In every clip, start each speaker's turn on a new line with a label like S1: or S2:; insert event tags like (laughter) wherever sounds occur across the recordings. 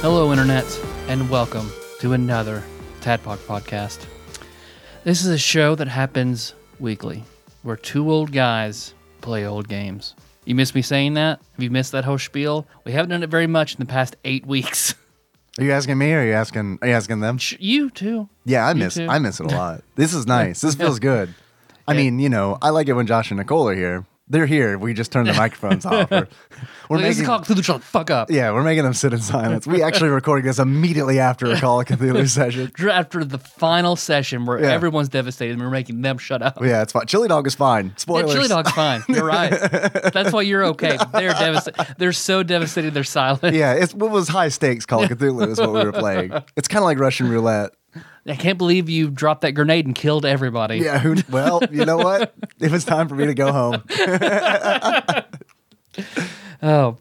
S1: Hello, Internet, and welcome to another Tadpog podcast. This is a show that happens weekly where two old guys play old games. You miss me saying that? Have you missed that whole spiel? We haven't done it very much in the past eight weeks. (laughs)
S2: Are you asking me or are you asking are you asking them?
S1: Sh- you too.
S2: Yeah, I miss
S1: too.
S2: I miss it
S1: (laughs)
S2: a lot. This is nice. This feels good. I mean, you know, I like it when Josh and Nicole are here. They're here. We just turn
S1: (laughs)
S2: the microphones off. We're, we're
S1: Like, this is
S2: making,
S1: called Cthulhu Shut the Fuck Up.
S2: yeah, we're making them sit in silence. We actually recording this immediately after a Call
S1: (laughs)
S2: of Cthulhu session.
S1: Dr- After the final session where
S2: Yeah.
S1: everyone's devastated and we're making them shut up.
S2: Yeah, it's fine. Chili Dog is fine.
S1: Yeah,
S2: Spoilers.
S1: chili dog's fine. You're
S2: (laughs)
S1: right. That's why you're okay. They're devastated. They're so devastated. They're silent.
S2: Yeah, it's what was high stakes Call of Cthulhu is what we
S1: (laughs)
S2: were playing. It's kind of like Russian roulette.
S1: I can't believe you dropped that grenade and killed everybody.
S2: Yeah, who, well, you know what? It was time for me to go
S1: (laughs)
S2: home.
S1: Oh,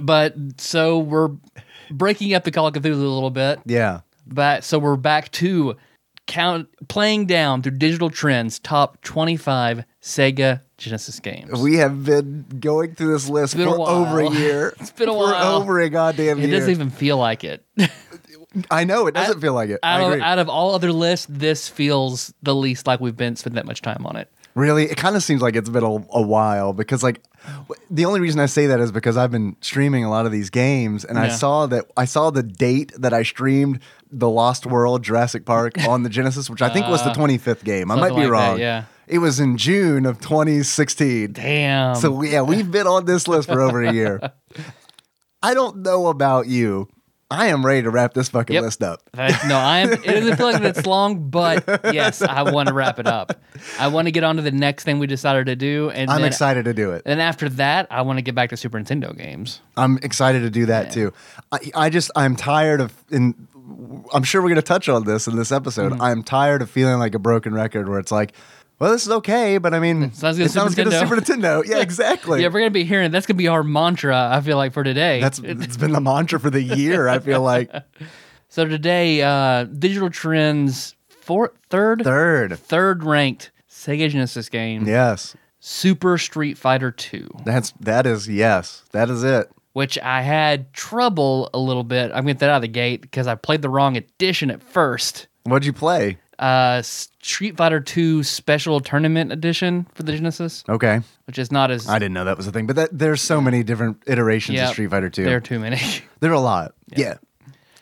S1: but so we're breaking up the Call of Cthulhu a little bit.
S2: Yeah.
S1: But so we're back to count playing down through digital trends top 25 Sega Genesis games.
S2: We have been going through this list
S1: been a
S2: for over a
S1: while.
S2: year.
S1: (laughs) It's been a
S2: for
S1: while.
S2: over a goddamn
S1: it
S2: year.
S1: doesn't even feel like it.
S2: (laughs) I know it doesn't feel like it. I
S1: out, of,
S2: agree.
S1: out of all other lists, this feels the least like we've been spending that much time on it.
S2: really, it kind of seems like it's been a, a while because, like, w- the only reason I say that is because I've been streaming a lot of these games, and I
S1: Yeah.
S2: saw that I saw the date that I streamed The Lost World
S1: (laughs)
S2: Jurassic Park on the Genesis, which I think was the 25th game. I might
S1: Uh, something like
S2: be
S1: that,
S2: wrong.
S1: yeah.
S2: it was in June of 2016.
S1: Damn.
S2: So yeah, we've been on this list for over a year.
S1: (laughs)
S2: I don't know about you. I am ready to wrap this fucking
S1: Yep.
S2: list up.
S1: That- Uh, no, I am. It doesn't feel like that's long, but yes, I want to wrap it up. I want to get on to the next thing we decided to do, and
S2: I'm
S1: then,
S2: excited to do it.
S1: And after that, I want to get back to Super Nintendo games.
S2: I'm excited to do that too. I, I just I'm tired of and I'm sure we're gonna touch on this in this episode.
S1: Mm-hmm.
S2: I'm tired of feeling like a broken record where it's like, well, this is okay, but I mean,
S1: sounds good
S2: it
S1: to Super
S2: sounds good to
S1: Nintendo.
S2: Super
S1: (laughs)
S2: Nintendo. Yeah, exactly.
S1: yeah, we're gonna be hearing that's gonna be our mantra. I feel like for today.
S2: That's it's been the mantra for the year. I
S1: (laughs)
S2: feel like
S1: so today, uh, digital trends fourth, third,
S2: third.
S1: third ranked Sega Genesis game,
S2: Yes,
S1: Super Street Fighter Two,
S2: that's that is yes, that is it.
S1: which I had trouble a little bit. I'm gonna get that out of the gate because I played the wrong edition at first.
S2: What'd you play?
S1: Uh, Street Fighter Two Special Tournament Edition for the Genesis,
S2: Okay.
S1: which is not as
S2: I didn't know that was a thing, but that, there's so many different iterations
S1: Yeah,
S2: of Street Fighter 2.
S1: There are
S2: There,
S1: too many. (laughs)
S2: are a lot. Yeah.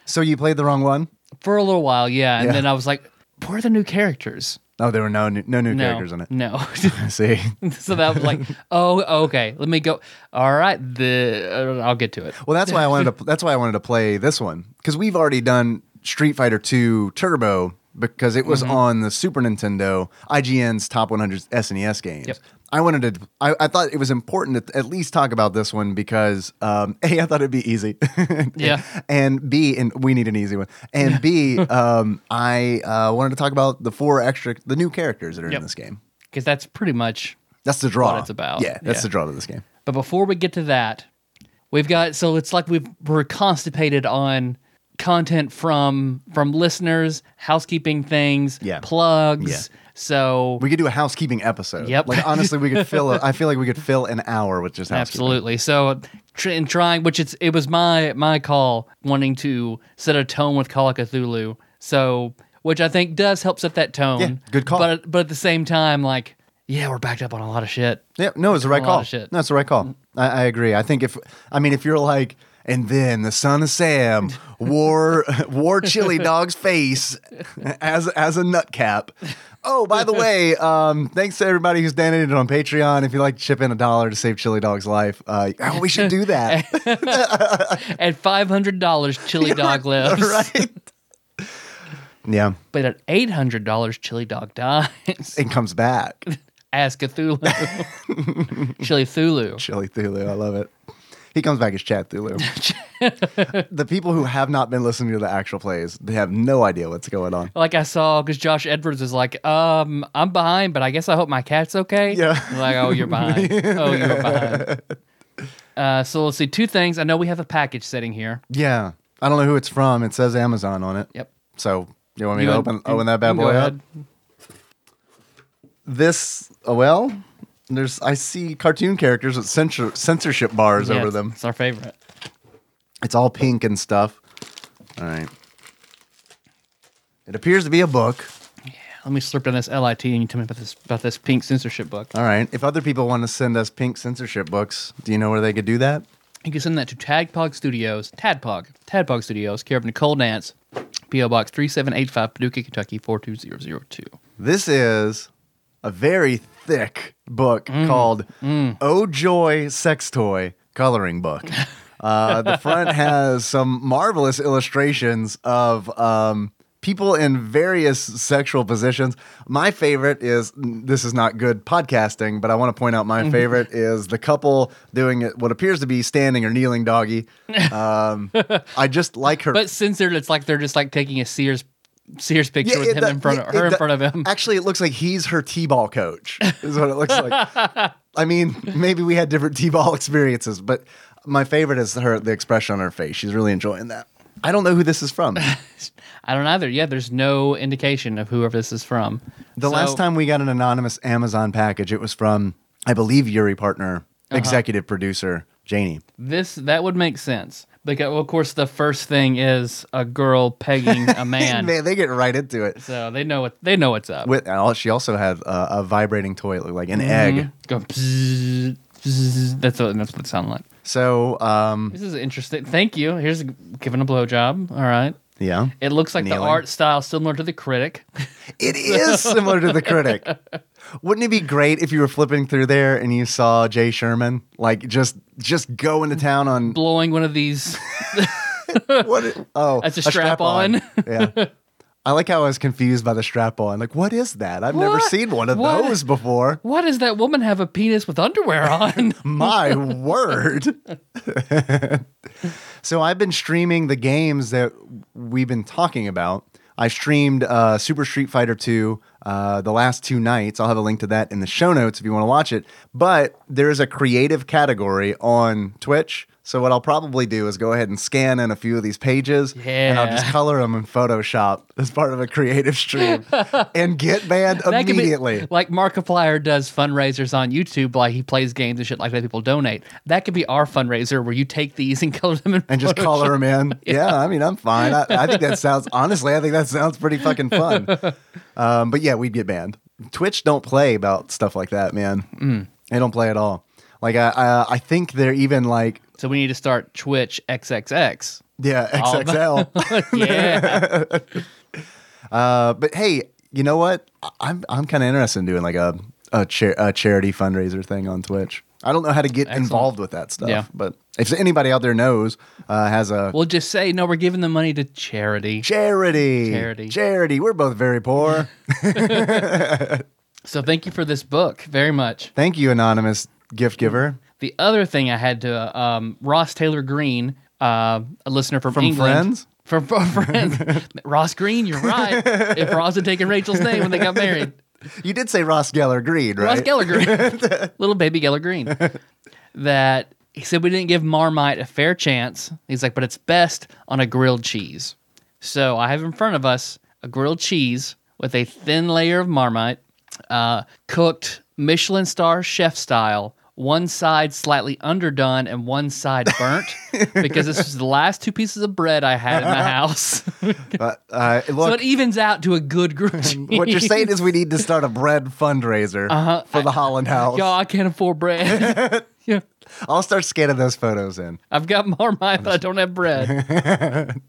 S2: So you played the wrong one?
S1: for a little while, yeah. And
S2: Yeah.
S1: then I was like, where are the new characters?
S2: Oh, there were no new, no new
S1: No,
S2: characters in it. (laughs)
S1: No. (laughs)
S2: I see.
S1: so that was
S2: (laughs)
S1: like, oh, okay. Let me go. All right, the uh, I'll get to it.
S2: Well, that's why
S1: (laughs)
S2: I wanted to. That's why I wanted to play this one because we've already done Street Fighter 2 Turbo because it was
S1: Mm-hmm.
S2: on the Super Nintendo, IGN's top 100 SNES E games.
S1: Yep.
S2: I wanted to. I, I thought it was important to at least talk about this one because um, (laughs) a, I thought it'd be easy.
S1: (laughs) Yeah.
S2: And B, and we need an easy one. And
S1: (laughs)
S2: B, um, I uh, wanted to talk about the four extra, the new characters that are
S1: Yep.
S2: in this game.
S1: Because that's pretty much.
S2: That's the draw.
S1: it's about.
S2: Yeah, that's
S1: Yeah.
S2: the draw to this game.
S1: But before we get to that, we've got so it's like we've we're constipated on content from from listeners, housekeeping things,
S2: Yeah.
S1: plugs.
S2: Yeah.
S1: So
S2: We could do a housekeeping episode.
S1: Yep.
S2: Like honestly, we could fill. A, I feel like we could fill an hour with just housekeeping.
S1: Absolutely. So, tr- in trying, which it's it was my my call wanting to set a tone with Call of Cthulhu. So, which I think does help set that tone.
S2: Yeah, good call.
S1: But but at the same time, like, yeah, we're backed up on a lot of shit.
S2: Yeah, no, it's the right
S1: a lot of
S2: call.
S1: shit.
S2: No, it's the right call. I, I agree. I think if I mean if you're like, and then the son of Sam wore (laughs) wore chili dog's face as as a nutcap. Oh, by the way, um, thanks to everybody who's donated on Patreon. If you would like to chip in a dollar to save Chili Dog's life, uh, oh, we should do
S1: (laughs)
S2: that.
S1: At five hundred dollars,
S2: (laughs)
S1: Chili Dog lives.
S2: right? Yeah, (laughs)
S1: But at eight hundred dollars, Chili Dog dies.
S2: it comes back.
S1: as Cthulhu.
S2: (laughs)
S1: Chili Thulu.
S2: Chili Thulu. I love it. He comes back as
S1: (laughs)
S2: Chad Thulu. the people who have not been listening to the actual plays, they have no idea what's going on.
S1: Like I saw, because Josh Edwards is like, um, I'm behind, but I guess I hope my cat's okay.
S2: Yeah.
S1: I'm like, oh, you're
S2: (laughs)
S1: behind. oh, you're behind. Uh, so let's see. Two things. I know we have a package sitting here.
S2: Yeah. I don't know who it's from. It says Amazon on it.
S1: Yep.
S2: So you want me
S1: You
S2: to
S1: and-
S2: open
S1: you-
S2: open that
S1: you
S2: bad
S1: can go
S2: boy up?
S1: ahead.
S2: This oh, well, there's I see cartoon characters with censor, censorship bars
S1: Yeah,
S2: over
S1: it's-
S2: them.
S1: It's our favorite.
S2: It's all pink and stuff. All right. It appears to be a book.
S1: Let me slurp down this LIT and you tell me about this about this pink censorship book.
S2: All right. If other people want to send us pink censorship books, do you know where they could do that?
S1: You can send that to Tadpog Studios, Tadpog, Tadpog Studios, care of Nicole Nance, P.O. Box 3785, Paducah, Kentucky 42002.
S2: This is a very thick book called Oh Joy Sex Toy Coloring Book. Uh, the front has some marvelous illustrations of um, people in various sexual positions. My favorite is this is not good podcasting, but I want to point out my favorite is the couple doing it- what appears to be standing or kneeling doggy. Um, I just like her
S1: But censored, it's like they're just like taking a Sears Sears picture with
S2: it
S1: him
S2: do-
S1: in front
S2: it-
S1: of her
S2: it
S1: in
S2: do-
S1: front of him.
S2: Actually, it looks like he's her t-ball coach. Is what it looks like.
S1: (laughs)
S2: I mean, maybe we had different t-ball experiences, but my favorite is her the expression on her face. She's really enjoying that. I don't know who this is from.
S1: I don't either. Yeah, there's no indication of whoever this is from.
S2: The last time we got an anonymous Amazon package, it was from I believe Yuri partner,
S1: Uh-huh.
S2: executive producer Janie.
S1: this that would make sense because, well, of course, the first thing is a girl pegging
S2: (laughs)
S1: a man,
S2: Man, they get right into it.
S1: so they know what they know what's up.
S2: With and all, she also had uh, a vibrating toy, it looked like an egg.
S1: Go (laughs) bzzz, bzzz. that's what that's what it sounded like.
S2: So, um,
S1: This is interesting. Thank you. Here's a- giving a blowjob. All right.
S2: yeah,
S1: It looks like the
S2: Kneeling.
S1: art style similar to the critic.
S2: It is similar to the critic. Wouldn't it be great if you were flipping through there and you saw Jay Sherman like just just going to town on
S1: blowing one of these. (laughs)
S2: what? i- Oh,
S1: That's a (laughs) strap-on.
S2: strap-on. yeah, I like how I was confused by the strap on. Like, what is that? I've never
S1: What?
S2: seen one of
S1: What?
S2: those before.
S1: Why does that woman have a penis with underwear on?
S2: My word. (laughs) so I've been streaming the games that we've been talking about. I streamed uh, Super Street Fighter 2 uh, the last two nights. I'll have a link to that in the show notes if you want to watch it. But there is a creative category on Twitch. So what I'll probably do is go ahead and scan in a few of these pages, and I'll just
S1: Yeah.
S2: color them in Photoshop as part of a
S1: (laughs)
S2: creative stream, and get banned
S1: That could be-
S2: immediately.
S1: like Markiplier does fundraisers on YouTube, like he plays games and shit like that. People donate. That could be our fundraiser where you take these (laughs) and color them in
S2: and just
S1: Photoshop.
S2: color
S1: (laughs)
S2: them in. Yeah. I mean, I'm fine. I, I think that sounds honestly, I think that sounds pretty
S1: (laughs)
S2: fucking fun. Um, but yeah, we'd get banned. Twitch don't play about stuff like that, man.
S1: Mm.
S2: They don't play at all. Like I, I, I think they're even like
S1: So we need to start Twitch XXX.
S2: yeah XXL. (laughs)
S1: yeah, (laughs)
S2: uh, but hey, you know what? I- I'm I'm kind of interested in doing like a a, cha- a charity fundraiser thing on Twitch. I don't know how to get involved with that stuff,
S1: Yeah.
S2: but if anybody out there knows, uh, has a
S1: we'll just say no. We're giving the money to charity.
S2: charity,
S1: Charity.
S2: charity. We're both
S1: (laughs)
S2: very poor.
S1: So thank you for this book very much.
S2: Thank you, anonymous gift giver.
S1: The other thing I had to uh, um, Ross Taylor Green, uh, a listener from,
S2: From
S1: England,
S2: Friends?
S1: from, from
S2: (laughs)
S1: Friends, Ross Green. You're right. if Ross had taken Rachel's name when they got married,
S2: You did say Ross Geller Green, right?
S1: Ross Geller
S2: (laughs)
S1: Green, little baby Geller Green, that he said we didn't give Marmite a fair chance. He's like, but it's best on a grilled cheese. So I have in front of us a grilled cheese with a thin layer of Marmite, uh, cooked Michelin star chef style. One side slightly underdone and one side
S2: (laughs)
S1: burnt because this was the last two pieces of bread I had in the house. (laughs)
S2: Uh, uh,
S1: so
S2: look,
S1: it evens out to a good grilled cheese.
S2: what you're saying is we need to start a
S1: (laughs)
S2: bread fundraiser for the Holland House.
S1: Uh-huh. Y'all, I can't afford bread.
S2: (laughs)
S1: (laughs) yeah.
S2: I'll start scanning those photos in.
S1: I've got Marmite, but I don't have
S2: (laughs)
S1: bread.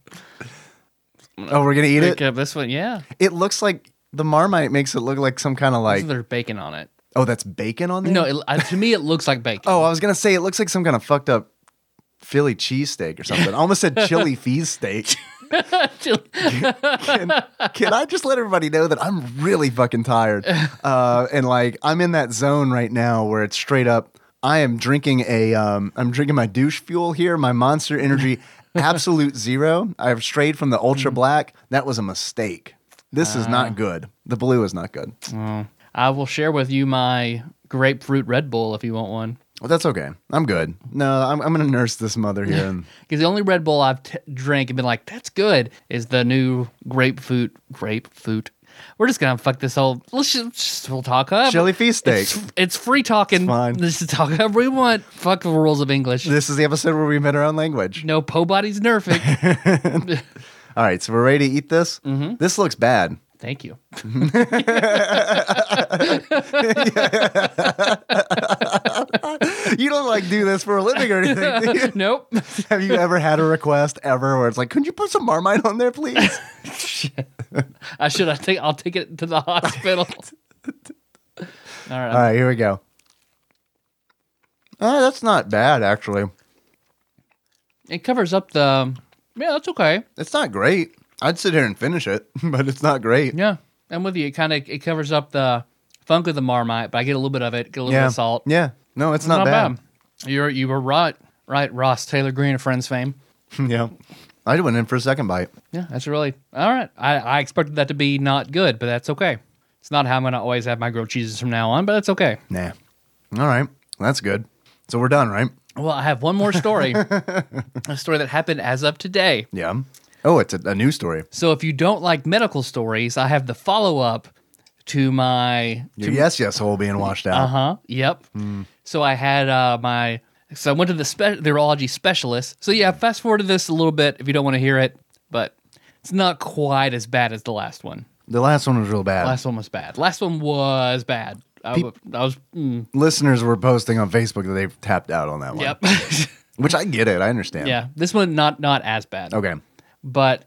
S2: Oh, we're gonna eat
S1: Pick
S2: it.
S1: up this one, yeah.
S2: It looks like the Marmite makes it look like some kind of like.
S1: So there's bacon on it.
S2: Oh, that's bacon on there.
S1: No, it, I, to me it looks like
S2: (laughs)
S1: bacon.
S2: Oh, I was gonna
S1: (laughs)
S2: say it looks like some kind of fucked up Philly cheesesteak or something. I almost said chili fees steak. Oh. Can I just let everybody know that I'm really fucking tired? Uh, and like I'm in that zone right now where it's straight up. I am drinking a um, I'm drinking my douche fuel here, my Monster Energy Absolute Zero. I've strayed from the Ultra Black. That was a mistake. This is not good. The blue is not good.
S1: I will share with you my grapefruit Red Bull if you want one.
S2: Well, that's okay. I'm good. No, I'm, I'm gonna nurse this mother here. And
S1: Because the only Red Bull I've t- drank and been like, that's good, is the new grapefruit. Grapefruit. We're just gonna fuck this whole. Let's just, just- we'll talk up.
S2: chili feast steak.
S1: It's, it's free talking.
S2: fine.
S1: This is talk up. We want fuck the rules of
S2: (laughs)
S1: English.
S2: This is the episode where we invent our own language.
S1: No po body's
S2: (laughs)
S1: nerfing.
S2: All right, so we're ready to eat this. This looks bad.
S1: Thank you.
S2: You don't like do this for a living or anything. do you?
S1: nope. (laughs)
S2: (laughs) Have you ever had a request ever where it's like, could you put some marmite on there, please?
S1: I should. I take. I'll take it to the (laughs)
S2: (laughs)
S1: hospital. All right.
S2: All right, here we go. Ah, that's not bad actually.
S1: It covers up the. Yeah, that's okay.
S2: It's not great. I'd sit here and finish it, (laughs) but it's not great.
S1: Yeah, I'm with you. It kind of it covers up the funk of the marmite, but I get a little bit of it. Get a little bit
S2: Yeah.
S1: of salt.
S2: Yeah. No, it's not,
S1: not
S2: bad.
S1: bad. You're you were right. Right, Ross Taylor Green of Friends fame.
S2: (laughs) yeah. I went in for a second bite.
S1: Yeah, that's really all right. I, I expected that to be not good, but that's okay. It's not how I'm gonna always have my grilled cheeses from now on, but that's okay.
S2: Nah. All right. That's good. So we're done, right?
S1: Well, I have one more story.
S2: (laughs)
S1: a story that happened as of today.
S2: Yeah. Oh, it's a, a new story.
S1: So if you don't like medical stories, I have the follow up to my
S2: Your yes, yes hole being washed out.
S1: Uh huh. Yep. So I had uh, my. So I went to the, spe- the urology specialist. So yeah, fast forward to this a little bit if you don't want to hear it, but it's not quite as bad as the last one.
S2: The last one was real bad.
S1: Last one was bad. Last one was bad. I, w- I was. Mm,
S2: Listeners were posting on Facebook that they've tapped out on that one.
S1: yep. (laughs)
S2: Which I get it. I understand.
S1: yeah. This one not not as bad.
S2: Okay.
S1: but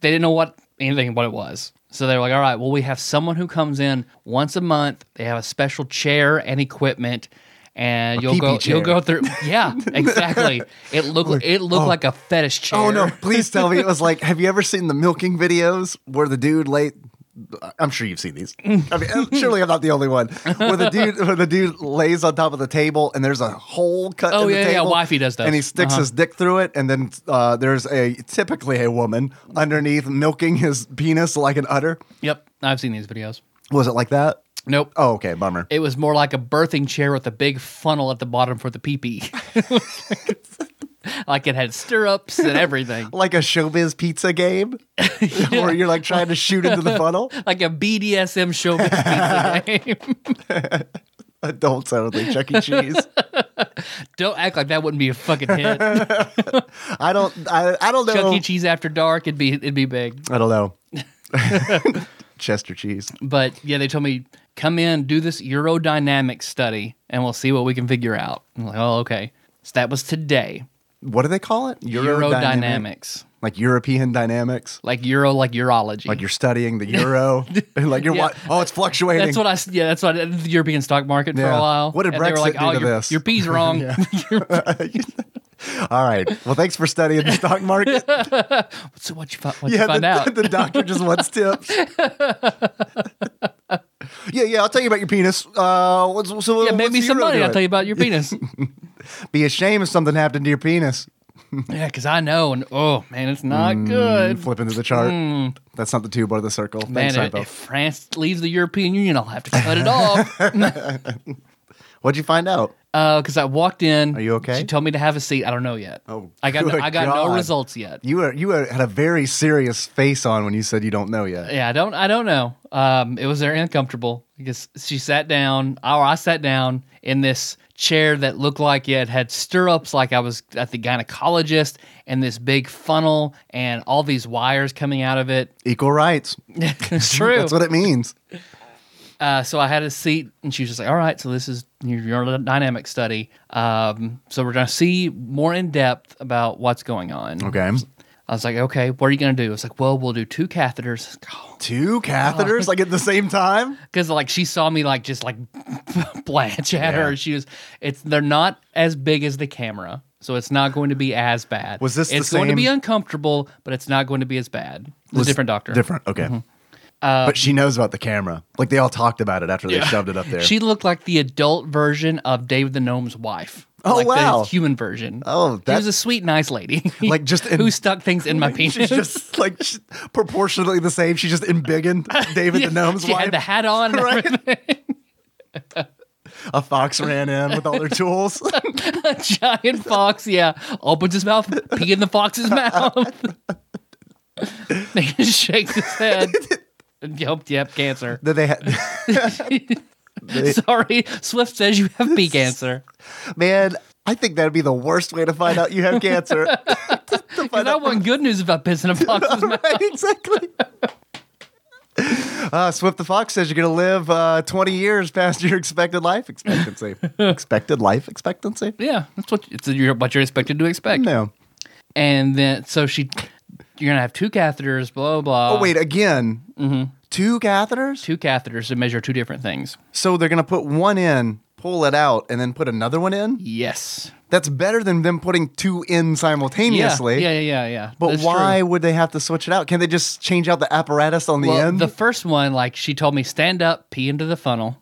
S1: they didn't know what anything what it was. So they were like, "All right, well, we have someone who comes in once a month. They have a special chair and equipment, and you'll
S2: pee-pee
S1: go,
S2: chair.
S1: you'll go through.
S2: (laughs)
S1: Yeah, exactly. it looked, it looked like a fetish chair.
S2: Oh no! Please tell me it
S1: (laughs)
S2: was like. Have you ever seen the milking videos where the dude lay? I'm sure you've seen these. I
S1: (laughs)
S2: mean, surely I'm not the only one. Where the dude, where the dude lays on top of the table, and there's a hole cut.
S1: Oh,
S2: in
S1: yeah, yeah,
S2: the table,
S1: wifey does those. Uh-huh.
S2: And he sticks his dick through it, and then uh, there's a typically a woman underneath milking his penis like an udder.
S1: Yep, I've seen these videos.
S2: Was it like that?
S1: Nope.
S2: Oh, okay, bummer.
S1: It was more like a birthing chair with a big funnel at the bottom for the pee pee. (laughs) like it had stirrups and
S2: (laughs)
S1: everything.
S2: like a showbiz pizza
S1: (laughs)
S2: game, where you're like trying to shoot into the funnel.
S1: Like a BDSM showbiz
S2: (laughs)
S1: pizza game.
S2: Adults only, Chuck E. Cheese.
S1: Don't act like that wouldn't be a fucking hit.
S2: I don't. I, I don't know.
S1: Chuck E. Cheese after dark, it'd be it'd be big.
S2: I don't know. (laughs) Chester cheese.
S1: But yeah, they told me come in, do this aerodynamic study, and we'll see what we can figure out. I'm like, oh, okay. So that was today.
S2: What do they call it? Eurodynamic.
S1: Aerodynamics,
S2: Like European dynamics.
S1: like euro, like urology.
S2: Like you're studying the
S1: (laughs)
S2: euro. like you're
S1: Yeah.
S2: what? Oh, it's fluctuating.
S1: that's what I s- yeah, that's what I- the European stock market for
S2: Yeah.
S1: a while.
S2: What did
S1: and they were
S2: Brexit
S1: like,
S2: do
S1: oh,
S2: to
S1: your,
S2: this?"
S1: Your pee's
S2: (laughs)
S1: wrong. (laughs)
S2: All right. Well, thanks for studying
S1: (laughs)
S2: the stock market.
S1: so what you, fi- what you
S2: yeah,
S1: find
S2: the,
S1: out?
S2: (laughs) the doctor just
S1: (laughs)
S2: wants tips. yeah, yeah. I'll tell you about your penis. Uh, what's, so
S1: yeah, make
S2: what's
S1: me some
S2: euro
S1: money. I'll
S2: doing?
S1: tell you about your penis. (laughs)
S2: Be ashamed if something happened to your penis.
S1: yeah, because I know, and oh man, it's not
S2: Mm,
S1: good.
S2: Flip into the chart. That's not the tube or the circle. Thanks,
S1: Uh, hmm. Man, if,
S2: Seinfeld.
S1: if France leaves the European Union, I'll have to cut it off.
S2: What'd you find out?
S1: because Uh, I walked in.
S2: Are you okay?
S1: She told me to have a seat. I don't know yet.
S2: Oh,
S1: I got no,
S2: good
S1: I got
S2: God.
S1: no results yet.
S2: You were you were, had a very serious face on when you said you don't know yet.
S1: Yeah, I don't I don't know. Um, it was very uncomfortable because she sat down, or I sat down in this chair that looked like it had stirrups, like I was at the gynecologist, and this big funnel and all these wires coming out of
S2: (laughs)
S1: it.
S2: Equal rights.
S1: It's true.
S2: That's what it means.
S1: Uh, so I had a seat, and she was just like, "All right, so this is your, your dynamic study. Um, so we're gonna see more in depth about what's going on."
S2: Okay.
S1: I was like, okay, what are you going to do? It's like, well, we'll do two
S2: (sighs)
S1: catheters.
S2: Two
S1: Oh.
S2: catheters, like at the
S1: (laughs)
S2: same time?
S1: Because like she saw me like just like (laughs) blanch at
S2: Yeah.
S1: her. She was, it's they're not as big as the camera, so it's not going to be as bad.
S2: Was this the
S1: It's going to be
S2: same-
S1: uncomfortable, but it's not going to be as bad. It's a
S2: Was-
S1: different doctor.
S2: Different, okay.
S1: Mm-hmm. Um,
S2: but she knows about the camera. Like they all talked about it after they shoved it up there.
S1: She looked like the adult version of David the Gnome's wife.
S2: Oh,
S1: like
S2: wow.
S1: The human version.
S2: Oh,
S1: She was
S2: that-
S1: a sweet, nice lady.
S2: Like, just
S1: (laughs)
S2: in-
S1: who stuck things in
S2: (laughs)
S1: my penis. (laughs)
S2: (laughs) She's just like sh- proportionately the same. She's just embiggened
S1: (laughs)
S2: David the Gnome's
S1: she
S2: wife.
S1: had the hat on. and
S2: (laughs) Right? a fox ran in with
S1: (laughs)
S2: all their tools. (laughs)
S1: a giant fox, yeah, opens his mouth, pee in the fox's mouth. (laughs) shakes his head. Yep, yep, cancer.
S2: that they
S1: (laughs)
S2: had. (laughs)
S1: Sorry, Swift says you have pee
S2: (laughs)
S1: cancer.
S2: Man, I think that'd be the worst way to find out you have cancer.
S1: (laughs)
S2: (laughs) to
S1: But
S2: find
S1: that
S2: out,
S1: wasn't good news about pissing a (laughs)
S2: (laughs)
S1: fox's mouth.
S2: right? Exactly. (laughs) Uh, Swift the Fox says you're going to live uh, 20 years past your expected
S1: (laughs)
S2: life expectancy. expected life expectancy?
S1: Yeah, that's what it's your- what you're expected to expect.
S2: No.
S1: And then so she, you're gonna have two catheters, blah blah.
S2: Oh, wait, again.
S1: mm-hmm.
S2: Two catheters?
S1: two catheters to measure two different things.
S2: So they're going to put one in, pull it out, and then put another one in?
S1: Yes.
S2: That's better than them putting two in simultaneously.
S1: Yeah, yeah, yeah, yeah. yeah.
S2: But
S1: That's
S2: why
S1: true.
S2: would they have to switch it out? Can they just change out the apparatus on the
S1: Well,
S2: end? (laughs)
S1: the first one, like she told me, stand up, pee into the funnel.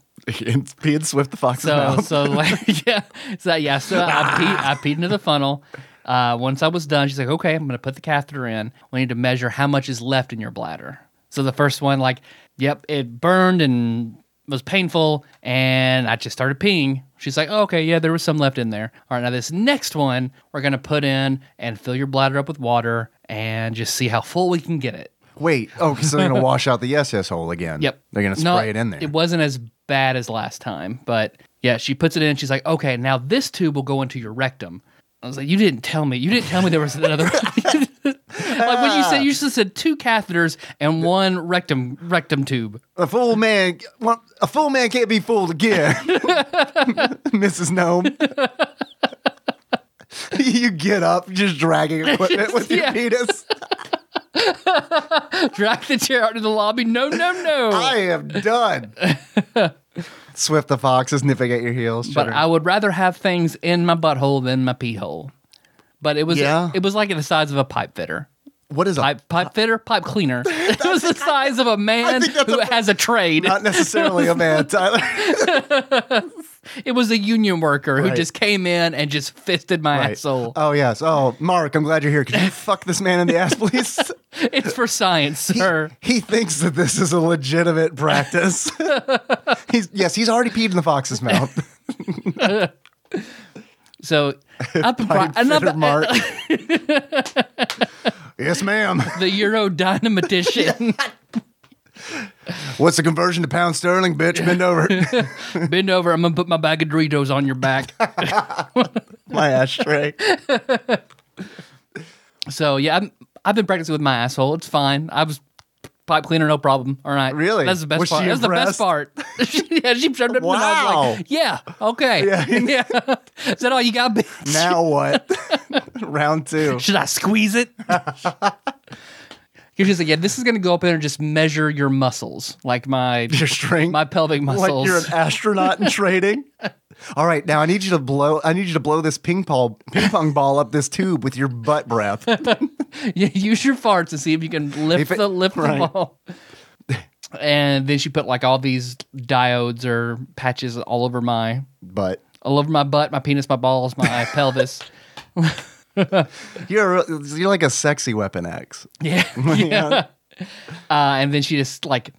S2: and, and Swift the Fox's
S1: So, (laughs)
S2: mouth.
S1: so like, yeah, so yeah. So I peed, I peed into the funnel. Uh, once I was done, she's like, "Okay, I'm gonna put the catheter in. We need to measure how much is left in your bladder." So the first one, like, yep, it burned and was painful, and I just started peeing. She's like, oh, "Okay, yeah, there was some left in there." All right, now this next one, we're gonna put in and fill your bladder up with water and just see how full we can get it.
S2: Wait. Oh, because they're
S1: (laughs)
S2: going to wash out the yes yes hole again.
S1: Yep.
S2: They're going to spray
S1: No,
S2: it in there.
S1: It wasn't as bad as last time, but yeah, she puts it in. She's like, okay, now this tube will go into your rectum. I was like, you didn't tell me. You didn't tell me there was another. (laughs) like when you said, you just said two catheters and one rectum rectum
S2: (laughs)
S1: tube.
S2: a fool man, well, a fool man can't be fooled again, (laughs) Mrs. Gnome. (laughs) you get up, just dragging equipment with your
S1: (laughs) Yeah.
S2: penis.
S1: Drag the chair out to the lobby. No, no, no.
S2: I am done. Swift the Fox is nipping at your heels.
S1: but
S2: But
S1: I would rather have things in my butthole than my pee hole. But it was
S2: Yeah.
S1: it was like the size of a pipe fitter.
S2: what is a
S1: Pipe, pipe fitter, pipe
S2: (laughs)
S1: cleaner. It was the size of a man
S2: think that's
S1: who
S2: a-
S1: has a trade.
S2: not necessarily
S1: (laughs)
S2: a man, Tyler.
S1: It was a union worker who
S2: Right.
S1: just came in and just fisted my
S2: Right.
S1: asshole.
S2: Oh yes. Oh, Mark, I'm glad you're
S1: (laughs)
S2: here. Could you fuck this man in the ass, please?
S1: It's for science, sir.
S2: He thinks that this is a
S1: (laughs)
S2: legitimate practice. he's yes, he's already peed in the fox's mouth.
S1: So
S2: (laughs)
S1: up in pri-
S2: Fitter
S1: another uh,
S2: Mark. (laughs) yes, ma'am.
S1: the Euro
S2: (laughs)
S1: dynamatician.
S2: What's the conversion to pound sterling, bitch? Bend over.
S1: Bend over. I'm gonna put my bag of Doritos on your
S2: (laughs)
S1: back.
S2: (laughs) My ashtray.
S1: So yeah, I'm, I've been practicing with my asshole. It's fine. I was pipe cleaner, no problem. All right,
S2: Really?
S1: That's the best
S2: Was
S1: part.
S2: she
S1: That's the best part. (laughs) yeah, she turned up and I was
S2: Wow.
S1: like, yeah, okay, (laughs) yeah. Is that all you got? bitch?
S2: Now (laughs) what? Round two.
S1: Should I squeeze it? You're just like, yeah, this is gonna go up in and just measure your muscles, like my
S2: Your strength.
S1: my pelvic muscles. (laughs)
S2: (laughs) Like you're an astronaut in training. All right, now I need you to blow. I need you to blow this ping pong ping pong ball up this tube with your butt breath.
S1: Yeah, use your farts to see if you can lift
S2: If it-
S1: the lift the
S2: right.
S1: ball. And then she put like all these diodes or patches all over my
S2: But
S1: all over my butt, my penis, my balls, my
S2: (laughs)
S1: pelvis.
S2: you're you're like a sexy weapon X. (laughs)
S1: Yeah. yeah. (laughs) Uh, and then she just like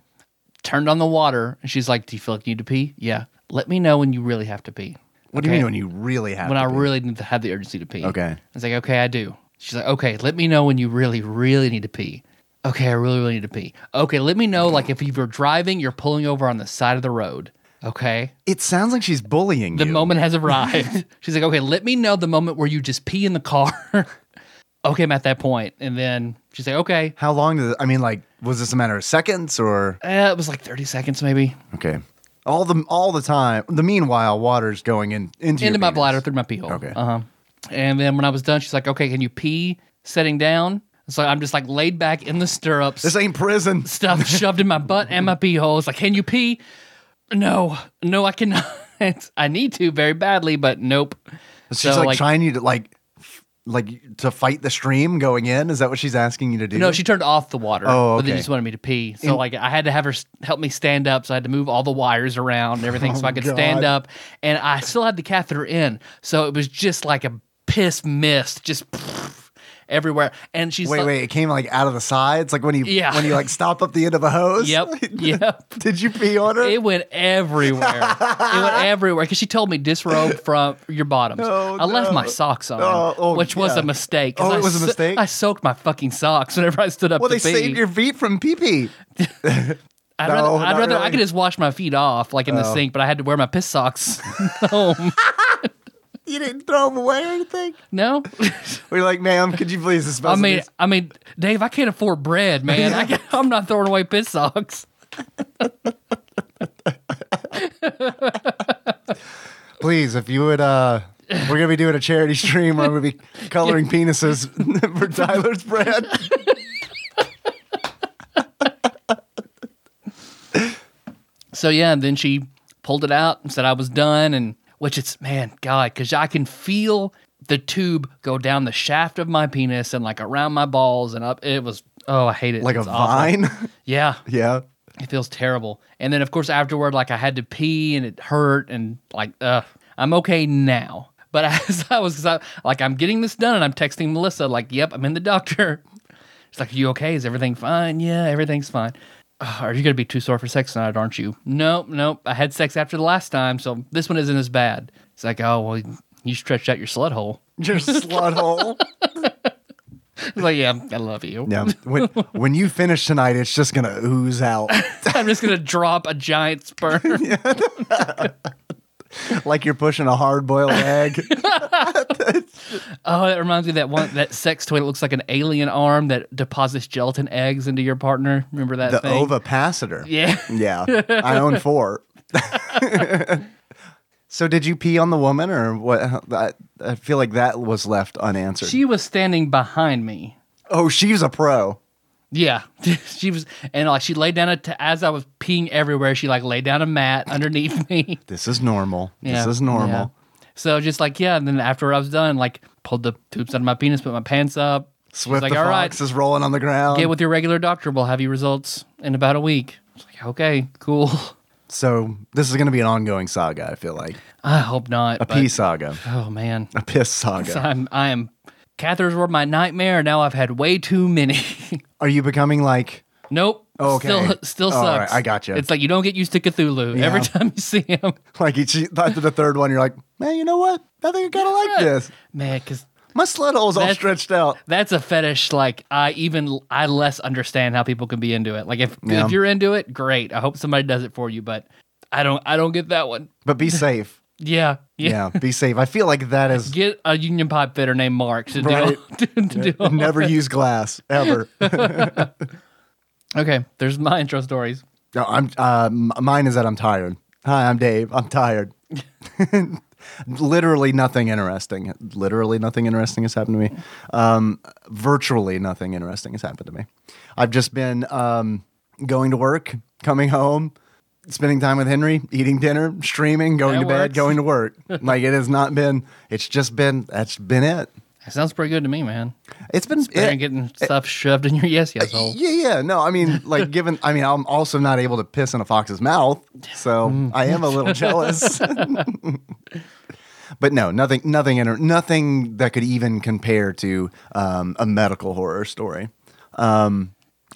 S1: turned on the water and she's like, Do you feel like you need to pee? Yeah. Let me know when you really have to pee.
S2: What do you mean when you really have?
S1: when
S2: to
S1: I
S2: be?
S1: really need to have the urgency to pee.
S2: Okay.
S1: I was like, okay, I do. She's like, okay, let me know when you really, really need to pee. Okay, I really, really need to pee. Okay, let me know like if you're driving, you're pulling over on the side of the road. Okay.
S2: It sounds like she's bullying
S1: The
S2: you.
S1: moment
S2: (laughs)
S1: has arrived. She's like, okay, let me know the moment where you just pee in the car. (laughs) okay, I'm at that point. And then she's like, okay.
S2: How long did I mean? Like, was this a matter of seconds or
S1: Eh, it was like 30 seconds maybe.
S2: okay? All the all the time. The meanwhile, water's going in into your
S1: into my
S2: penis.
S1: bladder through my pee hole. Uh-huh.
S2: Okay.
S1: Uh huh. And then when I was done, she's like, "Okay, can you pee sitting down?" So I'm just like laid back in the stirrups,
S2: This ain't prison.
S1: stuff
S2: (laughs)
S1: shoved in my butt and my pee hole. It's like, can you pee? No, no, I cannot. (laughs) I need to very badly, but nope.
S2: She's like, trying you to like, f- like to fight the stream going in. Is that what she's asking you to do?
S1: No, she turned off the water.
S2: Oh,
S1: But then
S2: okay.
S1: just wanted me to pee. So like I had to have her s- help me stand up. So I had to move all the wires around and
S2: (laughs)
S1: everything so I could stand
S2: Oh, God.
S1: up. And I still had the catheter in. So it was just like a piss mist, just (laughs) everywhere. And she's
S2: Wait,
S1: like,
S2: wait. It came like out of the sides, like when you
S1: Yeah.
S2: when you like stop up the end of a hose.
S1: Yep, yep.
S2: (laughs) Did you pee on her?
S1: It went everywhere. it
S2: (laughs)
S1: went everywhere because she told me disrobe from your bottoms.
S2: Oh,
S1: I left
S2: no.
S1: my socks on,
S2: Oh, oh,
S1: which was
S2: yeah.
S1: a mistake. 'cause
S2: Oh, it
S1: I
S2: was a
S1: so-
S2: mistake?
S1: I soaked my fucking socks whenever I stood up.
S2: well,
S1: to
S2: they
S1: pee.
S2: saved your feet from pee pee.
S1: I'd
S2: No,
S1: rather,
S2: not
S1: I'd rather I
S2: really.
S1: could just wash my feet off like in the sink, but I had to wear my piss socks (laughs) home.
S2: You didn't throw them away or anything. (laughs)
S1: No,
S2: We're like, ma'am, could you please dispose?
S1: I
S2: of
S1: mean,
S2: these?"
S1: I mean, Dave, I can't afford bread, man. I can't- I'm not throwing away piss socks.
S2: please, if you would. uh We're gonna be doing a charity stream where we'll
S1: (laughs)
S2: be coloring penises (laughs) for Tyler's bread.
S1: So yeah, and then she pulled it out and said I was done, and which it's man, God, because I can feel the tube go down the shaft of my penis and like around my balls and up. It was oh, I hate it.
S2: Like a
S1: It's awful.
S2: vine. (laughs)
S1: Yeah,
S2: yeah.
S1: It feels terrible. And then of course afterward, like I had to pee and it hurt and like uh I'm okay now. But (laughs) as I was I, like I'm getting this done and I'm texting Melissa, like, yep, I'm in the doctor. (laughs) She's like, You okay? Is everything fine? Yeah, everything's fine. "Ugh, Are you gonna be too sore for sex tonight, aren't you? Nope, nope. I had sex after the last time, so this one isn't as bad. It's like, oh well, you stretched out your slut hole. (laughs)
S2: Your slut hole.
S1: I was like, yeah, I love you.
S2: Yeah. When, when you finish tonight, it's just going to ooze (laughs) out
S1: (laughs) I'm just gonna drop a giant sperm.
S2: like you're pushing a hard boiled (laughs) egg.
S1: Oh, that reminds me of that one that sex toy that looks like an alien arm that deposits gelatin eggs into your partner. Remember that
S2: The
S1: thing?
S2: ovipacitor. (laughs)
S1: Yeah.
S2: Yeah. I own four. (laughs) so, did you pee on the woman or what? I, I feel like that was left unanswered.
S1: She was standing behind me.
S2: oh, she's a pro.
S1: Yeah. (laughs) she was and like she laid down a t- as I was peeing everywhere, she like laid down a mat underneath (laughs) me.
S2: This is normal.
S1: Yeah.
S2: This is normal.
S1: Yeah. So just like yeah, and then after I was done, like pulled the tubes out of my penis, put my pants up. She's
S2: Swift
S1: like,
S2: the
S1: all right,
S2: Fox is rolling on the ground.
S1: get with your regular doctor. We'll have you results in about a week. It's like, okay, cool. (laughs)
S2: so, this is going to be an ongoing saga, I feel like.
S1: I hope not.
S2: A
S1: but-
S2: pee saga,
S1: Oh man.
S2: a
S1: (laughs)
S2: piss saga.
S1: I'm I am catheters were my nightmare. Now I've had way too many. (laughs)
S2: Are you becoming like.
S1: nope.
S2: Okay.
S1: Still still
S2: All right,
S1: sucks.
S2: I gotcha.
S1: It's like you don't get used to Cthulhu every (laughs)
S2: Yeah.
S1: time you see him.
S2: Like each after the third one, you're like, man, you know what? I think I kind of like this.
S1: Man, cuz
S2: My slut hole's all
S1: That's-
S2: stretched out.
S1: that's a fetish like I even I less understand how people can be into it. Like if
S2: Yeah.
S1: if you're into it, great. I hope somebody does it for you, but I don't I don't get that one.
S2: But be safe.
S1: Yeah. (laughs) Yeah.
S2: Yeah, be safe. I feel like that is
S1: Get a union pipe fitter named Mark to
S2: Right. Uh,
S1: do, (laughs) to, do all
S2: never
S1: that.
S2: use glass ever.
S1: Okay, there's my intro stories.
S2: no, I'm uh, m- mine is that I'm tired. Hi, I'm Dave. I'm tired. (laughs) Literally nothing interesting. Literally nothing interesting has happened to me. Um, virtually nothing interesting has happened to me. I've just been um, going to work, coming home, spending time with Henry, eating dinner, streaming, going
S1: That
S2: to bed,
S1: works.
S2: going to work. like it has not been. It's just been. That's been it.
S1: That sounds pretty good to me, man.
S2: It's been.
S1: Better
S2: it-
S1: than getting stuff shoved in your yes yes hole.
S2: Yeah, yeah. No, I
S1: (laughs)
S2: mean, like, given, I mean, I'm also not able to piss in a fox's mouth,
S1: Mm.
S2: so I am a
S1: (laughs)
S2: little jealous. but no, nothing, nothing, inter- nothing that could even compare to um, a medical horror story. Um,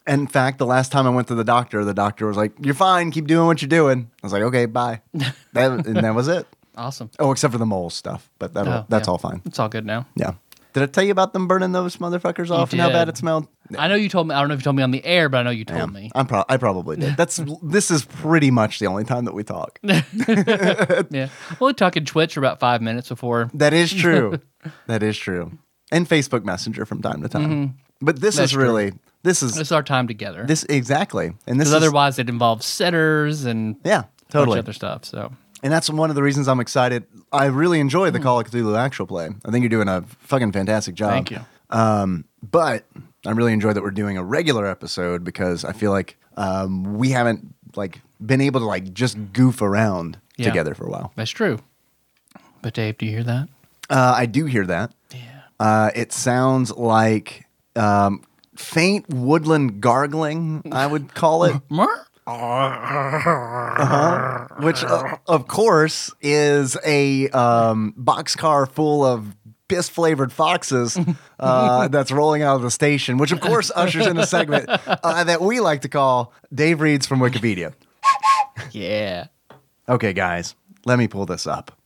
S2: in fact, the last time I went to the doctor, the doctor was like, "You're fine. Keep doing what you're doing." I was like,
S1: (laughs)
S2: "Okay, bye," that, and that was it.
S1: Awesome.
S2: Oh, except for the mole stuff, but that
S1: Oh,
S2: that's
S1: yeah.
S2: all fine.
S1: It's all good now.
S2: Yeah. Did I tell you about them burning those motherfuckers off and how
S1: did.
S2: bad it smelled?
S1: I know you told me. I don't know if you told me on the air, but I know you told
S2: Yeah,
S1: me.
S2: I'm pro- I probably did. That's this is pretty much the only time that we talk.
S1: yeah. Well, we talking Twitch for about five minutes before.
S2: That is true.
S1: (laughs)
S2: that is true. And Facebook Messenger from time to time. But this
S1: Mm-hmm. That's
S2: is really this is
S1: This is our time together.
S2: this exactly. And this
S1: Because
S2: is
S1: otherwise, it involves setters and a bunch
S2: yeah,
S1: of
S2: totally. Um,
S1: other stuff. So
S2: And that's one of the reasons I'm excited. I really enjoy
S1: Mm-hmm.
S2: the Call of Cthulhu actual play. I think you're doing a fucking fantastic job.
S1: thank you.
S2: But I really enjoy that we're doing a regular episode because I feel like um, we haven't like been able to like just goof around
S1: Yeah.
S2: together for a while.
S1: That's true. But Dave, do you hear that?
S2: Uh, I do hear that.
S1: Yeah.
S2: Uh, it sounds like um, faint woodland gargling. I would call it. which uh, of course is a um, boxcar full of piss flavored foxes uh, that's rolling out of the station, which of course ushers in a segment uh, that we like to call Dave Reads from Wikipedia.
S1: Yeah.
S2: Okay, guys, let me pull this up.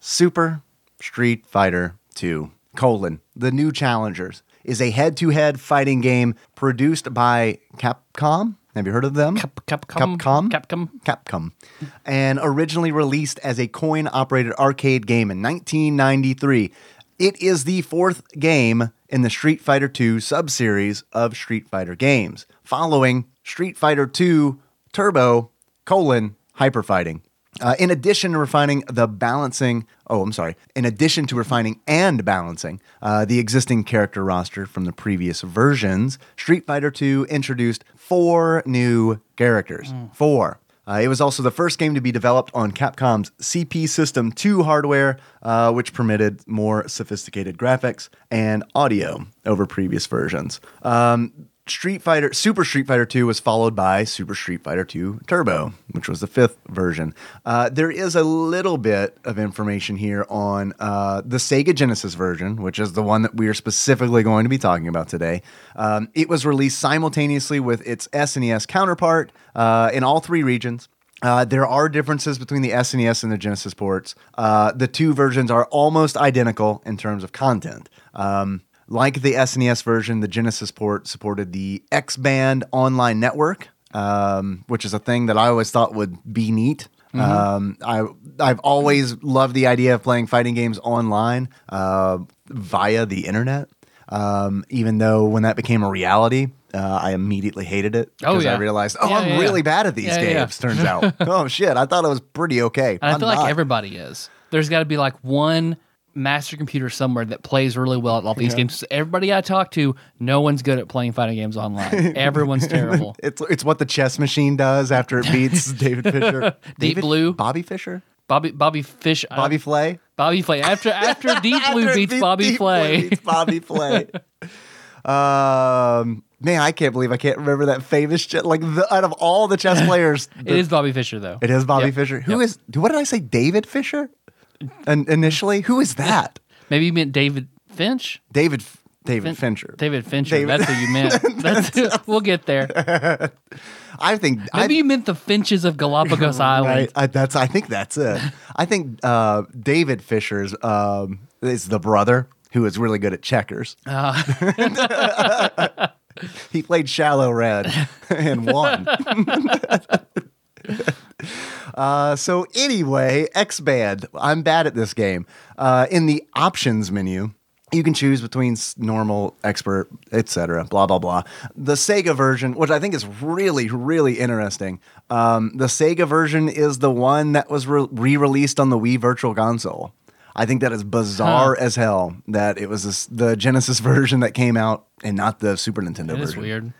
S2: Super Street Fighter 2, colon, The New Challengers, is a head to head fighting game produced by Capcom. Have you heard of them?
S1: Capcom.
S2: Capcom?
S1: Capcom.
S2: Capcom, and originally released as a coin operated arcade game in 1993. It is the fourth game in the Street Fighter II subseries of Street Fighter games, following Street Fighter II Turbo colon Hyper Fighting. Uh, in addition to refining the balancing, oh, I'm sorry. In addition to refining and balancing uh, the existing character roster from the previous versions, Street Fighter II introduced four new characters. Four. Uh, it was also the first game to be developed on Capcom's CP System 2 hardware, uh, which permitted more sophisticated graphics and audio over previous versions. Um, Street Fighter Super Street Fighter 2 was followed by Super Street Fighter 2 Turbo, which was the fifth version. Uh, there is a little bit of information here on uh, the Sega Genesis version, which is the one that we are specifically going to be talking about today. Um, it was released simultaneously with its SNES counterpart uh, in all three regions. Uh, there are differences between the SNES and the Genesis ports. Uh, the two versions are almost identical in terms of content. Um, like the SNES version, the Genesis port supported the X Band online network, um, which is a thing that I always thought would be neat.
S1: Mm-hmm.
S2: Um, I I've always loved the idea of playing fighting games online uh, via the internet. Um, even though when that became a reality, uh, I immediately hated it
S1: Oh,
S2: because I
S1: yeah.
S2: realized, oh,
S1: Yeah,
S2: I'm
S1: yeah, yeah.
S2: really bad at these
S1: Yeah, yeah, yeah.
S2: games. Turns out, (laughs) oh shit, I thought I was pretty okay.
S1: And I
S2: I'm
S1: feel like
S2: not.
S1: everybody is. There's got to be like one master computer somewhere that plays really well at all these games. Everybody I talk to, no one's good at playing fighting games
S2: (laughs)
S1: online. Everyone's terrible.
S2: It's it's what the chess machine does after it
S1: (laughs)
S2: beats David Fisher. David
S1: Blue.
S2: Bobby Fisher,
S1: Bobby Bobby Fish
S2: Bobby Flay.
S1: Bobby Flay
S2: (laughs)
S1: after after Deep Blue
S2: After it
S1: beats
S2: beat-
S1: Bobby
S2: Deep Blue
S1: Flay.
S2: beats Bobby
S1: (laughs)
S2: Flay. um, man, I can't believe I can't remember that famous chess. Like the, out of all the
S1: (laughs)
S2: chess players, the-
S1: It is Bobby Fisher though.
S2: it is Bobby
S1: Yep.
S2: Fisher. Who
S1: Yep.
S2: is? What did I say? David Fisher. And initially, who is that?
S1: Maybe you meant David Finch.
S2: David F- David
S1: Fin-
S2: Fincher.
S1: David Fincher.
S2: David-
S1: That's what you
S2: (laughs)
S1: meant. (laughs) That's, we'll get there. Maybe
S2: I think (laughs) I,
S1: you meant the Finches of
S2: (laughs)
S1: Galapagos
S2: I,
S1: Island.
S2: I that's I think that's it. I think uh, David Fisher's um, is the brother who is really good at checkers. (laughs) he played shallow red and won. Uh, so anyway, X Band. I'm bad at this game. Uh, in the options menu, you can choose between s- normal, expert, etc. Blah blah blah. The Sega version, which I think is really really interesting. Um, the Sega version is the one that was re released on the Wii Virtual Console. I think that is bizarre as hell that it was this, the Genesis (laughs) version that came out and not the Super Nintendo
S1: It
S2: version
S1: is weird.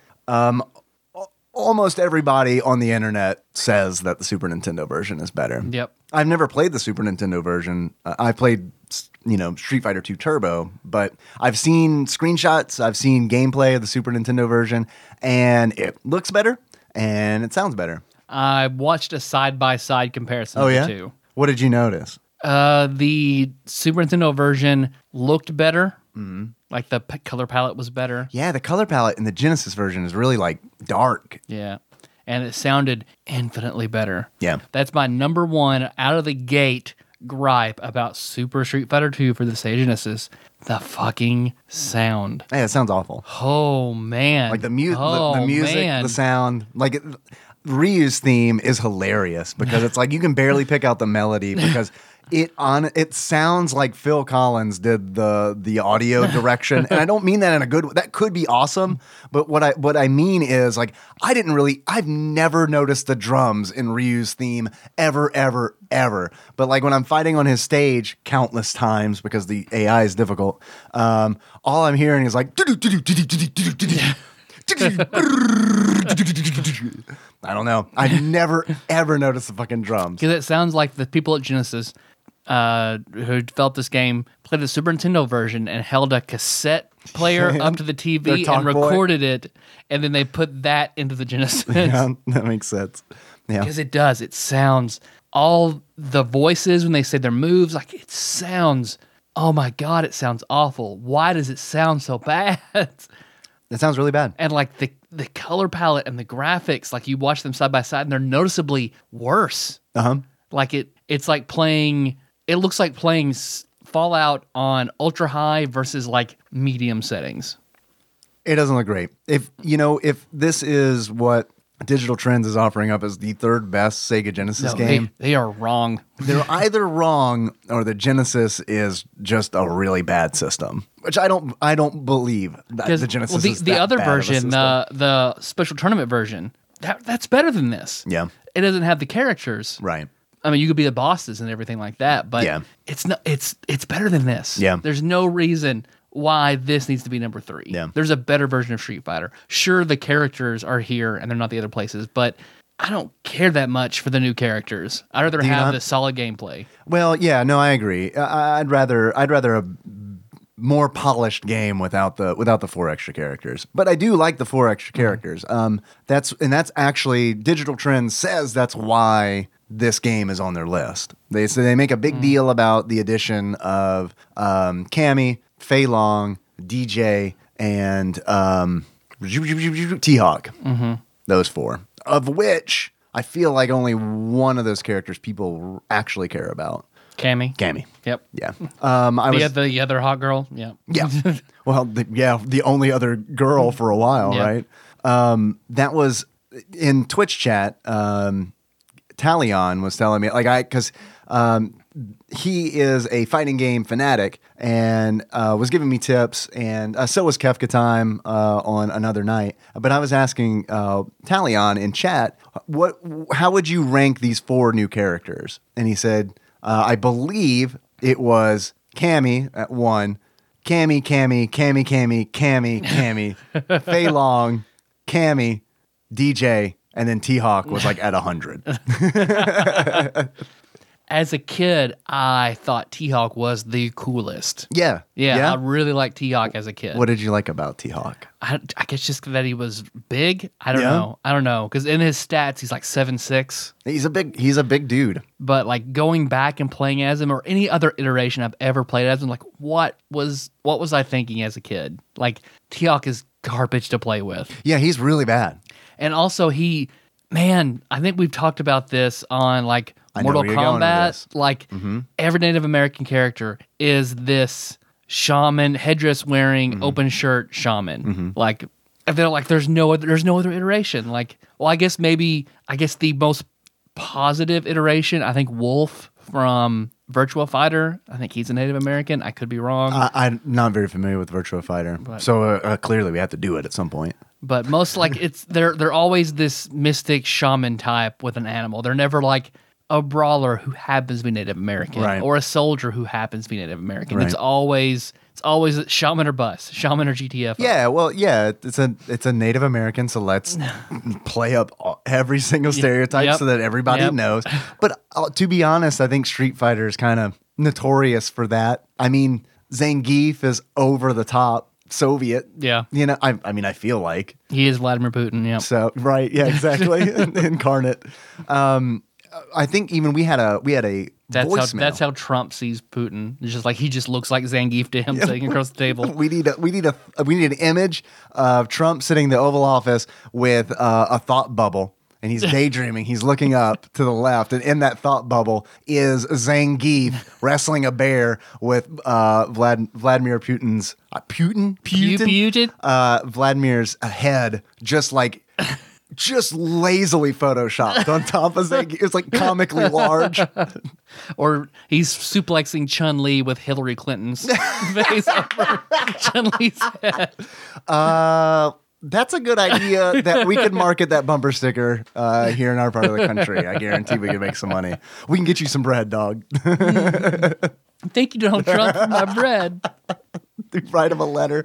S2: almost everybody on the internet says that the Super Nintendo version is better.
S1: Yep.
S2: I've never played the Super Nintendo version. Uh, I played, s- you know, Street Fighter 2 Turbo, but I've seen screenshots, I've seen gameplay of the Super Nintendo version, and it looks better and it sounds better.
S1: I watched a side by side comparison.
S2: Oh
S1: of
S2: yeah.
S1: the two.
S2: What did you notice?
S1: Uh, the Super Nintendo version looked better.
S2: Mm-hmm.
S1: Like the p- color palette was better.
S2: Yeah, the color palette in the Genesis version is really like dark.
S1: Yeah. And it sounded infinitely better.
S2: Yeah.
S1: That's my number one out of the gate gripe about Super Street Fighter 2 for the Sega Genesis. The fucking sound.
S2: Yeah, it sounds awful.
S1: Oh man.
S2: Like the, mu- the-
S1: oh,
S2: the, music,
S1: man.
S2: the sound, like it, Ryu's theme is hilarious because it's like you can barely pick out the melody because it on it sounds like Phil Collins did the the audio direction, and I don't mean that in a good. That could be awesome, but what I what I mean is like I didn't really. I've never noticed the drums in Ryu's theme ever, ever, ever. But like when I'm fighting on his stage countless times because the AI is difficult, um, all I'm hearing is like. (laughs) I don't know. I've never ever noticed the fucking drums.
S1: Because it sounds like the people at Genesis uh, who developed this game played the Super Nintendo version and held a cassette player
S2: (laughs)
S1: up to the
S2: Their
S1: TV
S2: Talk
S1: and
S2: Boy.
S1: recorded it, and then they put that into
S2: (laughs)
S1: the Genesis.
S2: Yeah, (laughs) that makes sense. Yeah.
S1: Because it does. It sounds all the voices when they say their moves, like it sounds, oh my God, it sounds awful. Why does it sound so (laughs) bad?
S2: That sounds really bad.
S1: And like the, the color palette and the graphics, like you watch them side by side and they're noticeably worse.
S2: Uh huh.
S1: Like it, it's like playing. It looks like playing s- Fallout on ultra high versus like medium settings.
S2: It doesn't look great. If you know, if this is what Digital Trends is offering up as the third best Sega Genesis
S1: No, (laughs)
S2: game,
S1: They, they are wrong.
S2: they, are either wrong or the Genesis is just a really bad system. Which I don't, I don't believe that the
S1: 'Cause-
S2: Genesis
S1: well, the,
S2: is
S1: the
S2: that
S1: other
S2: bad of a
S1: version, uh,
S2: system.
S1: the the special tournament version, that that's better than this.
S2: Yeah.
S1: it doesn't have the characters.
S2: right.
S1: I mean, you could be the bosses and everything like that, but
S2: Yeah.
S1: it's not. It's it's better than this.
S2: Yeah.
S1: there's no reason why this needs to be number three.
S2: Yeah.
S1: there's a better version of Street Fighter. Sure, the characters are here and they're not the other places, but I don't care that much for the new characters. I'd rather
S2: you
S1: have
S2: not?
S1: the solid gameplay.
S2: Well, yeah, no, I agree. I, I'd rather, I'd rather a more polished game without the without the four extra characters. But I do like the four extra
S1: Mm-hmm.
S2: characters. Um, that's and that's actually Digital Trends says that's why this game is on their list. They say they make a big
S1: Mm.
S2: deal about the addition of um, Cammy, Fei Long, DJ, and um, T Hawk.
S1: Mm-hmm.
S2: Those four, of which I feel like only one of those characters people actually care about.
S1: Cammy.
S2: Cammy.
S1: Yep.
S2: Yeah. Um, I
S1: (laughs) The,
S2: was
S1: oth- the other hot girl. Yeah.
S2: yeah. Well, the, yeah, the only other girl for a while,
S1: Yeah.
S2: right? Um, that was in Twitch chat. Um, Talion was telling me, like, I, because um, he is a fighting game fanatic and uh, was giving me tips, and uh, so was Kefka Time uh, on another night. But I was asking uh, Talion in chat, what, how would you rank these four new characters? And he said, uh, I believe it was Cammy at one, Cammy, Cammy, Cammy, Cammy, Cammy, Cammy, Fei Long, Cammy, DJ, and then T Hawk was like at 100.
S1: As a kid, I thought T Hawk was the coolest.
S2: Yeah.
S1: Yeah, I really liked T Hawk as a kid.
S2: What did you like about T Hawk?
S1: I, I guess just that he was big. I don't
S2: Yeah.
S1: know. I don't know because in his stats he's like seven six.
S2: He's a big he's a big dude.
S1: But like going back and playing as him or any other iteration I've ever played as him, like what was what was I thinking as a kid? Like T Hawk is garbage to play with.
S2: Yeah, he's really bad.
S1: And also he man, I think we've talked about this on like
S2: I know
S1: Mortal
S2: where you're going with this. Mm-hmm.
S1: Kombat. Like every Native American character is this shaman headdress wearing
S2: Mm-hmm.
S1: open shirt shaman. Like they're like there's no other there's no other iteration. Like well I guess maybe I guess the most positive iteration, I think Wolf from Virtua Fighter. I think he's a Native American. I could be wrong.
S2: I, I'm not very familiar with Virtua Fighter, so uh, uh, clearly we have to do it at some point.
S1: but most
S2: (laughs)
S1: like it's they're they're always this mystic shaman type with an animal. They're never like a brawler who happens to be Native American
S2: Right.
S1: or a soldier who happens to be Native American. It's
S2: Right.
S1: always it's always shaman or bus, shaman or GTF.
S2: Yeah, well, yeah, it's a it's a Native American, so (laughs) let's play up all- every single stereotype
S1: Yep.
S2: so that everybody
S1: Yep.
S2: (laughs) knows. But uh, to be honest, I think Street Fighter is kind of notorious for that. I mean, Zangief is over the top Soviet.
S1: Yeah.
S2: you know, I, I mean, I feel like
S1: He is Vladimir Putin. Yeah,
S2: So right,
S1: (laughs)
S2: yeah, exactly, incarnate. Um, I think even we had a we had a
S1: that's how
S2: voicemail.
S1: that's how Trump sees Putin. It's just like he just looks like Zangief to him sitting across the table.
S2: we need a we need a we need an image of Trump sitting in the Oval Office with uh, a thought bubble.
S1: (laughs)
S2: And he's daydreaming. He's looking up to the left, and in that thought bubble is Zangief wrestling a bear with uh, Vlad- Vladimir Putin's uh, (laughs) Putin
S1: Putin?
S2: uh, Vladimir's head just like just lazily photoshopped on top of it. It's like comically large.
S1: Or he's suplexing Chun Li with Hillary Clinton's
S2: (laughs)
S1: face over Chun Li's head.
S2: Uh, that's a good idea that we could market that bumper sticker uh, here in our part of the country. I guarantee we could make some money. We can get you some bread, dog. (laughs)
S1: Thank you, Donald Trump, for my bread.
S2: Write him a letter.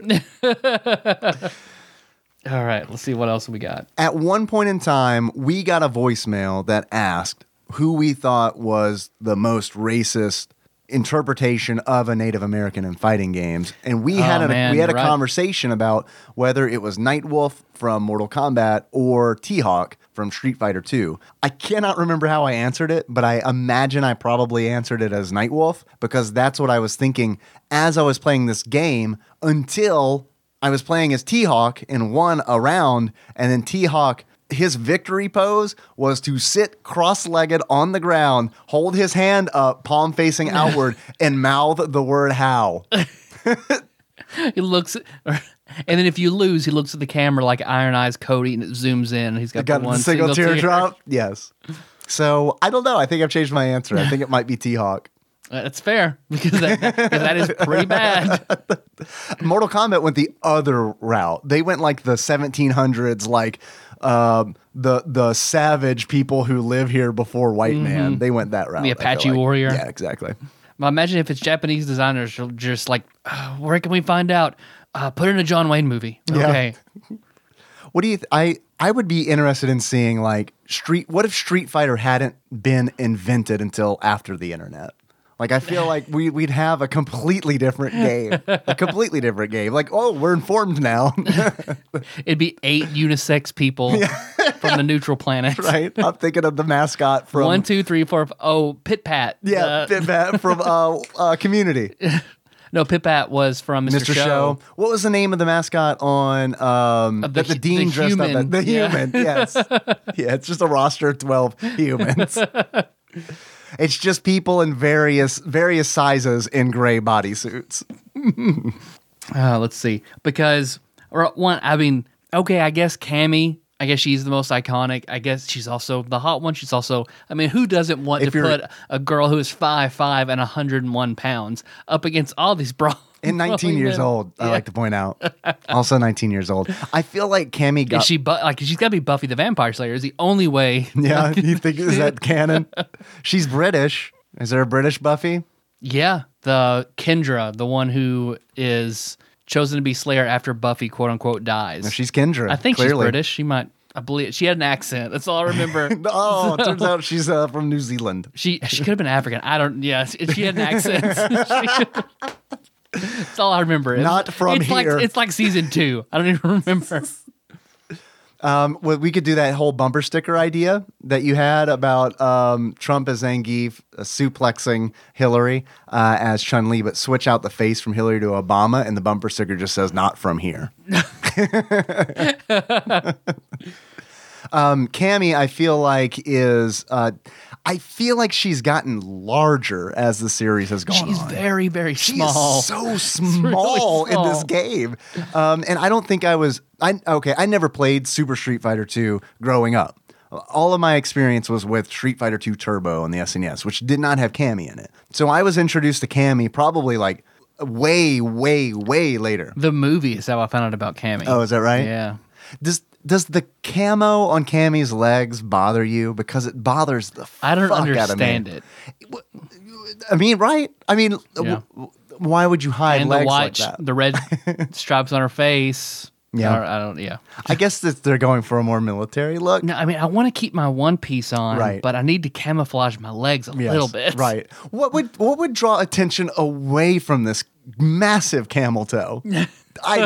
S1: All right, let's see what else we got.
S2: At one point in time, we got a voicemail that asked who we thought was the most racist interpretation of a Native American in fighting games, and we had a
S1: Oh, man,
S2: we had a
S1: right.
S2: conversation about whether it was Nightwolf from Mortal Kombat or T-Hawk from Street Fighter II. I cannot remember how I answered it, but I imagine I probably answered it as Nightwolf because that's what I was thinking as I was playing this game until I was playing as T-Hawk and won a round, and then T-Hawk his victory pose was to sit cross-legged on the ground, hold his hand up, palm facing outward, and mouth the word "how."
S1: He looks, (laughs) and then if you lose, he looks at the camera like Iron Eyes Cody, and it zooms in. And he's got,
S2: Got
S1: the
S2: a
S1: one
S2: single,
S1: tear.
S2: teardrop. Yes. So I don't know. I think I've changed my answer. I think it might be T-Hawk.
S1: Uh, (laughs) That's fair because that, because that is pretty
S2: (laughs)
S1: bad.
S2: Mortal Kombat went the other route. They went like the 1700s, like um, the the savage people who live here before white man. They went that route. I feel
S1: Mm-hmm. Apache
S2: like.
S1: warrior.
S2: Yeah, exactly.
S1: Well, imagine if it's Japanese designers, are just like, "Uh, where can we find out? Uh, put in a John Wayne movie.
S2: Yeah.
S1: Okay.
S2: What do you? Th- I I would be interested in seeing like Street. What if Street Fighter hadn't been invented until after the internet? Like I feel like we we'd have a completely different game, a completely different game. Like oh, we're informed now, (laughs)
S1: It'd be eight unisex people from the neutral planet.
S2: (laughs) right? I'm thinking of the mascot from
S1: One, two, three, four. f- Oh, Pit Pat.
S2: yeah
S1: Uh,
S2: Pit Pat from uh, uh, Community,
S1: no, Pit Pat was from Mr.
S2: Mr.
S1: Show.
S2: Show. What was the name of the mascot on um,
S1: the
S2: that the
S1: hu-
S2: dean
S1: the
S2: dressed up
S1: human.
S2: as? The
S1: Yeah.
S2: human,
S1: (laughs)
S2: yes, yeah. It's just a roster of twelve humans. it's just people in various various sizes in gray bodysuits.
S1: Uh, let's see. Because or one, I mean, okay, I guess Cammy. I guess she's the most iconic. I guess she's also the hot one. She's also, I mean, who doesn't want
S2: If
S1: to
S2: you're-
S1: put a girl who is five five and hundred and one pounds up against all these bras? (laughs)
S2: And 19 years old, I like to point out. Also 19 years old. I feel like Cammy got
S1: Is she bu- like she's got to be Buffy the Vampire Slayer? Is the only way?
S2: (laughs)
S1: (laughs)
S2: Yeah, you think is that canon? She's British. Is there a British Buffy?
S1: Yeah, the Kendra, the one who is chosen to be Slayer after Buffy "quote unquote" dies.
S2: She's Kendra.
S1: I think she's
S2: clearly.
S1: British. She might. I believe she had an accent. That's all I
S2: (laughs)
S1: remember.
S2: Oh, it
S1: (laughs)
S2: turns out she's uh, from New Zealand.
S1: She she could have been African. I don't. Yeah, she she had an accent. (laughs) She- That's all I remember. It's-
S2: Not from
S1: it's
S2: here.
S1: Like, it's like season two. I don't even (laughs) remember.
S2: Um, well, we could do that whole bumper sticker idea that you had about um, Trump as Zangief uh, suplexing Hillary uh, as Chun Li, but switch out the face from Hillary to Obama, and the bumper sticker just says "Not from here." (laughs) um, Cammy, I feel like is uh, I feel like she's gotten larger as the series has gone
S1: She's
S2: on.
S1: very very
S2: She
S1: small. (laughs)
S2: is so small, in this
S1: small.
S2: game. Um, and I don't think I was. I okay. I never played Super Street Fighter Two growing up. All of my experience was with Street Fighter Two Turbo on the SNES, which did not have Cammy in it. So I was introduced to Cammy probably like way, way, way later.
S1: the movie is how I found out about Cammy.
S2: Oh, is that right?
S1: Yeah.
S2: Does does the camo on Cammy's legs bother you? Because it bothers the
S1: I don't
S2: fuck
S1: understand
S2: out of me.
S1: it.
S2: I mean, right? I mean,
S1: Yeah.
S2: w- w- why would you hide
S1: And the
S2: legs
S1: white,
S2: like that?
S1: the
S2: (laughs)
S1: red stripes on her face.
S2: Yeah.
S1: Or, I don't. Yeah.
S2: I guess that they're going for a more military look.
S1: No, I mean I want to keep my one piece on,
S2: Right.
S1: but I need to camouflage my legs a
S2: Yes,
S1: little bit.
S2: Right. What would what would draw attention away from this massive camel toe? I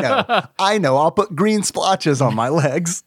S1: (laughs)
S2: know. I know. I'll put green splotches on my legs.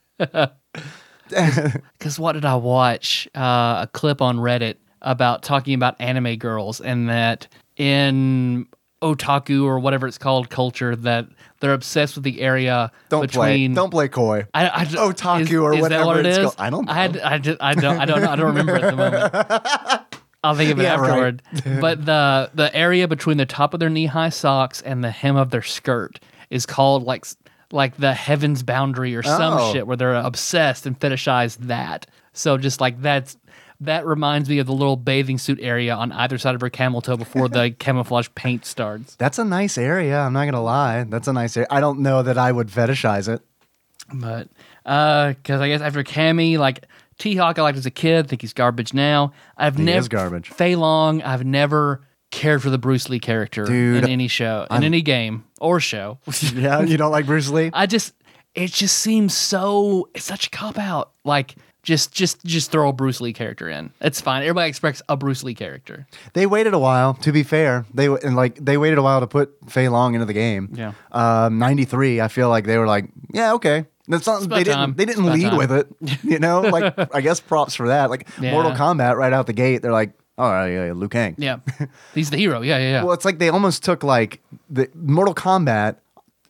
S1: Because what did I watch? Uh, a clip on Reddit about talking about anime girls and that in otaku or whatever it's called culture that they're obsessed with the area
S2: Don't play.
S1: between.
S2: Don't play coy.
S1: I, I,
S2: Otaku
S1: is-
S2: or
S1: is that
S2: whatever
S1: what it
S2: it's
S1: is?
S2: called. I don't know.
S1: I, had- I, ju- I don't. I don't. know. I don't remember at the moment.
S2: (laughs)
S1: I'll think of it
S2: Yeah, right. (laughs)
S1: afterward. but the the area between the top of their knee high socks and the hem of their skirt is called like s- like the Heaven's Boundary or some
S2: Oh.
S1: shit where they're obsessed and fetishize that. So just like that's that reminds me of the little bathing suit area on either side of her camel toe before
S2: (laughs)
S1: the camouflage paint starts.
S2: That's a nice area. I'm not gonna lie. That's a nice area. I don't know that I would fetishize it. (laughs)
S1: But because I guess after Cammy, like T Hawk, I liked as a kid. think he's garbage now. I've
S2: He
S1: never
S2: is garbage.
S1: Fei Long, I've never cared for the Bruce Lee character
S2: Dude,
S1: in any show, in any game or show.
S2: Yeah, you don't like Bruce Lee?
S1: I just, it just seems so. It's such a cop out. Like just, just, just throw a Bruce Lee character in. It's fine. Everybody expects a Bruce Lee character.
S2: They waited a while. To be fair, they w- and like they waited a while to put Fei Long into the game.
S1: Yeah.
S2: um, ninety three. I feel like they were like, yeah, okay. That's not,
S1: about
S2: they didn't.
S1: time.
S2: They didn't
S1: It's about
S2: lead
S1: time.
S2: with it. You know, like
S1: (laughs)
S2: I guess props for that. Like
S1: Yeah.
S2: Mortal Kombat, right out the gate, they're like, all right, yeah, yeah, Liu Kang. (laughs)
S1: Yeah, he's the hero. Yeah, yeah, yeah.
S2: Well, it's like they almost took like the Mortal Kombat.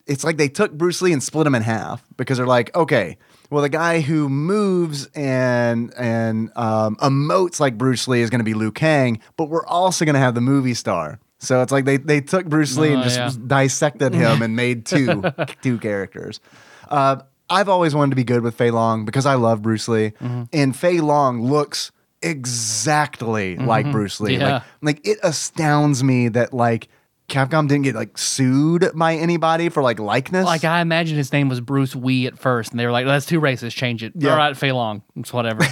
S2: It's like they took Bruce Lee and split him in half because they're like, okay, well, the guy who moves and and um, emotes like Bruce Lee is going to be Liu Kang, but we're also going to have the movie star. So it's like they they took Bruce Lee and
S1: Oh,
S2: just
S1: yeah.
S2: dissected him
S1: (laughs)
S2: and made two two characters. Uh, I've always wanted to be good with Fei Long because I love Bruce Lee,
S1: Mm-hmm.
S2: and Fei Long looks exactly like Bruce Lee.
S1: Mm-hmm. Yeah.
S2: Like like it astounds me that like Capcom didn't get like sued by anybody for like likeness.
S1: Like I imagine his name was Bruce Wee at first, and they were like, "That's too racist. Change it."
S2: Yeah.
S1: All right, Fei Long. It's
S2: (laughs)
S1: whatever.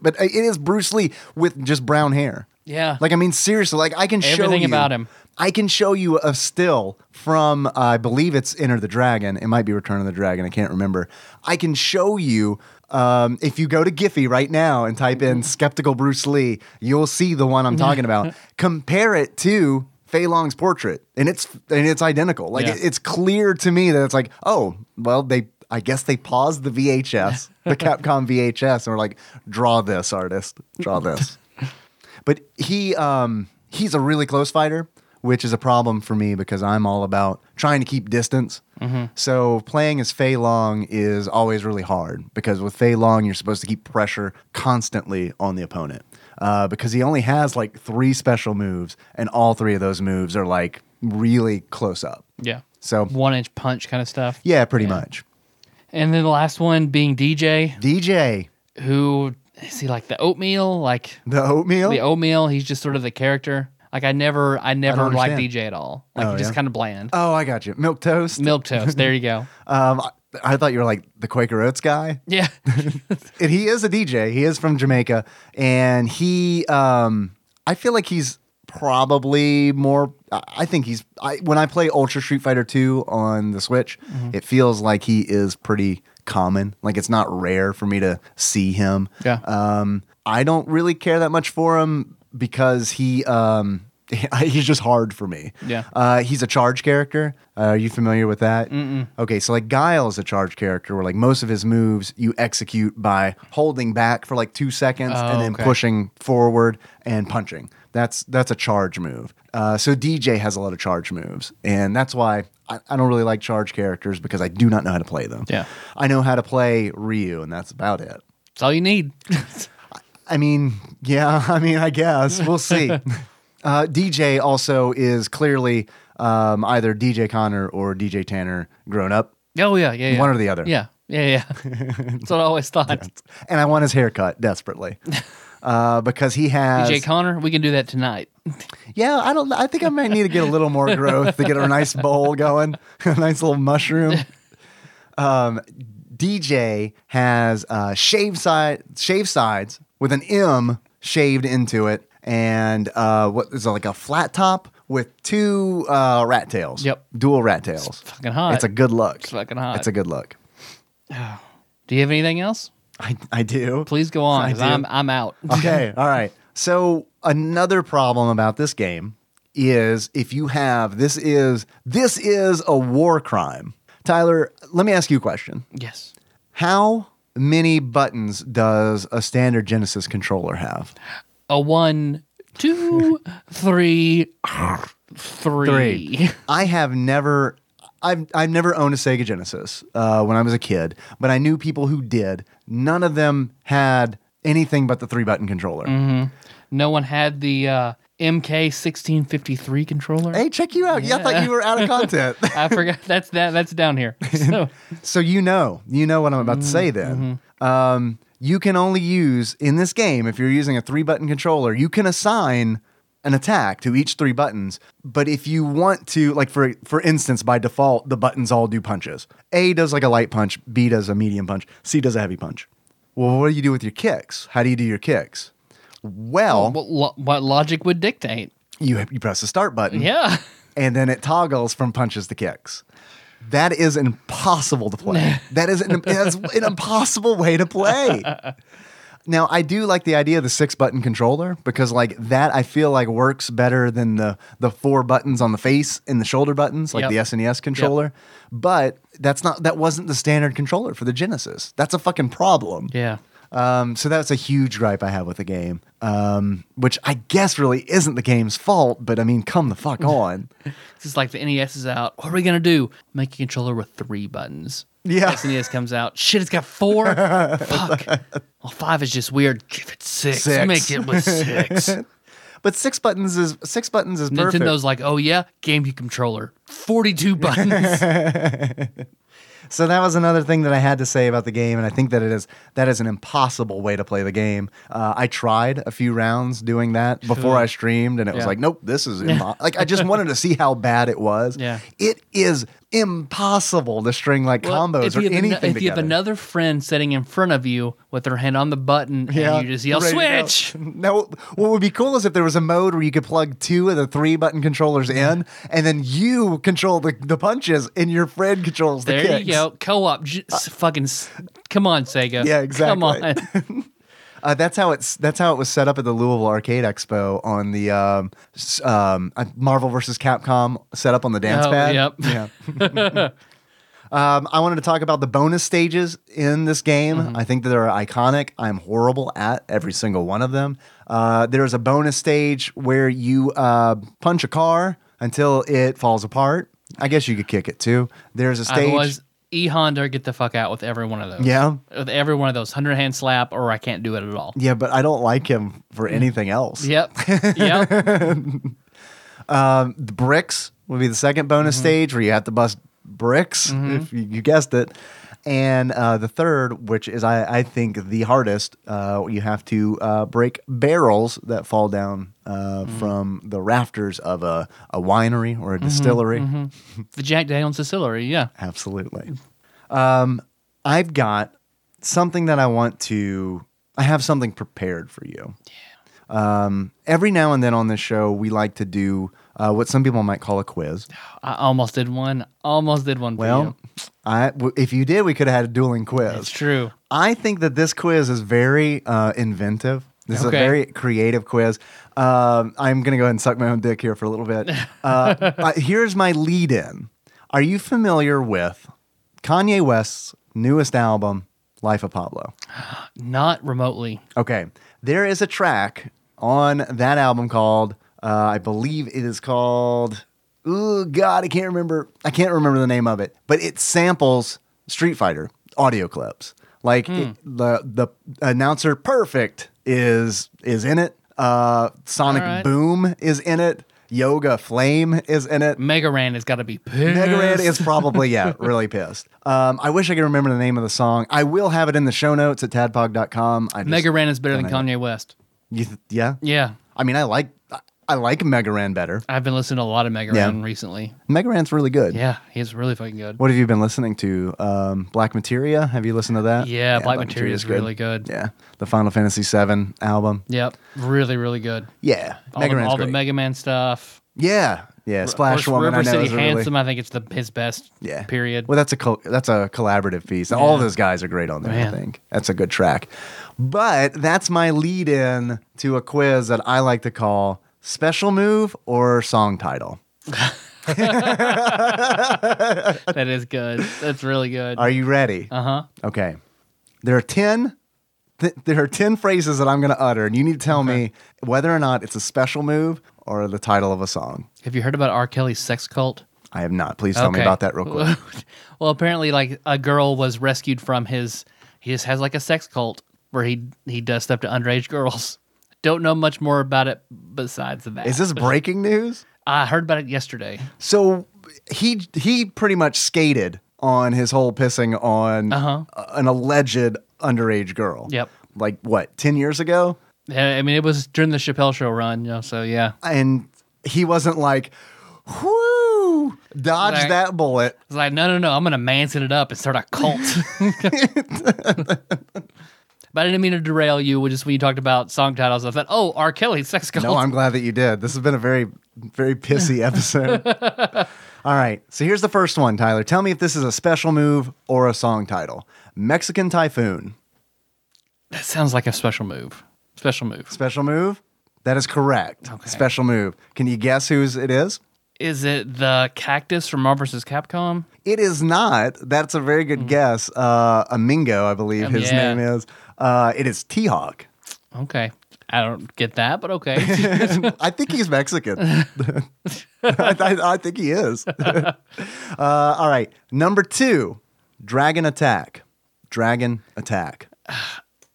S2: but it is Bruce Lee with just brown hair.
S1: yeah.
S2: Like I mean seriously, like I can show
S1: Everything
S2: you-
S1: about him.
S2: I can show you a still from uh, I believe it's Enter the Dragon. It might be Return of the Dragon. I can't remember. I can show you um, if you go to Giphy right now and
S1: (laughs)
S2: type in skeptical Bruce Lee, you'll see the one I'm talking about. Compare it to Fei Long's portrait, and it's and it's identical. Like
S1: Yeah.
S2: it- it's clear to me that it's like, oh, well, they I guess they paused the VHS,
S1: (laughs)
S2: the Capcom VHS, and were like, draw this, artist, draw this. But he um, he's a really close fighter, which is a problem for me because I'm all about trying to keep distance.
S1: Mm-hmm.
S2: So playing as Fei Long is always really hard because with Fei Long you're supposed to keep pressure constantly on the opponent uh, because he only has like three special moves, and all three of those moves are like really close up.
S1: yeah.
S2: So
S1: One inch punch kind of stuff.
S2: yeah, pretty much.
S1: And then the last one being DJ,
S2: DJ
S1: who is he like the oatmeal? Like
S2: the oatmeal.
S1: the oatmeal, he's just sort of the character. Like I never I never
S2: Oh. don't
S1: liked
S2: understand.
S1: DJ at all. Like
S2: Oh,
S1: he's just
S2: yeah?
S1: kind of bland.
S2: oh, I got you. Milk toast.
S1: Milk toast. There you
S2: (laughs)
S1: go. (laughs)
S2: Um, I, I thought you were like the Quaker Oats guy.
S1: Yeah.
S2: and (laughs) he is a DJ. He is from Jamaica, and he, um, I feel like he's probably more. I- I think he's. I when I play Ultra Street Fighter Two on the Switch, it feels like he is pretty common. Like it's not rare for me to see him.
S1: Yeah.
S2: Um, I don't really care that much for him because he. Um, (laughs) He's just hard for me.
S1: Yeah.
S2: Uh, he's a charge character. Uh, are you familiar with that? Mm-mm. Okay, so like Guile is a charge character where like most of his moves you execute by holding back for like two seconds
S1: Oh,
S2: and then
S1: okay.
S2: pushing forward and punching. That's that's a charge move. Uh, so DJ has a lot of charge moves, and that's why I, I don't really like charge characters because I do not know how to play them.
S1: Yeah.
S2: I know how to play Ryu, and that's about it.
S1: That's all you
S2: (laughs)
S1: need.
S2: I mean, yeah, (laughs) I mean, I guess we'll see. uh, DJ also is clearly um, either DJ Connor or DJ Tanner grown up,
S1: oh yeah, yeah, yeah.
S2: one or the other.
S1: Yeah. Yeah,
S2: (laughs)
S1: yeah. That's what I always thought.
S2: And I want his haircut desperately uh, because he has.
S1: DJ Connor, we can do that tonight.
S2: yeah, I don't. I think I might need to get a little more growth to get a nice bowl going, (laughs) a nice little mushroom. Um, DJ has uh, shave side, shave sides with an M shaved into it, and uh, what is it, like a flat top with two uh, rat tails.
S1: Yep.
S2: dual rat tails.
S1: fucking hot.
S2: It's a good look. It's
S1: fucking hot.
S2: It's a good look.
S1: Do you have anything else?
S2: I I do.
S1: Please go on.
S2: I
S1: 'cause
S2: do. Uh,
S1: I'm I'm out.
S2: okay. All right. So another problem about this game is if you have this is this is a war crime. Tyler, let me ask you a question.
S1: yes.
S2: How many buttons does a standard Genesis controller have?
S1: A one, two,
S2: (laughs)
S1: three, three.
S2: I have never. I've, I've never owned a Sega Genesis uh, when I was a kid, but I knew people who did. None of them had anything but the three button controller.
S1: No one had the uh, MK1653 controller.
S2: Hey, check you out. Yeah, I thought you were out of content. (laughs)
S1: I forgot (laughs) that's that that's down here. So
S2: so you know, you know what I'm about to say then. Um, you can only use in this game if you're using a three button controller, you can assign an attack to each three buttons. But if you want to like for for instance by default the buttons all do punches. A does like a light punch, B does a medium punch, C does a heavy punch. Well, what do you do with your kicks? How do you do your kicks?
S1: (laughs)
S2: Well,
S1: what, lo- what logic would dictate?
S2: you you press the start button
S1: Yeah.
S2: and then it toggles from punches to kicks. That is impossible
S1: (laughs)
S2: to play. that is an, that's an impossible way to play. Now, I do like the idea of the six button controller because, like, that I feel like works better than the, the four buttons on the face and the shoulder buttons, like
S1: Yep.
S2: the SNES controller. But that's not, that wasn't the standard controller for the Genesis. That's a fucking problem.
S1: Yeah.
S2: Um, so that's a huge gripe I have with the game, um, which I guess really isn't the game's fault, but I mean, come
S1: (laughs)
S2: the fuck on.
S1: It's just like the NES is out. What are we gonna do? Make a controller with three buttons.
S2: Yeah.
S1: SNES comes out. Shit, it's got four.
S2: (laughs)
S1: Fuck. Well, five is just weird. Give it six.
S2: Six.
S1: Make it with
S2: (laughs)
S1: six.
S2: But six buttons is six buttons is perfect.
S1: Nintendo's like, oh yeah, GameCube controller,
S2: (laughs)
S1: forty-two buttons.
S2: so that was another thing that I had to say about the game, and I think that it is that is an impossible way to play the game. Uh, I tried a few rounds doing that before I streamed, and it was
S1: Yeah.
S2: like, nope,
S1: (laughs)
S2: this is impo-. like I just wanted to see how bad it was.
S1: Yeah.
S2: it is impossible to string like
S1: Well,
S2: combos or
S1: you have ano-
S2: anything
S1: if you have
S2: together.
S1: another friend sitting in front of you with their hand on the button, and you just yell
S2: ready to go.
S1: switch.
S2: No, what would be cool is if there was a mode where you could plug two of the three button controllers in, and then you control the, the punches, and your friend controls the
S1: There
S2: kicks. Uh,
S1: you go. Co-op. J- s- fucking. s- Come on, Sega.
S2: Yeah, exactly.
S1: Come on. (laughs)
S2: Uh, that's how it's that's how it was set up at the Louisville Arcade Expo on the um, s- um, uh, Marvel versus Capcom set up on the dance
S1: Oh,
S2: pad.
S1: yep.
S2: Yeah.
S1: (laughs)
S2: um, I wanted to talk about the bonus stages in this game.
S1: Mm-hmm.
S2: I think that they're iconic. I'm horrible at every single one of them. Uh, there's a bonus stage where you uh, punch a car until it falls apart. I guess you could kick it too. There's a stage.
S1: Otherwise, E Honda, get the fuck out with every one of those.
S2: Yeah.
S1: With every one of those, hundred hand slap, or I can't do it at all.
S2: yeah, but I don't like him for anything else.
S1: Yep.
S2: (laughs)
S1: Yep.
S2: the bricks would be the second bonus stage where you have to bust bricks if you, you guessed it and uh, the third which is i, I think the hardest uh, you have to uh, break barrels that fall down uh, from the rafters of a, a winery or a distillery
S1: the Jack Daniel's distillery. Yeah.
S2: absolutely um, i've got something that i want to i have something prepared for you um, every now and then on this show we like to do uh, what some people might call a quiz
S1: I almost did one. Almost did one. for
S2: Well,
S1: you.
S2: I w- if you did, we could have had a dueling quiz.
S1: it's true.
S2: I think that this quiz is very uh, inventive. This
S1: Okay.
S2: is a very creative quiz. Um, I'm going to go ahead and suck my own dick here for a little bit.
S1: (laughs)
S2: Uh, uh, here's my lead in. Are you familiar with Kanye West's newest album, Life of Pablo?
S1: Not remotely.
S2: Okay. There is a track on that album called, uh, I believe it is called, oh God, I can't remember. I can't remember the name of it, but it samples Street Fighter audio clips. Like it- the the announcer perfect is is in it. Uh, Sonic
S1: All right.
S2: Boom is in it. Yoga Flame is in it.
S1: Mega Ran has got to be pissed.
S2: Megaran is probably yeah, really pissed. Um, I wish I could remember the name of the song. I will have it in the show notes at tadpog.com. I just,
S1: Mega Ran is better than Kanye West.
S2: you th- yeah,
S1: Yeah.
S2: I mean, I like I- I like Megaran better.
S1: I've been listening to a lot of Mega
S2: Yeah.
S1: Ran recently.
S2: Megaran's really good.
S1: Yeah, he's really fucking good.
S2: What have you been listening to? Um, Black Materia. Have you listened to that?
S1: Yeah, Black Materia is really good.
S2: Yeah, the Final Fantasy VII album.
S1: Yep, really, really good.
S2: Yeah,
S1: All, the,
S2: Megaran's
S1: all the
S2: great.
S1: Mega Man stuff.
S2: yeah, yeah. Splash
S1: Of course,
S2: Woman.
S1: River
S2: I know
S1: City
S2: is a
S1: Handsome.
S2: really
S1: I think it's the his best.
S2: yeah.
S1: Period.
S2: Well, that's a col- that's a collaborative piece. All those guys are great on there.
S1: Man.
S2: I think that's a good track. But that's my lead in to a quiz that I like to call special move or song title.
S1: that is good. That's really
S2: (laughs)
S1: good.
S2: Are you ready?
S1: Uh huh.
S2: Okay. There are 10 th- there are 10 phrases that I'm going to utter and you need to tell me whether or not it's a special move or the title of a song.
S1: Have you heard about R. Kelly's sex cult?
S2: I have not. Please tell me
S1: Okay.
S2: about that
S1: (laughs)
S2: real quick.
S1: well, apparently, like a girl was rescued from his. He just has like a sex cult where he he does stuff to underage girls, (laughs) Don't know much more about it besides that.
S2: Is this breaking news?
S1: I heard about it yesterday.
S2: So he he pretty much skated on his whole pissing on
S1: Uh-huh.
S2: an alleged underage girl.
S1: Yep.
S2: Like what, 10 years ago?
S1: Yeah, I mean, it was during the Chappelle show run, you know, so yeah.
S2: And he wasn't like, whoo, dodge
S1: Right.
S2: that bullet.
S1: It's like, no, no, no, I'm going to Manson it up and start a
S2: (laughs)
S1: cult. (laughs) but I didn't mean to derail you, which is when you talked about song titles. I thought, oh, R. Kelly, sex cult.
S2: No, I'm glad that you did. This has been a very, very
S1: (laughs)
S2: pissy episode. All right. So here's the first one, Tyler. Tell me if this is a special move or a song title Mexican Typhoon.
S1: that sounds like a special move. Special move.
S2: Special move? That is correct.
S1: Okay.
S2: Special move. Can you guess whose it is?
S1: Is it the cactus from Marvel vs. Capcom?
S2: It is not. That's a very good guess. Uh, Amingo, I believe
S1: Mm. Um,
S2: his
S1: yeah.
S2: name is. Uh, it is T Hawk.
S1: Okay. I don't get that, but okay.
S2: (laughs) I think he's Mexican. (laughs) I, I- I think he is. (laughs) uh, all right. Number two Dragon Attack. Dragon Attack.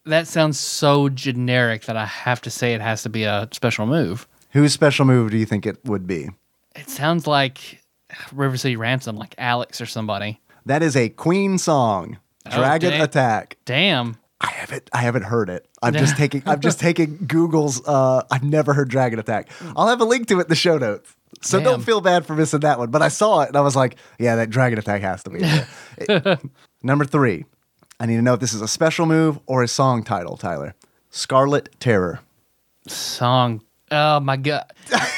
S1: that sounds so generic that I have to say it has to be a special move.
S2: Whose special move do you think it would be?
S1: It sounds like River City Ransom, like Alex or somebody.
S2: That is a Queen song.
S1: Oh,
S2: Dragon
S1: dang.
S2: Attack.
S1: Damn.
S2: I haven't I haven't heard it. I'm just taking
S1: (laughs)
S2: I'm just taking Google's uh I've never heard Dragon Attack. I'll have a link to it in the show notes. So
S1: Damn.
S2: don't feel bad for missing that one. But I saw it and I was like, yeah, that Dragon Attack has to
S1: (laughs)
S2: be there. It- number three. I need to know if this is a special move or a song title, Tyler. Scarlet Terror. (laughs)
S1: Song. Oh my god.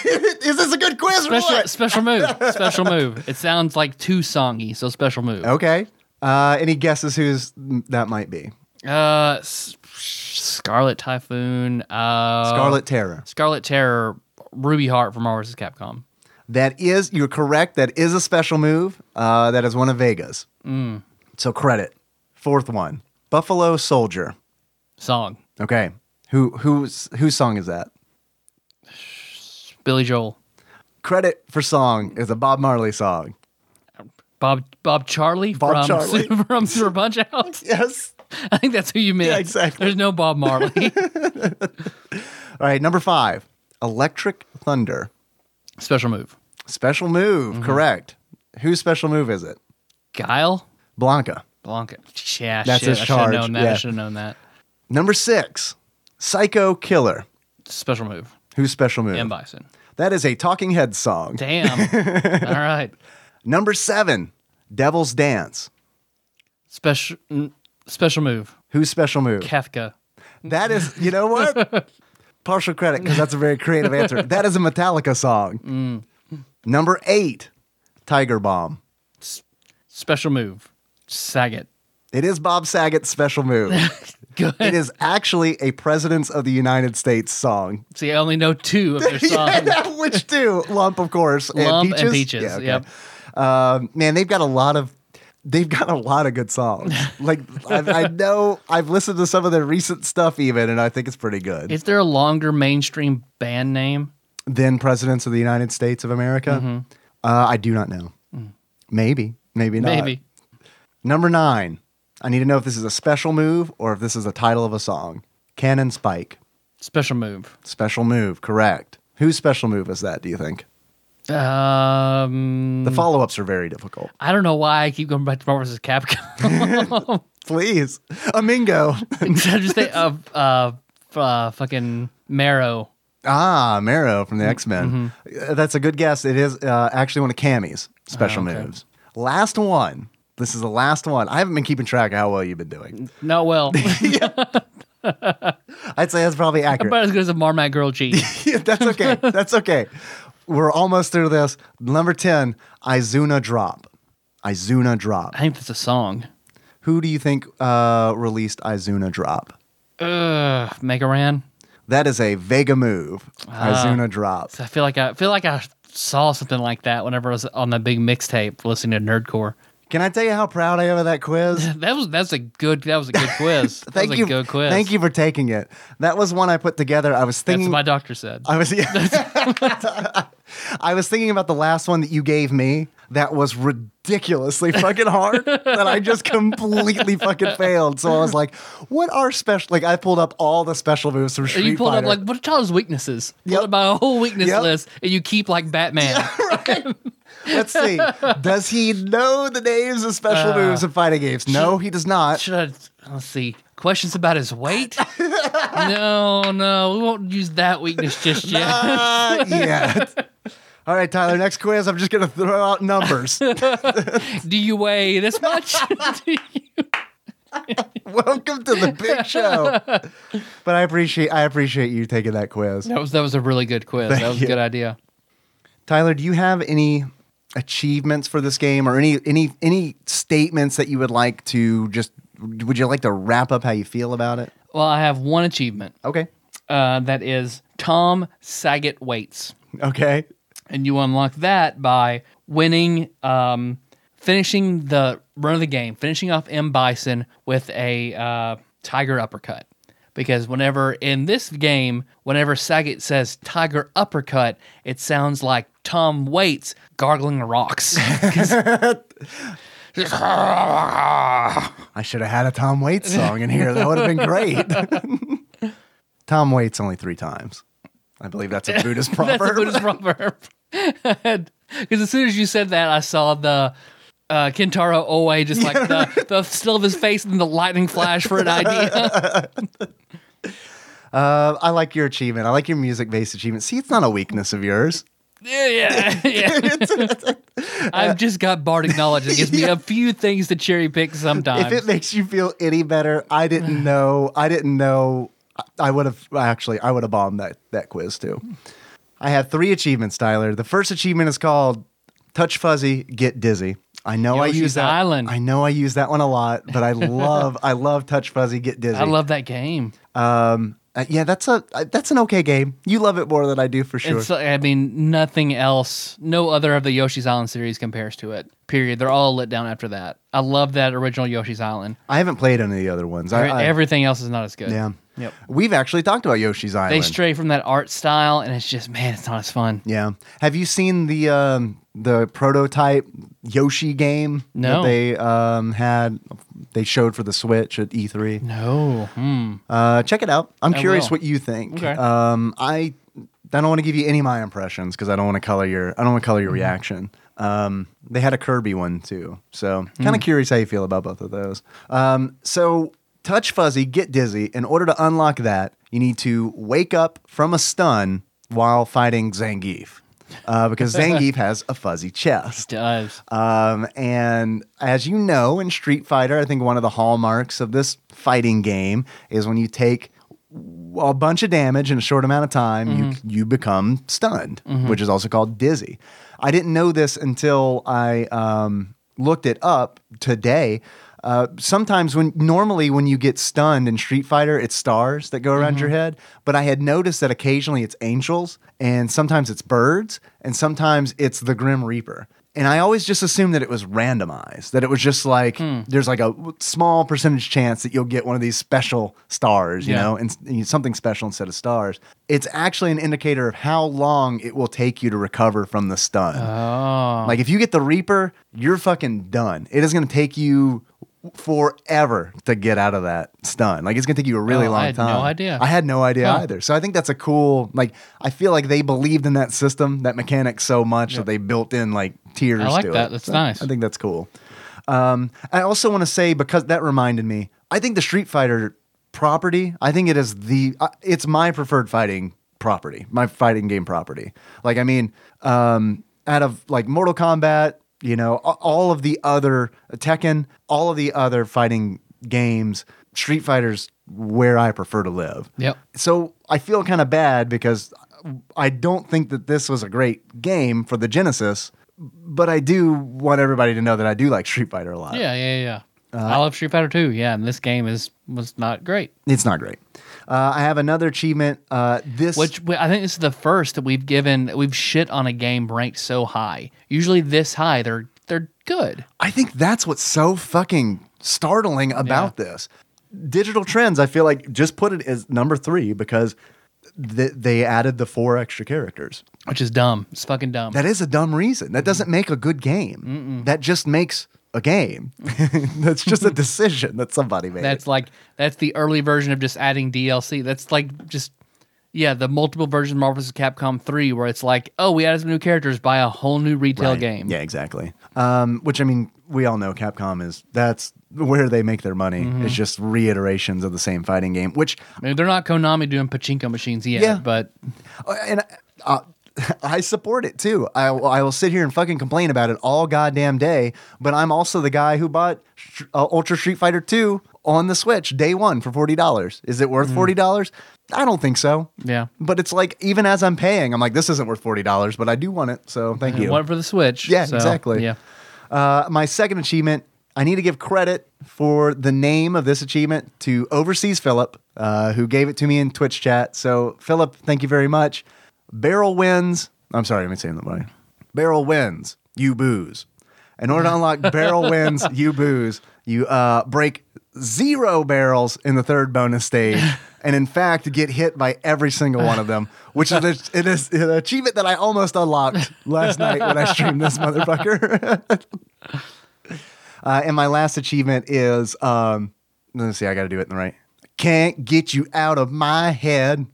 S2: is this a good quiz?
S1: Special
S2: (laughs) Roy?
S1: special move. Special move. It sounds like too songy, so special move.
S2: Okay. Uh, any guesses who's that might be?
S1: Uh S- Scarlet Typhoon. Uh
S2: Scarlet Terror.
S1: Scarlet Terror, Ruby Heart from Marvel vs. Capcom.
S2: That is, you're correct. That is a special move. Uh, that is one of Vega's. So credit. Fourth one, Buffalo Soldier.
S1: Song.
S2: Okay, who who's whose song is that?
S1: Billy Joel.
S2: Credit for song is a Bob Marley song.
S1: Bob Bob Charlie from
S2: Bob Charlie.
S1: (laughs) from Super Punch Out.
S2: Yes.
S1: I think that's who you meant.
S2: Yeah, exactly.
S1: There's no Bob
S2: (laughs)
S1: Marley.
S2: All right, number five, Electric Thunder.
S1: special move.
S2: Special move, correct. Whose special move is it?
S1: Guile
S2: Blanca.
S1: Blanca. Yeah,
S2: That's
S1: shit.
S2: his
S1: I should have
S2: charge,
S1: known that. I
S2: yeah.
S1: should have known that.
S2: Number six, Psycho Killer.
S1: Special move.
S2: Whose special move?
S1: M Bison.
S2: That is a Talking Heads song. (laughs)
S1: Damn. All right.
S2: Number seven, Devil's Dance.
S1: Special n- special move.
S2: Whose special move?
S1: Kafka.
S2: That is, you
S1: (laughs)
S2: know what? Partial credit because that's a very creative answer. That is a Metallica song.
S1: Mm.
S2: Number eight, Tiger Bomb.
S1: Special move. Saget.
S2: It is Bob Saget's special move.
S1: (laughs) Good.
S2: it is actually a Presidents of the United States song.
S1: See, I only know two of
S2: (laughs)
S1: their songs.
S2: Which do? Lump, of course.
S1: Um, Lump
S2: and
S1: and Peaches,
S2: Peaches. Yeah, okay.
S1: yep.
S2: Um, man, they've got a lot of. They've got a lot of
S1: (laughs)
S2: good songs. Like I, I know I've listened to some of their recent stuff, even, and I think it's pretty good.
S1: Is there a longer mainstream band name?
S2: then presidents of the United States of America?
S1: Mm-hmm.
S2: Uh, I do not know. Maybe, maybe not.
S1: Mm. Maybe.
S2: Number nine. I need to know if this is a special move or if this is the title of a song. Cannon Spike.
S1: Special move.
S2: Special move, correct. Whose special move is that, do you think?
S1: Um,
S2: The follow ups are very difficult.
S1: I don't know why I keep going back to Marvel vs. Capcom. (laughs)
S2: Please. Amingo.
S1: I just think of uh, f- uh, fucking Marrow.
S2: (laughs) ah, Marrow from the
S1: Mm-hmm.
S2: X Men. That's a good guess. It is uh, actually one of Cammy's special
S1: Oh, okay.
S2: moves. Last one. This is the last one. I haven't been keeping track of how well you've been doing.
S1: No,
S2: (laughs)
S1: well, (laughs)
S2: I'd say that's probably accurate.
S1: about as good as a Marmite Girl G.
S2: (laughs) Yeah, that's okay. That's okay. We're almost through this. Number 10, Izuna Drop. Izuna Drop.
S1: I think that's a song.
S2: Who do you think uh, released Izuna Drop?
S1: Ugh, Megaran.
S2: That is a Vega move.
S1: Ah.
S2: Izuna Drop.
S1: I feel like I feel like I saw something like that whenever I was on the big mixtape listening to Nerdcore.
S2: Can I tell you how proud I am of that quiz?
S1: (laughs) That was that's a good that was a good
S2: (laughs)
S1: quiz. That
S2: Thank
S1: was
S2: you.
S1: a good quiz.
S2: Thank you for taking it. That was one I put together. I was
S1: That's
S2: thinking
S1: what my doctor said.
S2: (laughs) I was I was thinking about the last one that you gave me. that was ridiculously fucking hard that I just completely fucking failed. So I was like, what are special? Like, I pulled up all the special moves from Street
S1: you pulled
S2: Fighter.
S1: up like what are Tyler's weaknesses? Pulled
S2: Yep.
S1: up my whole weakness
S2: Yep.
S1: list, and you keep like
S2: (laughs)
S1: Batman.
S2: Let's see. Does he know the names of special
S1: Uh,
S2: moves in fighting games? No, he does not.
S1: Should I? Let's see. Questions about his weight?
S2: (laughs)
S1: no, no, we won't use that weakness just yet.
S2: Uh, yeah.
S1: (laughs)
S2: All right, Tyler, next quiz. I'm just going to throw out numbers. (laughs)
S1: Do you weigh this much? Do you-
S2: Welcome to the
S1: (laughs)
S2: big show. But I appreciate I appreciate you taking that quiz.
S1: that was that was a really good quiz.
S2: Thank
S1: that was a
S2: you.
S1: good idea.
S2: Tyler, do you have any achievements for this game or any any any statements that you would like to just would you like to wrap up how you feel about it?
S1: Well, I have one achievement.
S2: Okay.
S1: Uh, that is Tom Saget weights,
S2: Okay.
S1: and you unlock that by winning, um, finishing the run of the game, finishing off M Bison with a uh, tiger uppercut. Because whenever in this game, whenever Saget says tiger uppercut, it sounds like Tom Waits gargling rocks. (laughs)
S2: Ah, I should have had a Tom Waits song in here. That would have been great. (laughs) Tom Waits only three times. I believe (laughs) that's a Buddhist proverb.
S1: That's a Buddhist (laughs) proverb. Because as soon as you said that, I saw the uh, Kentaro Oe just like the, the still of his face and the lightning flash for an idea.
S2: Uh, I like your achievement. I like your music based achievement. See, it's not a weakness of yours.
S1: yeah, yeah, yeah.
S2: (laughs)
S1: (laughs) I've just got bardic knowledge that gives me a few things to cherry pick sometimes.
S2: If it makes you feel any better,
S1: (sighs)
S2: I didn't know. I didn't know. I- I would have actually. I would have bombed that that quiz too. I have three achievements, Tyler. The first achievement is called "Touch Fuzzy, Get Dizzy." I know I
S1: Yoshi's
S2: use that.
S1: Island.
S2: I know I use that one a lot,
S1: (laughs)
S2: but I love. I love "Touch Fuzzy, Get Dizzy."
S1: I love that game.
S2: Um, uh, yeah, that's a uh, that's an okay game. You love it more than I do for sure.
S1: It's, I mean, nothing else, no other of the Yoshi's Island series compares to it. Period. They're all let down after that. I love that original Yoshi's Island.
S2: I haven't played any of the other ones. I, I,
S1: Everything else is not as good.
S2: yeah.
S1: Yep.
S2: We've actually talked about Yoshi's Island.
S1: They stray from that art style, and it's just man, it's not as fun.
S2: Yeah. Have you seen the um, the prototype Yoshi game
S1: No.
S2: that they um, had? They showed for the Switch at E E3.
S1: No, hmm.
S2: Uh, check it out. I'm
S1: I
S2: curious
S1: will.
S2: what you think.
S1: Okay.
S2: Um, I I don't want to give you any of my impressions because I don't want to color your I don't want to
S1: Mm-hmm.
S2: color your reaction. Um, they had a Kirby one too, so kind
S1: Mm.
S2: of curious how you feel about both of those. Um, so touch fuzzy, get dizzy. In order to unlock that, you need to wake up from a stun while fighting Zangief. Uh,
S1: (laughs)
S2: because Zangief has a fuzzy chest.
S1: does
S2: Um, and as you know, in Street Fighter, I think one of the hallmarks of this fighting game is when you take a bunch of damage in a short amount of time, you you become stunned, which is also called dizzy. I didn't know this until I um, looked it up today. Uh, sometimes when normally when you get stunned in Street Fighter, it's stars that go around your head. But I had noticed that occasionally it's angels, and sometimes it's birds, and sometimes it's the Grim Reaper. And I always just assumed that it was randomized, that it was just like there's like a small percentage chance that you'll get one of these special stars, you
S1: Yeah.
S2: know, and, and something special instead of stars. It's actually an indicator of how long it will take you to recover from the stun.
S1: oh
S2: Like if you get the Reaper, you're fucking done. It is going to take you forever to get out of that stun. Like it's going to take you a really
S1: Oh, I
S2: long
S1: had no
S2: time.
S1: idea.
S2: I had no idea
S1: Huh.
S2: either. So I think that's a cool. Like I feel like they believed in that system, that mechanic so much that they built in like tiers.
S1: I like
S2: to
S1: that.
S2: It.
S1: That's
S2: So
S1: nice.
S2: I think that's cool. Um, I also want to say because that reminded me. I think the Street Fighter property. I think it is the. Uh, it's my preferred fighting property. My fighting game property. Like I mean, um, out of like Mortal Kombat, you know, a- all of the other uh, Tekken, all of the other fighting games, Street Fighter's where I prefer to live.
S1: Yep.
S2: So I feel kind of bad because I don't think that this was a great game for the Genesis, but I do want everybody to know that I do like Street Fighter a lot.
S1: yeah, yeah, yeah.
S2: uh,
S1: I love Street Fighter 2. Yeah, and this game is was not great.
S2: It's not great. Uh, I have another achievement. Uh, this
S1: Which we- I think this is the first that we've given that we've shit on a game ranked so high. Usually this high, they're they're good.
S2: I think that's what's so fucking startling about this. Digital trends, I feel like just put it as number three because th- they added the four extra characters.
S1: which is dumb. It's fucking dumb.
S2: That is a dumb reason.
S1: Mm-hmm.
S2: That doesn't make a good game. That just makes a game. (laughs) That's just a decision that somebody made.
S1: That's like that's the early version of just adding DLC. That's like just yeah, the multiple version of Marvel vs. Capcom three where it's like, oh, we added some new characters, buy a whole new retail
S2: Right.
S1: game.
S2: Yeah, exactly. Um, which I mean, we all know Capcom is that's where they make their money.
S1: Mm-hmm.
S2: It's just reiterations of the same fighting game. Which
S1: I mean, they're not Konami doing pachinko machines yet,
S2: Yeah.
S1: but
S2: Uh, and uh, (laughs) I support it too. I, I will sit here and fucking complain about it all goddamn day. But I'm also the guy who bought Sh- uh, Ultra Street Fighter Two on the Switch day one for forty dollars. Is it worth forty dollars? I don't think so.
S1: Mm. yeah.
S2: But it's like even as I'm paying, I'm like, this isn't worth forty dollars, but I do want it. So thank you.
S1: One for the Switch.
S2: Yeah,
S1: so,
S2: exactly.
S1: Yeah.
S2: Uh, my second achievement, I need to give credit for the name of this achievement to Overseas Philip, uh, who gave it to me in Twitch chat. So, Philip, thank you very much. Barrel wins. I'm sorry, let me say it that way. Barrel wins. You booze. In order to unlock barrel wins, you booze. You uh, break zero barrels in the third bonus stage, and in fact get hit by every single one of them, which is, a, it is an achievement that I almost unlocked last night when I streamed this motherfucker. (laughs) Uh, and my last achievement is um, let's see, I got to do it in the right. Can't get you out of my head.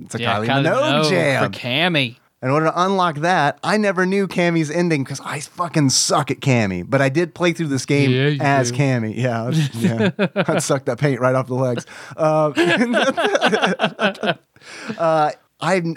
S2: It's a
S1: Yeah,
S2: Kylie,
S1: Kylie
S2: Minogue,
S1: Minogue
S2: jam.
S1: for Cammy.
S2: in order to unlock that, I never knew Cammy's ending because I fucking suck at Cammy. But I did play through this game
S1: Yeah, you
S2: as
S1: do.
S2: Cammy. Yeah,
S1: (laughs)
S2: I was- yeah. I'd suck that paint right off the legs. Uh, (laughs) uh, I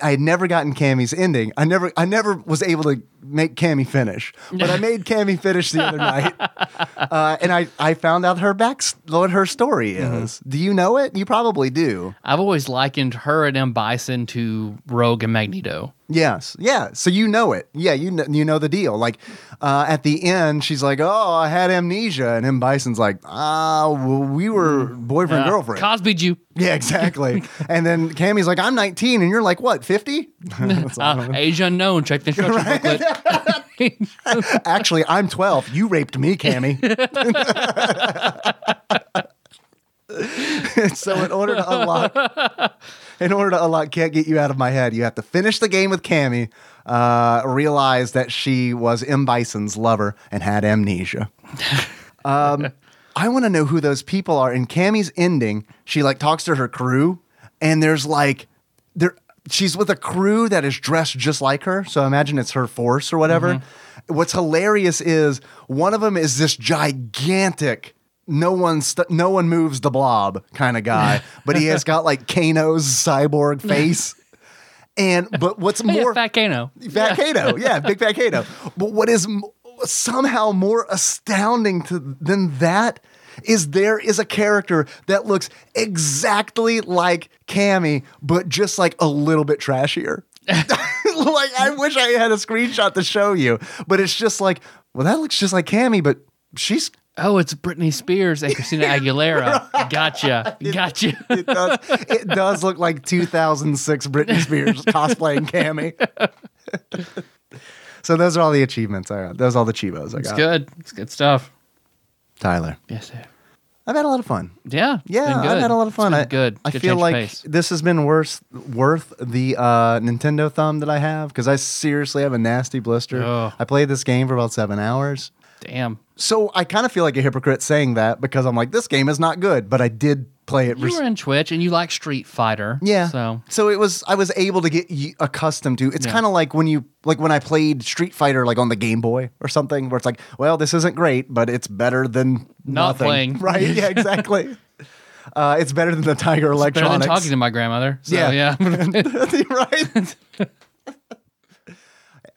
S2: I had never gotten Cammy's ending. I never I never was able to make Cammy finish, but I made Cammy finish the other night,
S1: (laughs)
S2: uh, and I, I found out her back what her story is.
S1: Mm-hmm.
S2: Do you know it? You probably do.
S1: I've always likened her and M Bison to Rogue and Magneto.
S2: Yes, yeah. So you know it. Yeah, you know, you know the deal. Like uh, at the end, she's like, "Oh, I had amnesia," and M Bison's like, "Ah, well, we were boyfriend
S1: Uh,
S2: girlfriend."
S1: Cosby Jew.
S2: yeah, exactly. and then Cammy's like, "I'm 19," and you're like, "What? (laughs) 50?" Uh-huh.
S1: Uh, Asia unknown. Check the instruction
S2: (laughs)
S1: booklet. (laughs)
S2: Actually, I'm 12. You raped me, Cammy. so in order to unlock, in order to unlock, can't get you out of my head. You have to finish the game with Cammy. Uh, realize that she was M Bison's lover and had amnesia. Um, I want to know who those people are. In Cammy's ending, she like talks to her crew, and there's like there she's with a crew that is dressed just like her. So I imagine it's her force or whatever. What's hilarious is one of them is this gigantic. No one, st- no one moves the blob kind of guy, but he has got like Kano's cyborg face. And but what's
S1: Hey,
S2: more,
S1: Fat Kano.
S2: Fat Kato. Yeah, big Fat Kato. But what is m- somehow more astounding to than that is there is a character that looks exactly like Cammy, but just like a little bit trashier. (laughs) like I wish I had a screenshot to show you, but it's just like, well, that looks just like Cammy, but she's
S1: Oh, it's Britney Spears and Christina
S2: (laughs)
S1: Aguilera. Gotcha. Gotcha.
S2: it does it does look like 2006 Britney Spears cosplaying Cammy. (laughs) so those are all the achievements I got. Those are all the chivos I
S1: It's
S2: got.
S1: good. It's good stuff.
S2: Tyler,
S1: Yes, sir.
S2: I've had a lot of fun.
S1: Yeah.
S2: Yeah,
S1: been good.
S2: I've had a lot of
S1: It's
S2: fun.
S1: been
S2: I,
S1: good.
S2: I
S1: Good
S2: feel
S1: change of
S2: like
S1: pace.
S2: this has been worth worth the uh, Nintendo thumb that I have because I seriously have a nasty blister.
S1: Ugh.
S2: I played this game for about seven hours.
S1: Damn.
S2: So I kind of feel like a hypocrite saying that because I'm like, this game is not good, but I did play it.
S1: You were in Twitch and you like Street Fighter.
S2: Yeah.
S1: So
S2: it was. I was able to get y- accustomed to. It's
S1: Yeah.
S2: kind of like when you like when I played Street Fighter like on the Game Boy or something, where it's like, well, this isn't great, but it's better than
S1: Not
S2: nothing.
S1: playing.
S2: (laughs) Right?
S1: (laughs)
S2: Yeah, exactly. uh, it's better than the Tiger
S1: better than
S2: Electronics.
S1: talking to my grandmother. So,
S2: Yeah.
S1: yeah.
S2: (laughs)
S1: (laughs)
S2: right.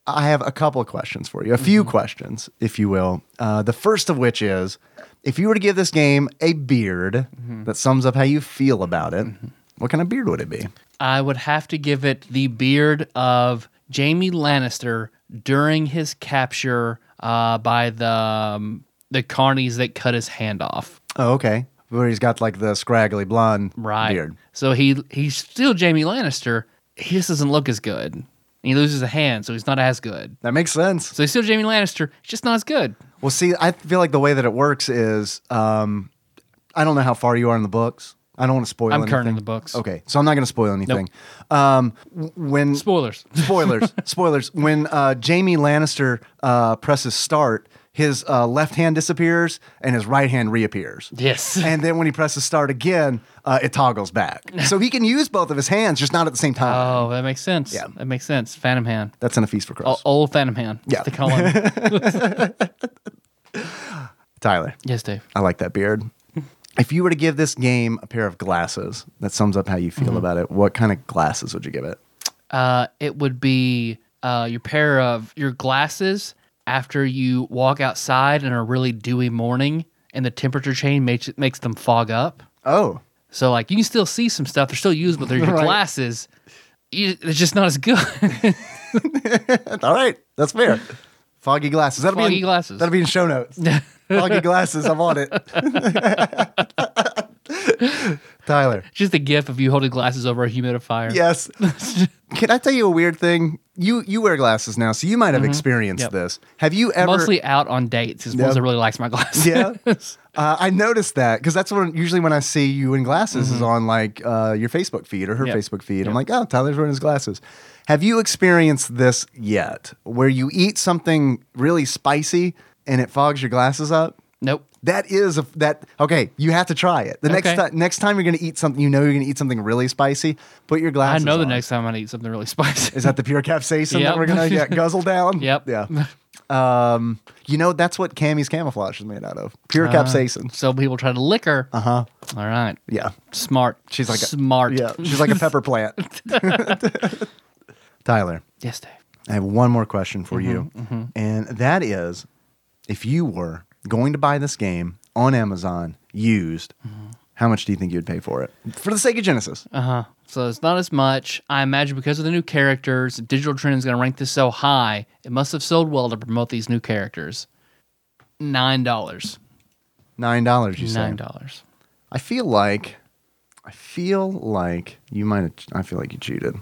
S2: I have a couple of questions for you, a
S1: Mm-hmm.
S2: few questions, if you will. Uh, the first of which is if you were to give this game a beard
S1: Mm-hmm.
S2: that sums up how you feel about it, what kind of beard would it be?
S1: I would have to give it the beard of Jamie Lannister during his capture uh, by the um, the carnies that cut his hand off.
S2: Oh, okay. Where he's got like the scraggly blonde
S1: Right.
S2: beard.
S1: So he he's still Jamie Lannister. He just doesn't look as good. He loses a hand, so he's not as good.
S2: That makes sense.
S1: So he's still Jamie Lannister. He's just not as good.
S2: Well, see, I feel like the way that it works is um, I don't know how far you are in the books, I don't want to spoil
S1: I'm
S2: anything.
S1: current in the books.
S2: Okay, so I'm not going to spoil anything. Um, w- when
S1: Spoilers. (laughs)
S2: spoilers, spoilers. When uh, Jamie Lannister uh, presses start, his uh, left hand disappears and his right hand reappears.
S1: Yes.
S2: And then when he presses start again, uh, it toggles back. So he can use both of his hands, just not at the same time.
S1: (laughs) Oh, that makes sense.
S2: Yeah.
S1: That makes sense. Phantom Hand.
S2: That's in a feast for crows.
S1: O- Old Phantom Hand.
S2: Yeah.
S1: They call
S2: (laughs)
S1: him.
S2: Tyler,
S1: yes, Dave.
S2: I like that beard. If you were to give this game a pair of glasses, that sums up how you feel about it. What kind of glasses would you give it?
S1: Uh, it would be uh, your pair of your glasses after you walk outside in a really dewy morning and the temperature change makes, makes them fog up.
S2: Oh,
S1: So, like, you can still see some stuff. They're still usable.
S2: (laughs)
S1: They're your
S2: Right.
S1: glasses. You, they're just not as good. (laughs)
S2: all right, that's fair. (laughs) Foggy glasses. That'll be
S1: Foggy
S2: in,
S1: glasses.
S2: That'll be in
S1: (laughs)
S2: show notes. Foggy glasses. I'm on (laughs) it. Tyler.
S1: just a gif of you holding glasses over a humidifier.
S2: (laughs) Yes. Can I tell you a weird thing? You you wear glasses now, so you might have experienced
S1: Yep.
S2: this. Have you ever?
S1: Mostly out on dates is ones
S2: Yep.
S1: that really likes my glasses.
S2: (laughs) Yeah. Uh, I noticed that because that's when usually when I see you in glasses
S1: Mm-hmm.
S2: is on like uh, your Facebook feed or her
S1: Yep.
S2: Facebook feed.
S1: Yep.
S2: I'm like, oh, Tyler's wearing his glasses. Have you experienced this yet, where you eat something really spicy and it fogs your glasses up?
S1: nope.
S2: That is a, that okay. You have to try it. The next
S1: Okay.
S2: time, next time you're going to eat something, you know you're going to eat something really spicy. Put your
S1: I
S2: glasses.
S1: know the
S2: on.
S1: next time I eat something really spicy. (laughs)
S2: Is that the pure capsaicin
S1: Yep.
S2: that we're going
S1: (laughs)
S2: to yeah, guzzle down?
S1: Yep.
S2: Yeah. Um, you know that's what Cammy's camouflage is made out of. Pure
S1: Uh-huh.
S2: capsaicin.
S1: So people try to lick her. Uh huh. All right.
S2: Yeah.
S1: Smart.
S2: Uh-huh. She's like a-
S1: smart.
S2: Yeah, she's like a pepper plant. (laughs) Tyler,
S1: yes, Dave.
S2: I have one more question for you, and that is, if you were going to buy this game on Amazon used, how much do you think you'd pay for it for the sake of Genesis?
S1: Uh huh. So it's not as much. I imagine because of the new characters, the digital trend is going to rank this so high. It must have sold well to promote these new characters. Nine dollars.
S2: Nine dollars, you say?
S1: Nine dollars. (laughs)
S2: I feel like, I feel like you might. Have, I feel like you cheated.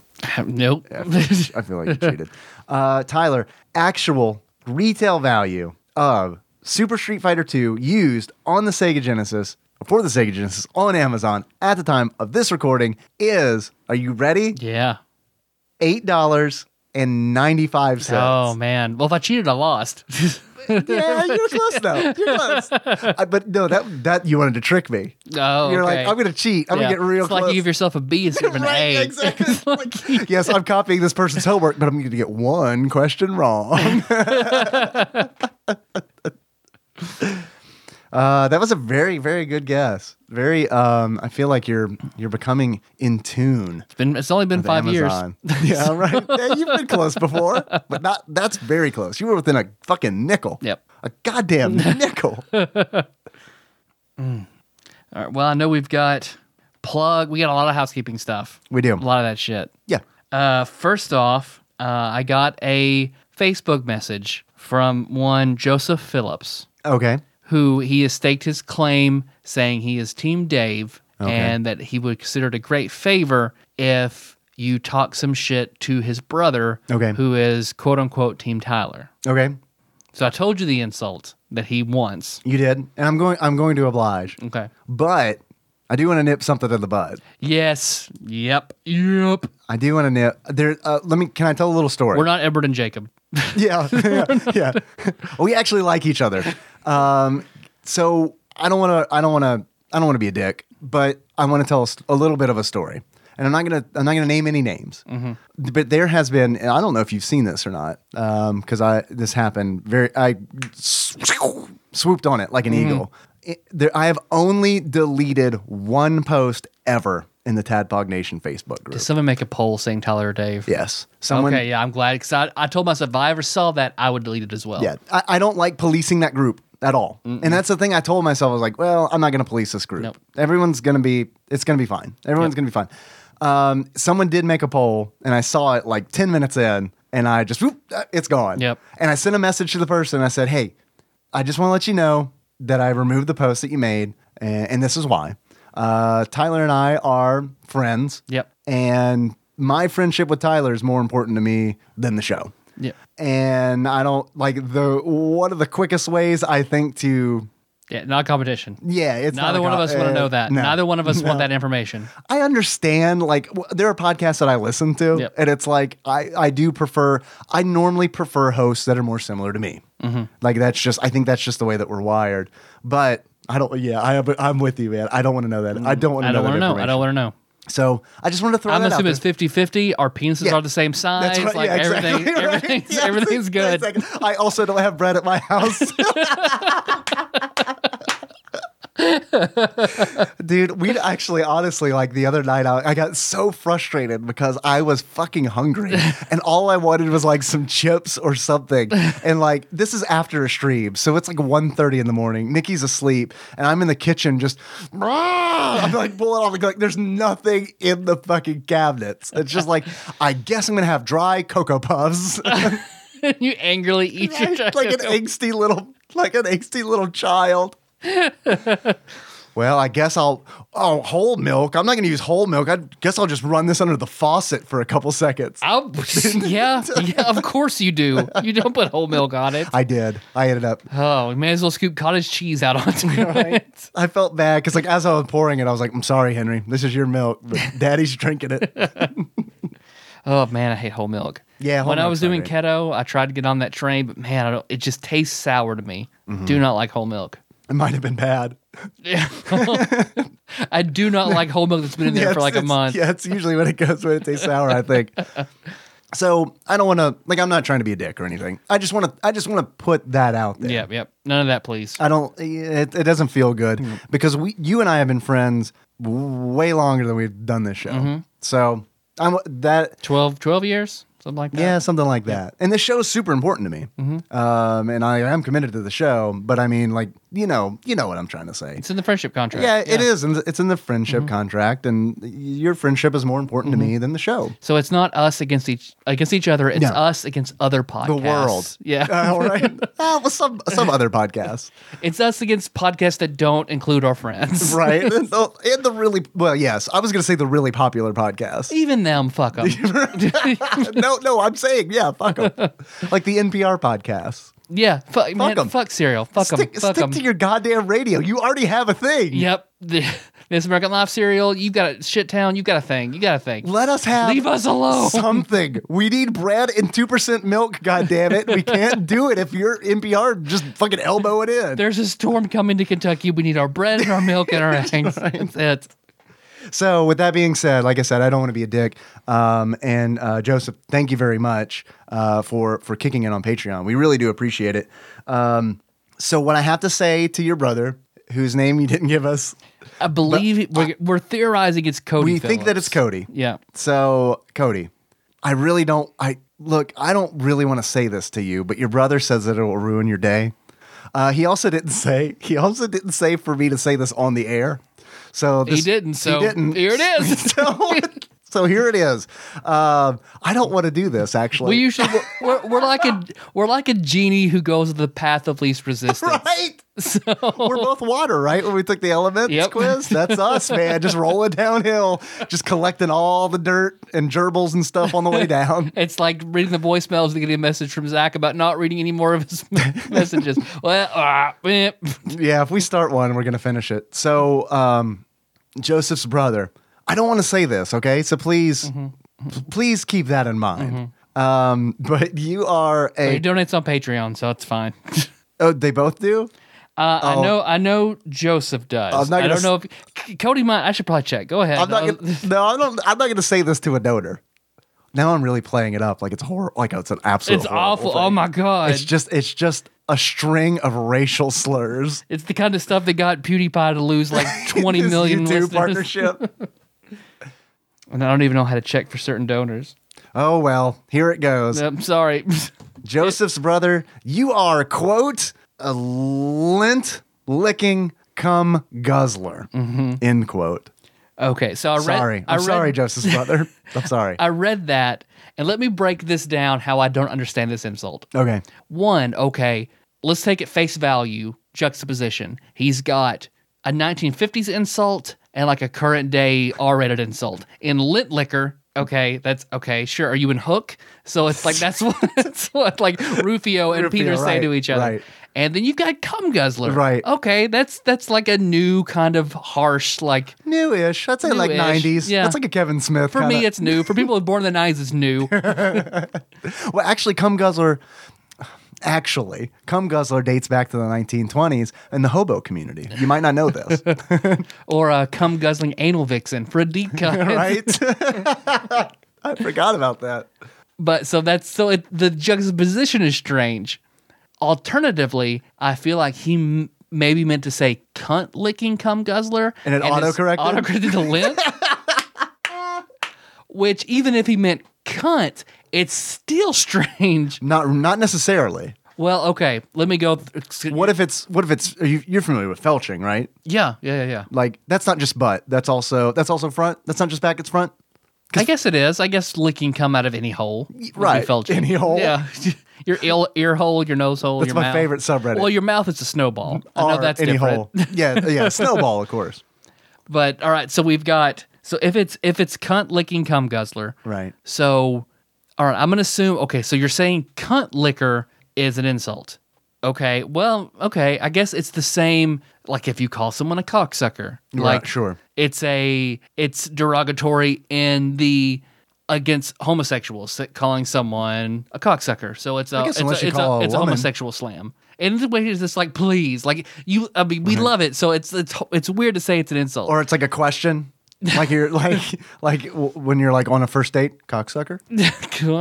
S1: nope.
S2: I feel like you cheated. Uh, Tyler, actual retail value of Super Street Fighter II used on the Sega Genesis, for the Sega Genesis, on Amazon at the time of this recording is, are you ready?
S1: (laughs) yeah.
S2: $8.95.
S1: Oh man. Well, if I cheated, I lost. (laughs)
S2: (laughs) Yeah, you were close though. You're close. I, but no, that that you wanted to trick me.
S1: Oh,
S2: You're like,
S1: okay.
S2: I'm gonna cheat. I'm
S1: Yeah.
S2: gonna get real
S1: It's
S2: close.
S1: like you give yourself a B (laughs) instead of an
S2: (laughs) Right,
S1: A.
S2: exactly. (laughs) Like, yes, I'm copying this person's homework, but I'm going to get one question wrong. (laughs) uh, that was a very, very good guess. Very. Um, I feel like you're you're becoming in tune.
S1: It's (laughs) been. It's only been
S2: with
S1: five
S2: Amazon. (laughs) yeah, right. Yeah, you've been close before, but not. That's very close. You were within a fucking nickel.
S1: Yep.
S2: A goddamn nickel.
S1: years. All right. Well, I know we've got plug. We got a lot of housekeeping stuff.
S2: We do.
S1: a lot of that shit.
S2: Yeah.
S1: Uh, first off, uh, I got a Facebook message from one Joseph Phillips,
S2: Okay.
S1: who he has staked his claim saying he is Team Dave and that he would consider it a great favor if you talk some shit to his brother,
S2: Okay.
S1: who is quote unquote Team Tyler.
S2: Okay.
S1: So I told you the insult that he wants.
S2: You did, and I'm going. I'm going to oblige.
S1: Okay.
S2: But I do want to nip something in the bud.
S1: Yes. Yep. Yep.
S2: I do want to nip there. Uh, let me. Can I tell a little story?
S1: We're not Edward and Jacob.
S2: (laughs) yeah, yeah, yeah. we actually like each other. Um, so I don't want to. I don't want to. I don't want to be a dick, but I want to tell a, st- a little bit of a story. And I'm not gonna. I'm not gonna name any names. But there has been. And I don't know if you've seen this or not, because I this happened very. I s- swooped on it like an eagle. It- there, I have only deleted one post ever in the Tadpog Nation Facebook group.
S1: Did someone make a poll saying Tyler or Dave?
S2: Yes, someone.
S1: okay, yeah, I'm glad because I, I told myself if I ever saw that, I would delete it as well.
S2: Yeah, I, I don't like policing that group at all. And that's the thing I told myself. I was like, well, I'm not going to police this group.
S1: Nope.
S2: Everyone's going to be, it's going to be fine. Everyone's going to be fine. Um, someone did make a poll, and I saw it like 10 minutes in, and I just, whoop, uh, it's gone.
S1: Yep.
S2: And I sent a message to the person. I said, hey, I just want to let you know that I removed the post that you made, and, and this is why. Uh, Tyler and I are friends.
S1: Yep.
S2: And my friendship with Tyler is more important to me than the show
S1: Yeah.
S2: and I don't like the one of the quickest ways I think to
S1: Yeah, not competition.
S2: Yeah, it's not
S1: Neither
S2: a
S1: one of
S2: co-
S1: us want to
S2: uh,
S1: know that.
S2: no.
S1: Neither one of us want that
S2: (laughs)
S1: information.
S2: I understand. Like w- there are podcasts that I listen to,
S1: Yep.
S2: and it's like I I do prefer. I normally prefer hosts that are more similar to me.
S1: Mm-hmm.
S2: Like that's just. I think that's just the way that we're wired. But I don't. Yeah, I have, I'm with you, man. I don't want to know that. I don't want
S1: I
S2: to know
S1: don't
S2: that
S1: want to know. I
S2: information.
S1: don't want to know.
S2: So I just wanted to throw
S1: I'm
S2: that out
S1: assuming
S2: there.
S1: it's 50 50. Our penises
S2: Yeah.
S1: are the same size.
S2: right,
S1: Like
S2: yeah, exactly (laughs)
S1: everything,
S2: right.
S1: everything's,
S2: (laughs) Yeah,
S1: everything's good.
S2: exactly. I also don't have bread at
S1: (laughs)
S2: my house. Dude, we actually honestly like the other night I, I got so frustrated because I was fucking hungry and all I wanted was like some chips or something. And like this is after a stream, so it's like 1.30 in the morning. Nikki's asleep and I'm in the kitchen just I'm like pulling all the like there's nothing in the fucking cabinets. It's just like I guess I'm gonna have dry cocoa puffs.
S1: (laughs) you angrily eat your
S2: like an angsty little like an angsty
S1: (laughs)
S2: little child. well, I guess I'll oh whole milk. I'm not gonna use whole milk. I guess I'll just run this under the faucet for a couple seconds. (laughs)
S1: I'll, yeah, yeah, of course you do. You don't put whole milk on it.
S2: I did. I ended up.
S1: Oh, we may as well scoop cottage cheese out
S2: (laughs)
S1: onto it.
S2: I felt bad because, like, as I was pouring it, I was like, "I'm sorry, Henry. This is your milk.
S1: (laughs)
S2: But Daddy's drinking it."
S1: Oh man, I hate whole milk.
S2: Yeah, whole
S1: when I
S2: milk's
S1: was
S2: not
S1: doing
S2: great.
S1: keto, I tried to get on that train, but man, I don't, it just tastes sour to me.
S2: Mm-hmm.
S1: Do not like whole
S2: (laughs)
S1: milk. (laughs)
S2: It might have been bad.
S1: I do not like whole milk that's been in there
S2: Yeah,
S1: for
S2: it's-
S1: like a
S2: it's-
S1: month.
S2: Yeah, it's usually when it goes when it tastes sour, I think.
S1: (laughs)
S2: So I don't want to like I'm not trying to be a dick or anything. I just want to I just want to put that out there.
S1: Yep, yep. None of that, please.
S2: I don't. It, it doesn't feel good because we, you and I, have been friends way longer than we've done this show. So I'm that.
S1: 12, 12 years, something like that.
S2: Yeah, something like that. And this show is super important to me. Um, and I am committed to the show, but I mean, like, you know, you know what I'm trying to say.
S1: it's in the friendship contract.
S2: yeah, it is. And it's in the friendship contract, and your friendship is more important to me than the show.
S1: So it's not us against each against each other. It's
S2: No.
S1: us against other podcasts.
S2: The world.
S1: Yeah.
S2: Uh, (laughs) all right. Uh, well, some some other podcasts.
S1: (laughs) It's us against podcasts that don't include our friends.
S2: Right. (laughs) and, the, and the really, well, yes, I was going to say the really popular
S1: (laughs)
S2: podcast.
S1: Even them, fuck
S2: (laughs)
S1: them.
S2: no, no, I'm saying, yeah,
S1: (laughs)
S2: fuck 'em. like the NPR podcast.
S1: yeah. Fuck, man,
S2: 'em.
S1: fuck cereal. Fuck them.
S2: stick
S1: Fuck
S2: stick
S1: them.
S2: to your goddamn radio. You already have a thing.
S1: Yep. The, this American Life cereal. You've got a shit town. You've got a thing. You got a thing.
S2: Let us have
S1: Leave us alone. (laughs)
S2: something. We need bread and 2% milk, goddamn it. We can't do it if you're NPR just fucking elbow it in.
S1: There's a storm coming to Kentucky. We need our bread and our milk and our eggs. (laughs) That's it.
S2: So, with that being said, like I said, I don't want to be a dick. Um, and uh, Joseph, thank you very much uh, for for kicking in on Patreon. We really do appreciate it. Um, so, what I have to say to your brother, whose name you didn't give us,
S1: I believe we're, we're theorizing it's Cody.
S2: we think that
S1: Phillips.
S2: it's Cody.
S1: Yeah.
S2: So, Cody, I really don't. I look. I don't really want to say this to you, but your brother says that it will ruin your day. Uh, he also didn't say. He also didn't say for me to say this on the air. So this,
S1: He didn't. So here it is.
S2: (laughs) so, so here it is. Um, I don't want to do this. Actually,
S1: We usually we're, we're, we're like a we're like a genie who goes the path of least resistance.
S2: (laughs) right? (laughs) We're both water, right? When we took the elements
S1: Yep.
S2: quiz, that's us, man. Just rolling downhill, just collecting all the dirt and gerbils and stuff on the
S1: (laughs)
S2: way down.
S1: It's like reading the voicemails and getting a message from Zach about not reading any more of his (laughs) messages. Well, ah, eh.
S2: yeah, if we start one, we're gonna finish it. So, um, Joseph's brother. I don't want to say this, okay? So please,
S1: Mm-hmm.
S2: p- please keep that in mind. Um, but you are
S1: he
S2: a.
S1: donates on Patreon, so it's fine.
S2: Oh, they both do.
S1: Uh, I know, I know. Joseph does.
S2: I'm Oh. not
S1: I
S2: gonna
S1: don't know if C- Cody might. I should probably check. Go ahead.
S2: I'm not.
S1: Uh,
S2: Gonna, no, I don't. I'm not gonna say this to a donor. Now I'm really playing it up like it's horrible. Like it's an
S1: (laughs)
S2: absolute.
S1: it's
S2: horrible
S1: awful.
S2: thing.
S1: Oh my god!
S2: It's
S1: It's,
S2: just. It's just a string of racial slurs.
S1: the kind of stuff that got PewDiePie to lose like twenty
S2: (laughs) This
S1: million
S2: YouTube
S1: listeners.
S2: partnership.
S1: (laughs) And I don't even know how to check for certain donors.
S2: oh well, here it goes.
S1: I'm sorry. (laughs)
S2: Joseph's brother, you are, quote, a lint licking cum guzzler, end quote.
S1: okay, so Mm-hmm. I read.
S2: Sorry.
S1: I
S2: I'm
S1: read,
S2: sorry,
S1: (laughs)
S2: Joseph's brother. I'm sorry.
S1: I read that, and let me break this down. How I don't understand this insult.
S2: okay.
S1: One, okay, let's take it face value, juxtaposition. He's got a 1950s insult and like a current day R rated insult. In Lint Liquor, okay, that's okay, sure. Are you in Hook? So it's like that's what, (laughs) that's what like Rufio and
S2: Rufio,
S1: Peter say
S2: right,
S1: to each other.
S2: right.
S1: And then you've got Cum Guzzler.
S2: Right.
S1: Okay, that's that's like a new kind of harsh like
S2: Newish. I'd say like
S1: Newish,
S2: 90s.
S1: yeah.
S2: That's like a Kevin Smith.
S1: for me it's new. For people born in the 90s it's
S2: (laughs)
S1: new.
S2: Well, actually, Cum Guzzler, actually, Cum Guzzler dates back to the 1920s in the hobo community. You might not
S1: (laughs)
S2: know this,
S1: or a cum guzzling anal vixen for a deep
S2: (laughs)
S1: cut.
S2: right? I forgot about that.
S1: But so that's so it, the juxtaposition is strange. Alternatively, I feel like he m- maybe meant to say cunt licking cum guzzler,
S2: And it
S1: it's
S2: autocorrected?
S1: autocorrected to
S2: (laughs)
S1: lint. Which even if he meant cunt, it's still strange.
S2: Not not necessarily.
S1: Well, okay, let me go. Th-
S2: What if it's what if it's you, you're familiar with felching, right?
S1: Yeah, yeah, yeah, yeah.
S2: Like that's not just butt. That's also that's also front. That's not just back. It's front.
S1: I guess it is. I guess licking cum out of any hole. would be
S2: right,
S1: felching.
S2: any hole.
S1: Yeah. (laughs) Your ear, ear hole, your nose hole,
S2: That's
S1: your
S2: my
S1: mouth.
S2: favorite subreddit.
S1: Well, your mouth is a snowball. I know
S2: Or
S1: that's
S2: any
S1: different.
S2: hole.
S1: (laughs)
S2: Yeah, yeah. Snowball, of course.
S1: But all right, so we've got so if it's if it's cunt licking cum guzzler.
S2: Right.
S1: So all right, I'm gonna assume okay, so you're saying cunt liquor is an insult. Okay. Well, okay, I guess it's the same like if you call someone a cocksucker.
S2: Right,
S1: Like
S2: sure.
S1: It's a it's derogatory in the against homosexuals calling someone a cocksucker. So it's a
S2: guess
S1: it's
S2: unless
S1: a,
S2: you
S1: it's
S2: call
S1: a,
S2: a
S1: it's a
S2: woman.
S1: homosexual slam. And the way is just like please, like you. I mean, we love it, so it's it's it's weird to say it's an insult.
S2: Or it's like a question. Like you're (laughs) like like w- when you're like on a first date, cocksucker.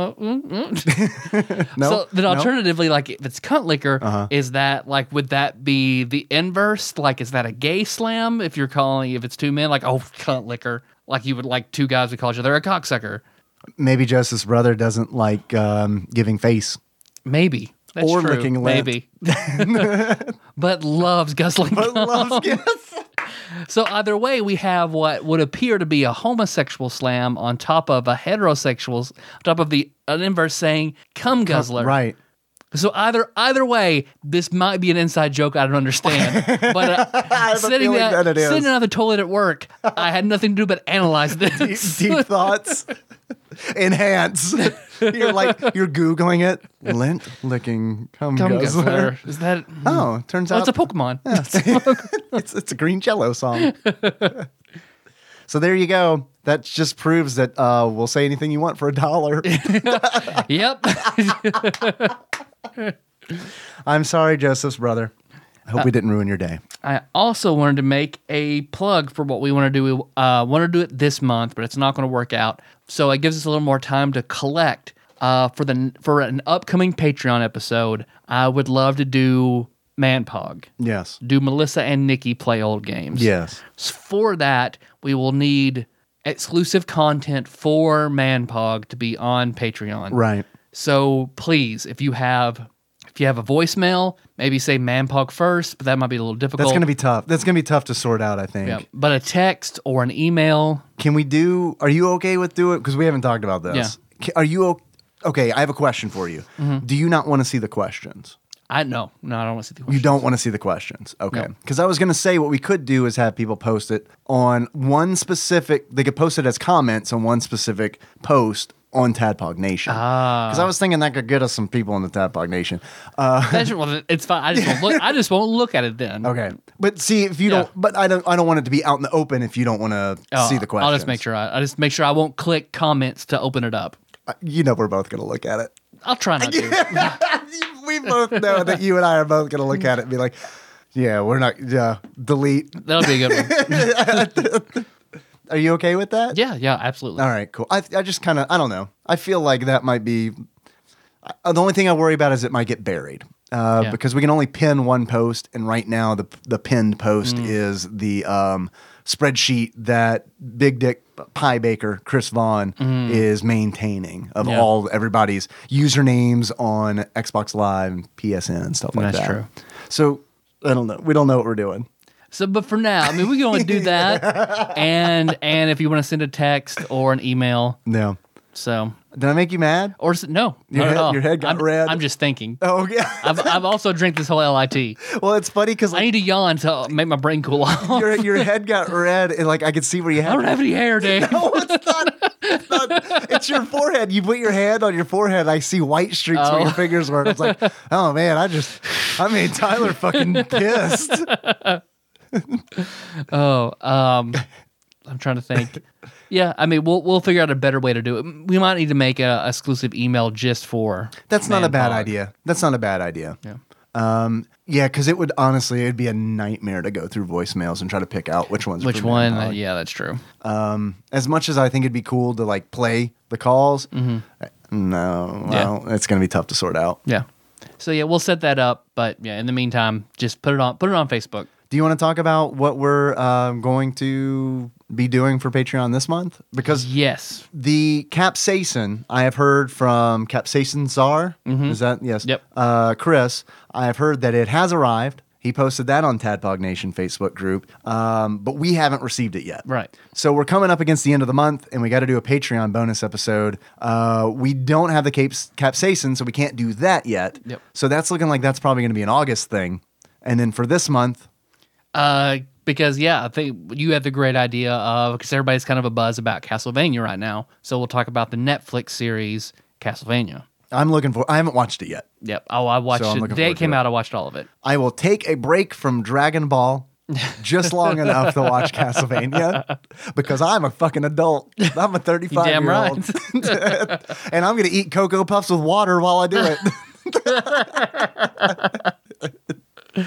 S2: (laughs) No.
S1: Mm-hmm. So then,
S2: No?
S1: alternatively, like if it's cunt liquor,
S2: Uh-huh.
S1: is that like would that be the inverse? Like, is that a gay slam? If you're calling, if it's two men, like oh cunt liquor, like you would like two guys would call each other a cocksucker,
S2: maybe Joseph's brother doesn't like um, giving
S1: (laughs)
S2: face.
S1: maybe. That's
S2: Or
S1: true.
S2: licking lint. (laughs)
S1: maybe, but loves guzzling. cum. So either way, we have what would appear to be a homosexual slam on top of a heterosexual, s- on top of the an inverse saying "cum guzzler."
S2: (laughs) right.
S1: So either either way, this might be an inside joke I don't understand.
S2: (laughs)
S1: But uh,
S2: have a
S1: sitting
S2: feeling
S1: there,
S2: that it is.
S1: sitting on the toilet at work, I had nothing to do but analyze
S2: (laughs) Deep,
S1: this. (laughs)
S2: deep thoughts. Enhance. You're like you're googling it. Lint licking cum,
S1: Cum
S2: guzzler. (laughs)
S1: guzzler. Is that?
S2: Oh, turns
S1: Oh, it's
S2: out
S1: a Pokemon. (laughs)
S2: (laughs) it's, it's a green cello song. so there you go. That just proves that uh, we'll say anything you want for
S1: (laughs)
S2: a dollar.
S1: yep.
S2: I'm sorry, Joseph's brother. I
S1: Uh,
S2: hope we didn't ruin your day.
S1: I also wanted to make a plug for what we want to do. Uh, want to do it this month, but it's not going to work out. So it gives us a little more time to collect uh, for the for an upcoming Patreon episode. I would love to do Manpog.
S2: Yes.
S1: Do Melissa and Nikki play old games?
S2: Yes.
S1: S- For that, we will need exclusive content for Manpog to be on Patreon.
S2: Right.
S1: So please, if you have if you have a voicemail, maybe say Manpog first, but that might be a little difficult.
S2: That's gonna be tough. That's gonna be tough to sort out. I think.
S1: Yeah, but a text or an email.
S2: Can we do? Are you okay with do it? Because we haven't talked about this.
S1: Yeah. Mm-hmm.
S2: Ca- Are you o- okay? I have a question for you. Do you not want to see the questions?
S1: I no, no, I don't want to see the
S2: You
S1: question.
S2: don't want to see the questions. Okay.
S1: No.
S2: Because I was going to say what we could do is have people post it on one specific. They could post it as comments on one specific post on Tadpog Nation.
S1: Ah.
S2: Because I was thinking that could get us some people in the Tadpog Nation. Uh,
S1: That's- well, it's fine. I just won't look. I just won't look at it then.
S2: Okay. But see if you
S1: Yeah.
S2: don't. But I don't. I don't want it to be out in the open if you don't want to
S1: Uh,
S2: see the questions.
S1: I'll just make sure. I, I just make sure I won't click comments to open it up.
S2: Uh, You know we're both going to look at it. (laughs)
S1: I'll try not to.
S2: we both know that you and I are both going to look at it and be like, yeah, we're not, yeah, delete.
S1: That'll be a good one.
S2: Are you okay with that?
S1: Yeah, yeah, absolutely.
S2: All right, cool. I, I just kind of, I don't know. I feel like that might be, I, the only thing I worry about is it might get buried uh,
S1: Yeah.
S2: because we can only pin one post. And right now, the, the pinned post
S1: Mm.
S2: is the um, spreadsheet that Big Dick Pie Baker, Chris Vaughn, is maintaining of
S1: Mm. Yeah.
S2: all everybody's usernames on Xbox Live, and PSN, and stuff like
S1: That's
S2: that.
S1: true.
S2: So I don't know. We don't know what we're doing.
S1: So, but for now, I mean,
S2: (laughs)
S1: we can only do that. and and if you want to send a text or an email,
S2: No.
S1: So,
S2: Did I make you mad?
S1: or s- no,
S2: Your
S1: not
S2: head-
S1: at all.
S2: your head got
S1: I'm,
S2: red.
S1: I'm just thinking.
S2: Oh (laughs) yeah.
S1: I've, I've also drank this whole LIT.
S2: well, it's funny because
S1: I need to yawn to make my brain cool off. (laughs)
S2: (laughs) your your head got red, and like I could see where you
S1: I
S2: had.
S1: don't have any hair, Dave.
S2: (laughs) No, it's not. It's, not, it's your forehead. You put your hand on your forehead. I see white streaks where
S1: Oh.
S2: your fingers were. I
S1: (laughs)
S2: was like, oh man, I just, I made Tyler fucking pissed.
S1: Oh, um, I'm trying to think. Yeah, I mean, we'll we'll figure out a better way to do it. We might need to make a exclusive email just for.
S2: That's not a
S1: Man
S2: bad
S1: Pod.
S2: idea. That's not a bad idea.
S1: Yeah.
S2: Um, yeah, because it would honestly, it'd be a nightmare to go through voicemails and try to pick out which ones. are
S1: Which
S2: for
S1: one?
S2: Man Pod.
S1: yeah, that's true.
S2: As much as I think it'd be cool to like play the calls, uh, no,
S1: Mm-hmm. Yeah.
S2: well, it's gonna be tough to sort out.
S1: Yeah. So yeah, we'll set that up. But yeah, in the meantime, just put it on put it on Facebook.
S2: Do you want to talk about what we're um, going to be doing for Patreon this month? Because
S1: Yes.
S2: the capsaicin I have heard from capsaicin czar is that yes
S1: Mm-hmm. Yep.
S2: uh, Chris I have heard that it has arrived he posted that on Tadpog Nation Facebook group um, but we haven't received it yet
S1: Right.
S2: so we're coming up against the end of the month and we got to do a Patreon bonus episode uh, we don't have the caps- capsaicin so we can't do that yet
S1: Yep.
S2: so that's looking like that's probably going to be an August thing and then for this month
S1: Uh, because yeah, I think you had the great idea of because everybody's kind of a buzz about Castlevania right now. So we'll talk about the Netflix series Castlevania.
S2: I'm looking for I haven't watched it yet
S1: Yep. Oh, I watched
S2: So I'm
S1: it.
S2: looking
S1: The day
S2: forward
S1: it
S2: to
S1: came
S2: it.
S1: out. I watched all of it.
S2: I will take a break from Dragon Ball
S1: (laughs)
S2: just long enough to watch Castlevania because I'm a fucking adult.
S1: (laughs)
S2: I'm a 35
S1: damn
S2: year old. (laughs) and I'm going to eat Cocoa Puffs with water while I do it.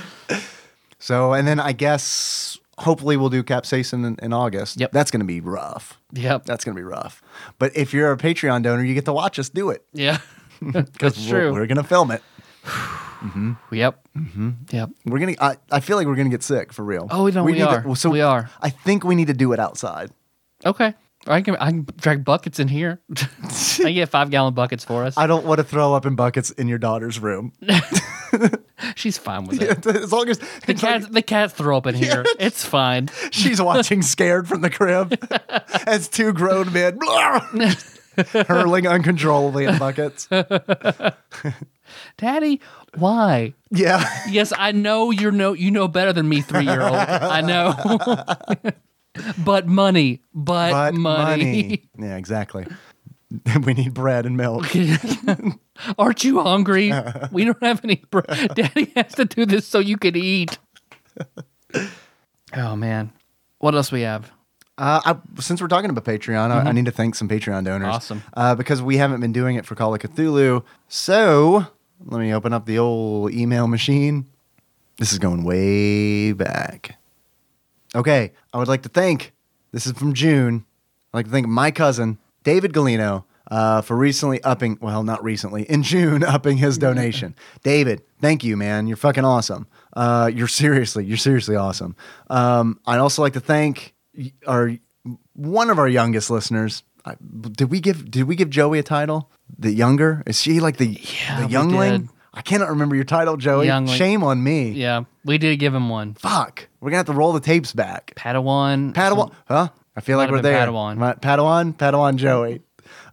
S1: (laughs)
S2: so, and then I guess hopefully we'll do capsaicin in, in August.
S1: Yep.
S2: That's going to be rough.
S1: (laughs) Yep.
S2: That's going to be rough. But if you're a Patreon donor, you get to watch us do it (laughs)
S1: yeah. (laughs) that's
S2: we're-
S1: true.
S2: We're, going to film it.
S1: Yep. Mm-hmm. Yep.
S2: We're gonna. I, I feel like we're gonna get sick for real.
S1: Oh, no, we
S2: need
S1: are.
S2: To, so
S1: We are.
S2: I think we need to do it outside.
S1: Okay. I can I can drag buckets in here. (laughs) I can get five gallon buckets for us.
S2: I don't want to throw up in buckets in your
S1: (laughs)
S2: daughter's room. (laughs)
S1: She's fine with it.
S2: as long as
S1: The cats the cats throw
S2: (laughs)
S1: up in here. It's fine.
S2: she's watching scared from
S1: (laughs)
S2: the crib as two grown men (laughs) hurling uncontrollably at buckets.
S1: (laughs) Daddy, why?
S2: Yeah.
S1: Yes, I know you know you know better than me, three year old. I (laughs) know. but money. But, money.
S2: But money. Yeah, exactly. (laughs) we need bread and milk.
S1: (laughs) Aren't you hungry? we don't have any bread. Daddy has to do this so you can eat. Oh man. What else we have?
S2: Uh, I, since we're talking about Patreon, I, I need to thank some Patreon donors.
S1: Awesome.
S2: Uh, because we haven't been doing it for Call of Cthulhu. So let me open up the old email machine. This is going way back. Okay. I would like to thank, this is from June. I'd like to thank my cousin, David Galino, uh, for recently upping, well, not recently, in June, (laughs) upping
S1: (laughs)
S2: his donation. David, thank you, man. You're fucking awesome. Uh, you're seriously, you're seriously awesome. Um, I'd also like to thank y- our one of our youngest listeners. I, did we give Did we give Joey a title? The younger is she like the
S1: we
S2: the youngling?
S1: did.
S2: I cannot remember your title, Joey.
S1: Youngling.
S2: Shame on me.
S1: Yeah, we did give him one.
S2: Fuck, we're gonna have to roll the tapes back.
S1: Padawan.
S2: Padawan, huh? I feel like
S1: Might
S2: we're
S1: have been
S2: there.
S1: Padawan.
S2: My- Padawan, Padawan Joey.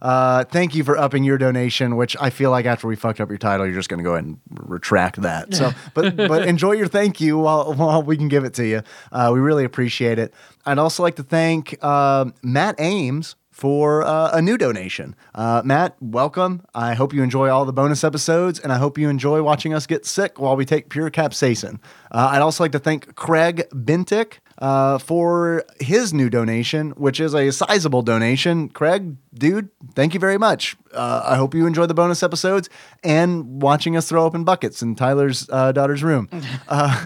S2: Uh, thank you for upping your donation, which I feel like after we fucked up your title, you're just going to go ahead and retract that.
S1: (laughs)
S2: So, but but enjoy your thank you while while we can give it to you. Uh, we really appreciate it. I'd also like to thank um Matt Ames for uh, a new donation. Uh, Matt, welcome. I hope you enjoy all the bonus episodes, and I hope you enjoy watching us get sick while we take pure capsaicin. Uh, I'd also like to thank Craig Bintick uh, for his new donation, which is a sizable donation. Craig, dude, thank you very much. Uh, I hope you enjoy the bonus episodes and watching us throw up in buckets in Tyler's uh, daughter's room. Uh,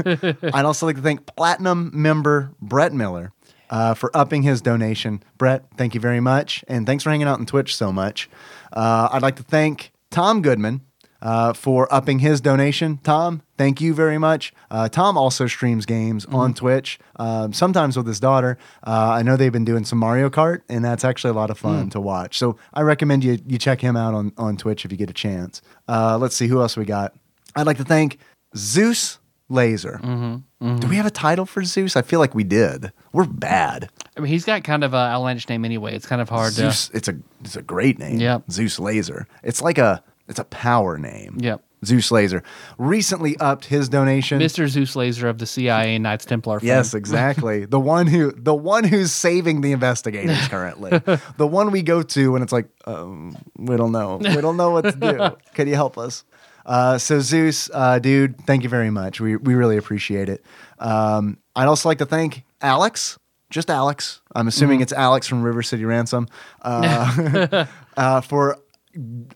S2: I'd also like to thank platinum member Brett Miller. Uh, for upping his donation. Brett, thank you very much. And thanks for hanging out on Twitch so much. Uh, I'd like to thank Tom Goodman uh, for upping his donation. Tom, thank you very much. Uh, Tom also streams games on Twitch, um, sometimes with his daughter. Uh, I know they've been doing some Mario Kart, and that's actually a lot of fun to watch. So I recommend you you check him out on, on Twitch if you get a chance. Uh, let's see who else we got. I'd like to thank Zeus Laser.
S1: Mm-hmm.
S2: Do we have a title for Zeus? I feel like we did. We're bad.
S1: I mean, he's got kind of a outlandish name anyway. It's kind of hard to.
S2: Zeus. It's a it's a great name.
S1: Yep.
S2: Zeus Laser. It's like a it's a power name.
S1: Yep.
S2: Zeus Laser recently upped his donation.
S1: Mr. Zeus Laser of the CIA Knights Templar. fame.
S2: Yes, exactly. the one who the one who's saving the investigators currently. the one we go to when it's like, um, we don't know. We don't know what to do. Could you help us? Uh, so Zeus, uh, dude, thank you very much. We we really appreciate it. Um, I'd also like to thank Alex, just Alex. I'm assuming it's Alex from River City Ransom uh, uh, for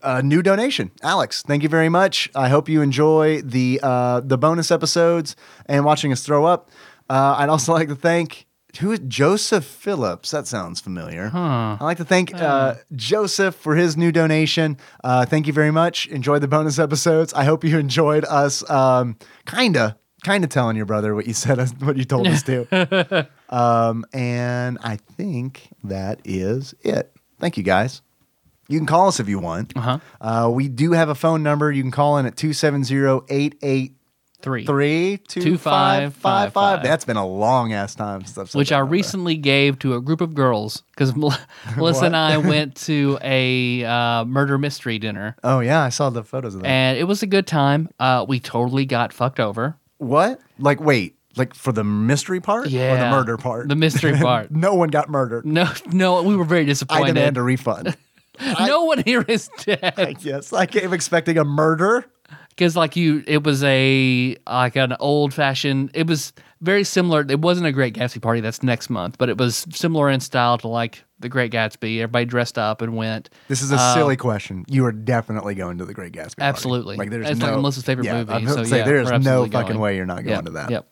S2: a new donation. Alex, thank you very much. I hope you enjoy the uh, the bonus episodes and watching us throw up. Uh, I'd also (laughs) like to thank who is Joseph Phillips. That sounds familiar. I'd like to thank uh, Joseph for his new donation. Uh, thank you very much. Enjoy the bonus episodes. I hope you enjoyed us. Um, kinda, kinda telling your brother what you said, (laughs) us, what you told us to. um, and I think that is it. Thank you guys. You can call us if you want.
S1: Uh-huh.
S2: Uh, we do have a phone number. You can call in at 270
S1: Three.
S2: 2555. That's been a long ass time since I've said
S1: Which
S2: that
S1: I
S2: number.
S1: recently gave to a group of girls because (laughs)
S2: (laughs)
S1: Melissa and I went to a uh, murder mystery dinner,
S2: Oh, yeah. I saw the photos of that.
S1: and it was a good time. Uh, we totally got fucked over.
S2: what? Like, wait. Like for the mystery part or the
S1: Yeah.
S2: murder part?
S1: The
S2: (laughs)
S1: mystery part.
S2: no one got murdered.
S1: No, no, we were very
S2: I demand
S1: disappointed. (laughs)
S2: a refund.
S1: no one here is dead
S2: yes. I came expecting a murder.
S1: because, like you, it was a like an old fashioned. It was very similar. It wasn't a Great Gatsby party. That's next month, but it was similar in style to like the Great Gatsby. Everybody dressed up and went.
S2: This is a
S1: Um,
S2: silly question. You are definitely going to the Great Gatsby. party.
S1: Absolutely.
S2: Like there's
S1: It's
S2: no
S1: like Melissa's favorite
S2: yeah,
S1: movie,
S2: I'm gonna
S1: so
S2: say
S1: yeah,
S2: there is
S1: we're
S2: no
S1: absolutely
S2: fucking
S1: going.
S2: way you're not going
S1: yep,
S2: to that.
S1: Yep.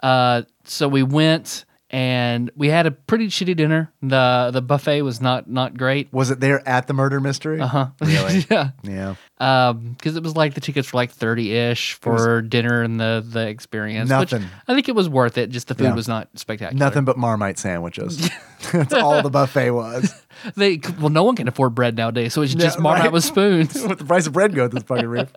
S1: Uh, so we went and we had a pretty shitty dinner. the The buffet was not not great.
S2: Was it there at the murder mystery? Uh huh. (laughs) Really?
S1: Uh-huh. (laughs) yeah.
S2: yeah.
S1: Um, because it was like the tickets were like thirty ish for dinner and the the experience.
S2: Nothing.
S1: Which I think it was worth it. Just the food
S2: Yeah.
S1: was not spectacular.
S2: Nothing but
S1: (laughs)
S2: Marmite sandwiches. (laughs) That's all the buffet was.
S1: They well, no one can afford bread nowadays, so it's just
S2: Yeah,
S1: Marmite
S2: right.
S1: with
S2: (laughs)
S1: spoons.
S2: With the price of bread go through this fucking roof.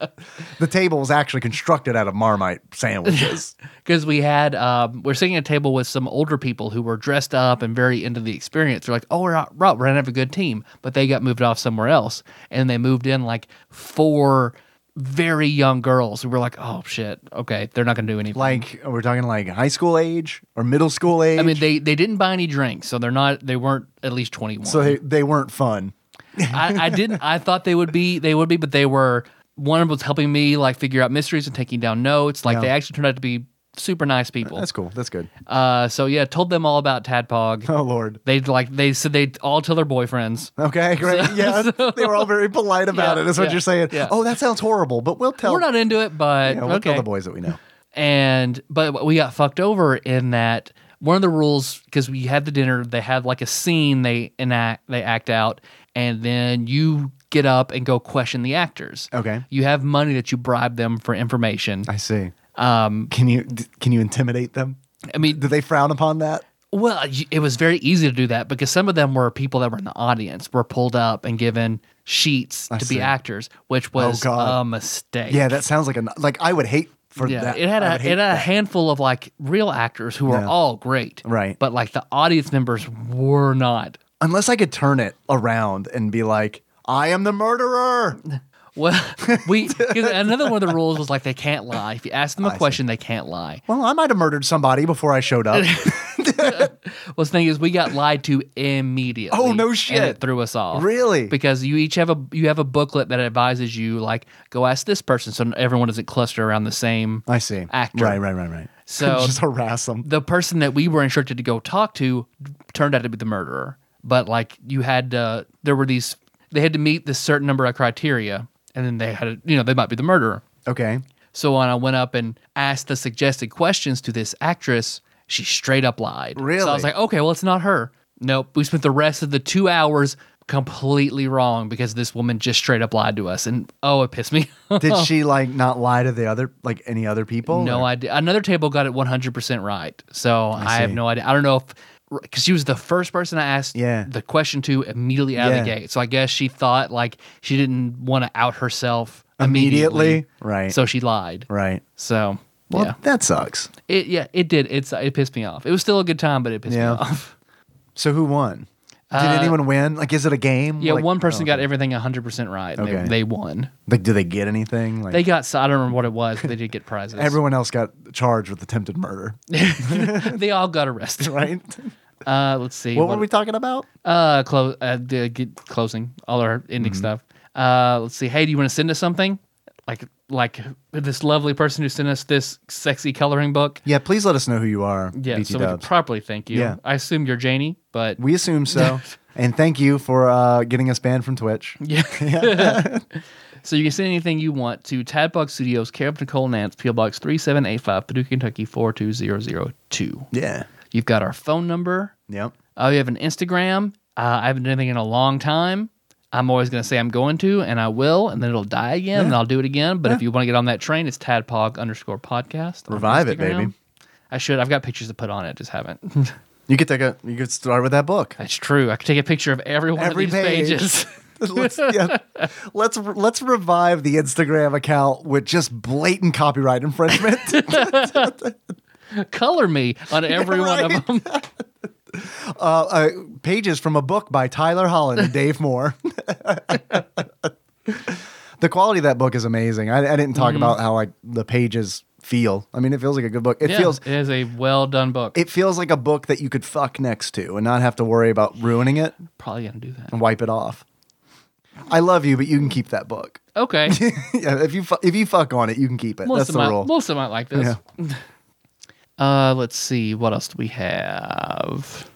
S2: The table was actually constructed out of Marmite
S1: (laughs)
S2: sandwiches.
S1: because we had um, we're sitting at a table with some older people who were dressed up and very into the experience. They're like, "Oh, we're out, right, we're gonna have a good team," but they got moved off somewhere else, and they moved in like four very young girls who were like, "Oh shit, okay, they're not gonna do anything."
S2: like we're talking like high school age or middle school age.
S1: I mean, they they didn't buy any drinks, so they're not they weren't at least twenty one.
S2: so they, they weren't fun.
S1: I, I didn't. I thought they would be. They would be, but they were. One was helping me like figure out mysteries and taking down notes. Like they actually turned out to be super nice people.
S2: That's cool. That's good.
S1: Uh, so yeah, told them all about Tadpog.
S2: Oh Lord.
S1: They like they said they all tell their boyfriends. (laughs)
S2: Okay, great. yeah, they were all very polite about
S1: Yeah,
S2: it. Is what
S1: yeah,
S2: you're saying.
S1: yeah.
S2: Oh, that sounds horrible, but we'll tell.
S1: We're not into it, but
S2: yeah, we'll tell
S1: okay.
S2: the boys that we know.
S1: And but we got fucked over in that one of the rules because we had the dinner. They had like a scene they enact, they act out, and then you get up and go question the actors.
S2: Okay.
S1: you have money that you bribe them for information.
S2: I see.
S1: Um,
S2: Can you d- can you intimidate them?
S1: I mean,
S2: Do they frown upon that?
S1: Well, y- it was very easy to do that because some of them were people that were in the audience were pulled up and given sheets to
S2: see. Oh,
S1: be actors, which was
S2: God.
S1: a mistake.
S2: Yeah, that sounds like a like I would hate for
S1: Yeah,
S2: that.
S1: it had
S2: I
S1: a
S2: would
S1: it
S2: hate
S1: had a
S2: that.
S1: handful of like real actors who were
S2: Yeah.
S1: all great,
S2: Right.
S1: But like the audience members were not.
S2: unless I could turn it around and be like, I am
S1: (laughs)
S2: the murderer. (laughs)
S1: Well, we 'cause another one of the rules was like they can't lie. If you ask them a
S2: see.
S1: question, they can't lie.
S2: Well, I might have murdered somebody before I
S1: (laughs)
S2: showed up.
S1: Well, the thing is, we got lied to immediately.
S2: Oh, no
S1: And
S2: shit.
S1: it threw us off.
S2: Really?
S1: Because you each have a you have a booklet that advises you like go ask this person, so everyone doesn't cluster around the same.
S2: I see.
S1: Actor.
S2: Right, right, right, right.
S1: So-
S2: (laughs) just harass them.
S1: The person that we were instructed to go talk to turned out to be the murderer, but like you had to, there were these they had to meet this certain number of criteria, and then they had to, you know they might be the murderer.
S2: Okay.
S1: So when I went up and asked the suggested questions to this actress, she straight up lied. So I
S2: Really?
S1: was like, okay, well, it's not her. Nope. We spent the rest of the two hours completely wrong because this woman just straight up lied to us. And oh, it pissed me. (laughs)
S2: Did she like not lie to the other like any other people?
S1: no
S2: Or-
S1: idea. Another table got it 100% right. So I, have no idea. I don't know if. Because she was the first person I asked
S2: Yeah.
S1: the question to immediately out of the
S2: Yeah.
S1: gate, so I guess she thought like she didn't want to out herself
S2: Immediately? Right.
S1: So she lied.
S2: Right.
S1: So
S2: Well,
S1: Yeah.
S2: that sucks.
S1: It yeah, it did. It's it pissed me off. It was still a good time, but it pissed
S2: Yeah.
S1: me
S2: (laughs)
S1: off.
S2: So who won? Did anyone win? Like, is it a game?
S1: Uh, Yeah,
S2: Like-
S1: one person
S2: oh.
S1: got everything 100% right. And
S2: Okay.
S1: they, they won.
S2: Like, do they get anything? Like,
S1: They got, so I don't remember what it was, but they did get prizes.
S2: everyone else got charged with attempted (laughs) murder,
S1: (laughs) they all got arrested.
S2: (laughs) right?
S1: Uh, let's see.
S2: what were we talking about?
S1: Uh, close. Uh, the get closing all our ending
S2: Mm-hmm.
S1: stuff. Uh, let's see. Hey, do you want to send us something? Like, like this lovely person who sent us this sexy coloring book.
S2: Yeah, please let us know who you are.
S1: Yeah,
S2: BT
S1: so we can
S2: Dubs.
S1: properly thank you.
S2: Yeah.
S1: I assume you're Janie, but
S2: we assume so. and thank you for uh, getting us banned from Twitch.
S1: (laughs)
S2: (laughs)
S1: yeah. so you can send anything you want to Tadbox Studios, Care of Nicole Nance, PO Box three seven eight five, Paducah, Kentucky four two zero zero two.
S2: Yeah.
S1: You've got our phone number.
S2: Yep.
S1: Oh, you have an Instagram. Uh, I haven't done anything in a long time. I'm always going to say I'm going to, and I will, and then it'll die again, and I'll do it again. But if you want to get on that train, it's tadpog underscore podcast. on
S2: Revive it,
S1: Instagram.
S2: baby.
S1: I should. I've got pictures to put on it. Just haven't. (laughs)
S2: You could take a. You could start with that book.
S1: That's true. I could take a picture of every one
S2: Every
S1: of these
S2: page.
S1: pages. (laughs)
S2: (laughs) let's, yeah. let's let's revive the Instagram account with just blatant copyright infringement. (laughs)
S1: Color me on every one of them.
S2: uh, uh, pages from a book by Tyler Holland and Dave Moore. (laughs) the quality of that book is amazing. I, I didn't talk about how like the pages feel. I mean, it feels like a good book. It
S1: Yeah,
S2: feels
S1: it is a well done book.
S2: it feels like a book that you could fuck next to and not have to worry about ruining it
S1: Probably gonna do that.
S2: and wipe it off. I love you, but you can keep that book. (laughs)
S1: Okay.
S2: yeah, if you fu- if you fuck on it, you can keep it.
S1: Melissa
S2: That's the
S1: might,
S2: rule.
S1: Melissa might like this. (laughs) Uh, let's see. What else do we have?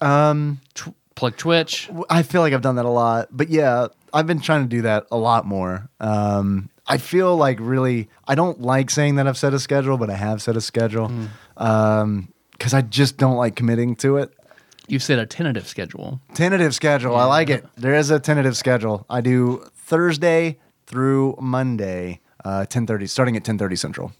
S2: Um,
S1: Tw- plug Twitch.
S2: w- I feel like I've done that a lot, but yeah, I've been trying to do that a lot more. Um, I feel like really, I don't like saying that I've set a schedule, but I have set a schedule because I just don't like committing to it.
S1: You said a tentative schedule.
S2: Tentative schedule, I like it. There is a tentative schedule. I do Thursday through Monday, uh, ten thirty, starting at ten thirty central.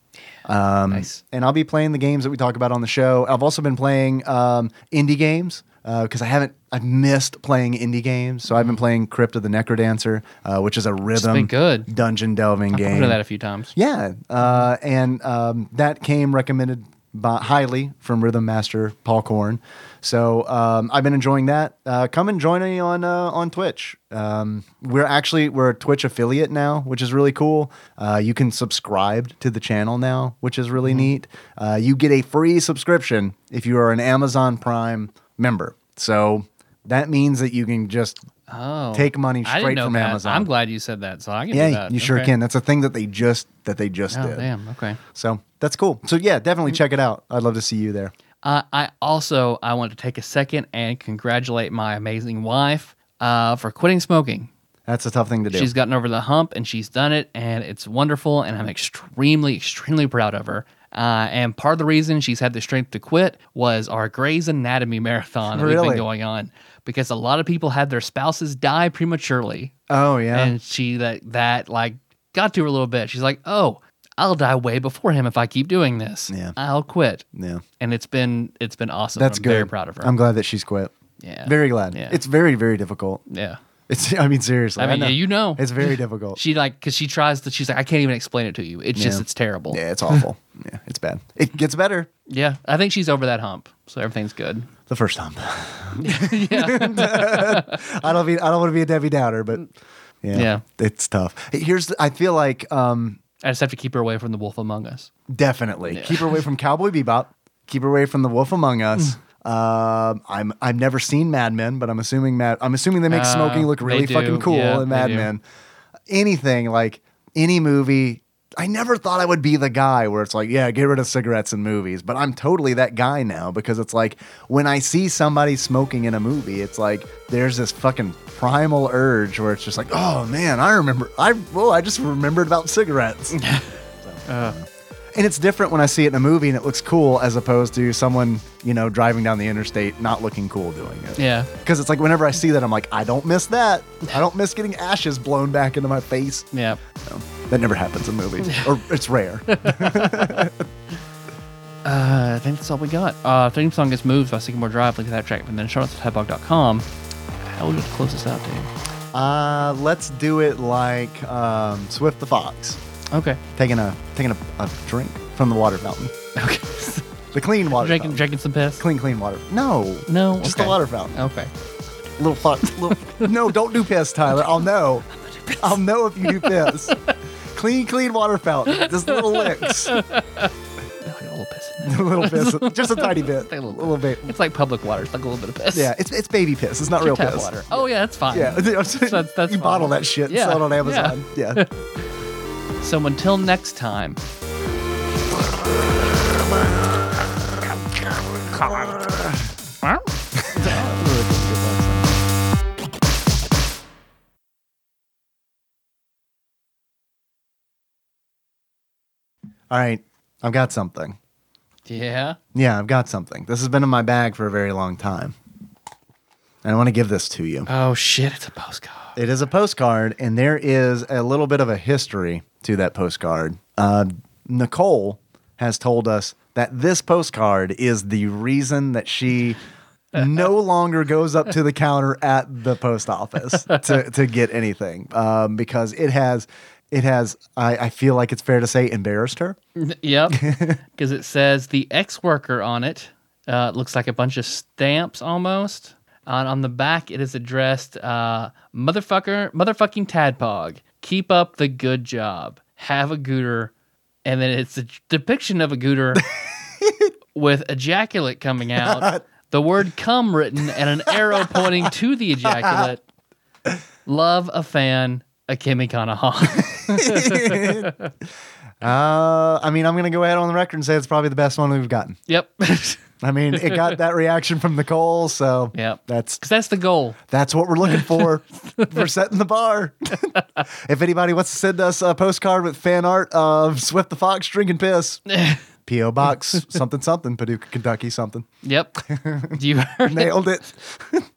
S2: Um,
S1: nice.
S2: and I'll be playing the games that we talk about on the show. I've also been playing um, indie games because I haven't. I've missed playing indie games, so I've been playing Crypt of the Necrodancer, uh, which is a rhythm
S1: Mm. been good.
S2: dungeon delving
S1: I've
S2: game.
S1: heard of that a few times.
S2: Yeah, uh, and um, that came recommended by, highly from Rhythm Master Paul Korn. So um, I've been enjoying that. Uh, come and join me on uh, on Twitch. Um, we're actually we're a Twitch affiliate now, which is really cool. Uh, you can subscribe to the channel now, which is
S1: Mm-hmm.
S2: really neat. Uh, you get a free subscription if you are an Amazon Prime member. So that means that you can just
S1: Oh,
S2: take money
S1: I didn't
S2: straight
S1: know
S2: from
S1: that.
S2: Amazon.
S1: I'm glad you said that. So I can do
S2: yeah,
S1: that.
S2: you sure
S1: Okay.
S2: can. That's a thing that they just that they just
S1: Oh
S2: did.
S1: damn. Okay.
S2: So that's cool. So yeah, definitely check it out. I'd love to see you there.
S1: Uh, I also I want to take a second and congratulate my amazing wife uh, for quitting smoking.
S2: That's a tough thing to do.
S1: She's gotten over the hump and she's done it, and it's wonderful. And I'm extremely, extremely proud of her. Uh, and part of the reason she's had the strength to quit was our Grey's Anatomy marathon that we've
S2: Really?
S1: been going on, because a lot of people had their spouses die prematurely,
S2: oh yeah.
S1: and she that that like got to her a little bit. She's like, "Oh, I'll die way before him if I keep doing this.
S2: Yeah.
S1: I'll quit."
S2: yeah.
S1: And it's been it's been awesome.
S2: That's
S1: I'm
S2: good.
S1: Very proud of her.
S2: I'm glad that she's quit.
S1: yeah,
S2: Very glad.
S1: Yeah.
S2: It's very very difficult.
S1: yeah.
S2: It's (laughs) I mean seriously.
S1: I mean,
S2: know.
S1: you know, (laughs)
S2: It's very difficult.
S1: she like because she tries to. She's like, I can't even explain it to you. It's just it's terrible.
S2: yeah,
S1: (laughs)
S2: it's awful. yeah, it's bad. It gets better
S1: Yeah, I think she's over that hump, so everything's
S2: (laughs)
S1: good.
S2: the first time. I don't be, I don't want to be a Debbie Downer, but yeah,
S1: Yeah.
S2: it's tough. Here's the- I feel like um,
S1: I just have to keep her away from the wolf among us.
S2: Definitely. Keep her away from Cowboy Bebop. Keep her away from The Wolf Among Us. Um, I'm I've never seen Mad Men, but I'm assuming Mad I'm assuming they make
S1: Uh,
S2: smoking look
S1: they
S2: really
S1: do.
S2: fucking cool
S1: Yeah,
S2: in
S1: they
S2: Mad
S1: do.
S2: Men. Anything like any movie. I never thought I would be the guy where it's like, yeah, get rid of cigarettes in movies, but I'm totally that guy now because it's like when I see somebody smoking in a movie, it's like there's this fucking primal urge where it's just like, oh man, I remember, I well, I just remembered about cigarettes. And it's different when I see it in a movie and it looks cool as opposed to someone, you know, driving down the interstate not looking cool doing it.
S1: Yeah,
S2: Because it's like whenever I see that, I'm like, I don't miss that. I don't miss getting ashes blown back into my face.
S1: yeah.
S2: That never happens
S1: (laughs)
S2: in movies, or it's rare.
S1: Uh, I think that's all we got. Uh, theme song is "Moves" by Sycamore Drive. Link to that track, and then shout out to tadbog.com. How would you close this out, dude?
S2: uh, let's do it like um, Swift the Fox
S1: Okay.
S2: taking a taking a, a drink. from the water fountain.
S1: Okay.
S2: The clean water
S1: drinking,
S2: fountain.
S1: drinking some piss.
S2: Clean, clean water. No.
S1: No,
S2: Just
S1: okay.
S2: the water fountain.
S1: Okay.
S2: Little fart.
S1: (laughs)
S2: Little, no, don't do piss, Tyler. I'll know. I'll know if you
S1: (laughs)
S2: do piss. clean, clean water fountain. Just little licks.
S1: No, I got a little piss. In there.
S2: A little piss.
S1: (laughs)
S2: Just a tiny bit.
S1: Take a little
S2: bit.
S1: It's like public water. It's like a little bit of piss.
S2: Yeah, it's, it's baby piss. It's not
S1: Your
S2: real
S1: tap
S2: piss.
S1: water. Oh yeah, that's fine.
S2: Yeah, (laughs)
S1: that's- that's
S2: you
S1: fine.
S2: bottle that shit and
S1: Yeah,
S2: sell it on Amazon.
S1: (laughs)
S2: yeah.
S1: So until next time.
S2: All right, I've got something.
S1: Yeah.
S2: Yeah, I've got something. This has been in my bag for a very long time. And I want to give this to you.
S1: Oh shit, it's a postcard.
S2: It is a postcard, and there is a little bit of a history to that postcard. Uh, Nicole has told us that this postcard is the reason that she no longer goes up to the counter at the post office to, to get anything um, because it has, it has. I, I feel like it's fair to say embarrassed her.
S1: (laughs) Yep. Because it says the ex worker on it. Uh, it looks like a bunch of stamps almost. On, on the back, it is addressed uh, motherfucker, motherfucking tadpog. Keep up the good job. Have a gooter. And then it's a depiction of a gooter with ejaculate coming out, the word cum written, and an arrow pointing to the ejaculate. Love a fan, a Kimi Kanaha.
S2: Uh, I mean, I'm going to go ahead on the record and say it's probably the best one we've gotten.
S1: (laughs) yep. (laughs) Because
S2: I mean, it got that reaction from Nicole, so
S1: Yep.
S2: that's
S1: that's the goal.
S2: that's what we're looking for. we're setting the bar. (laughs) if anybody wants to send us a postcard with fan art of Swift the Fox drinking piss, P.O. Box something something, Paducah, Kentucky something.
S1: Yep. Do you heard it?
S2: Nailed it.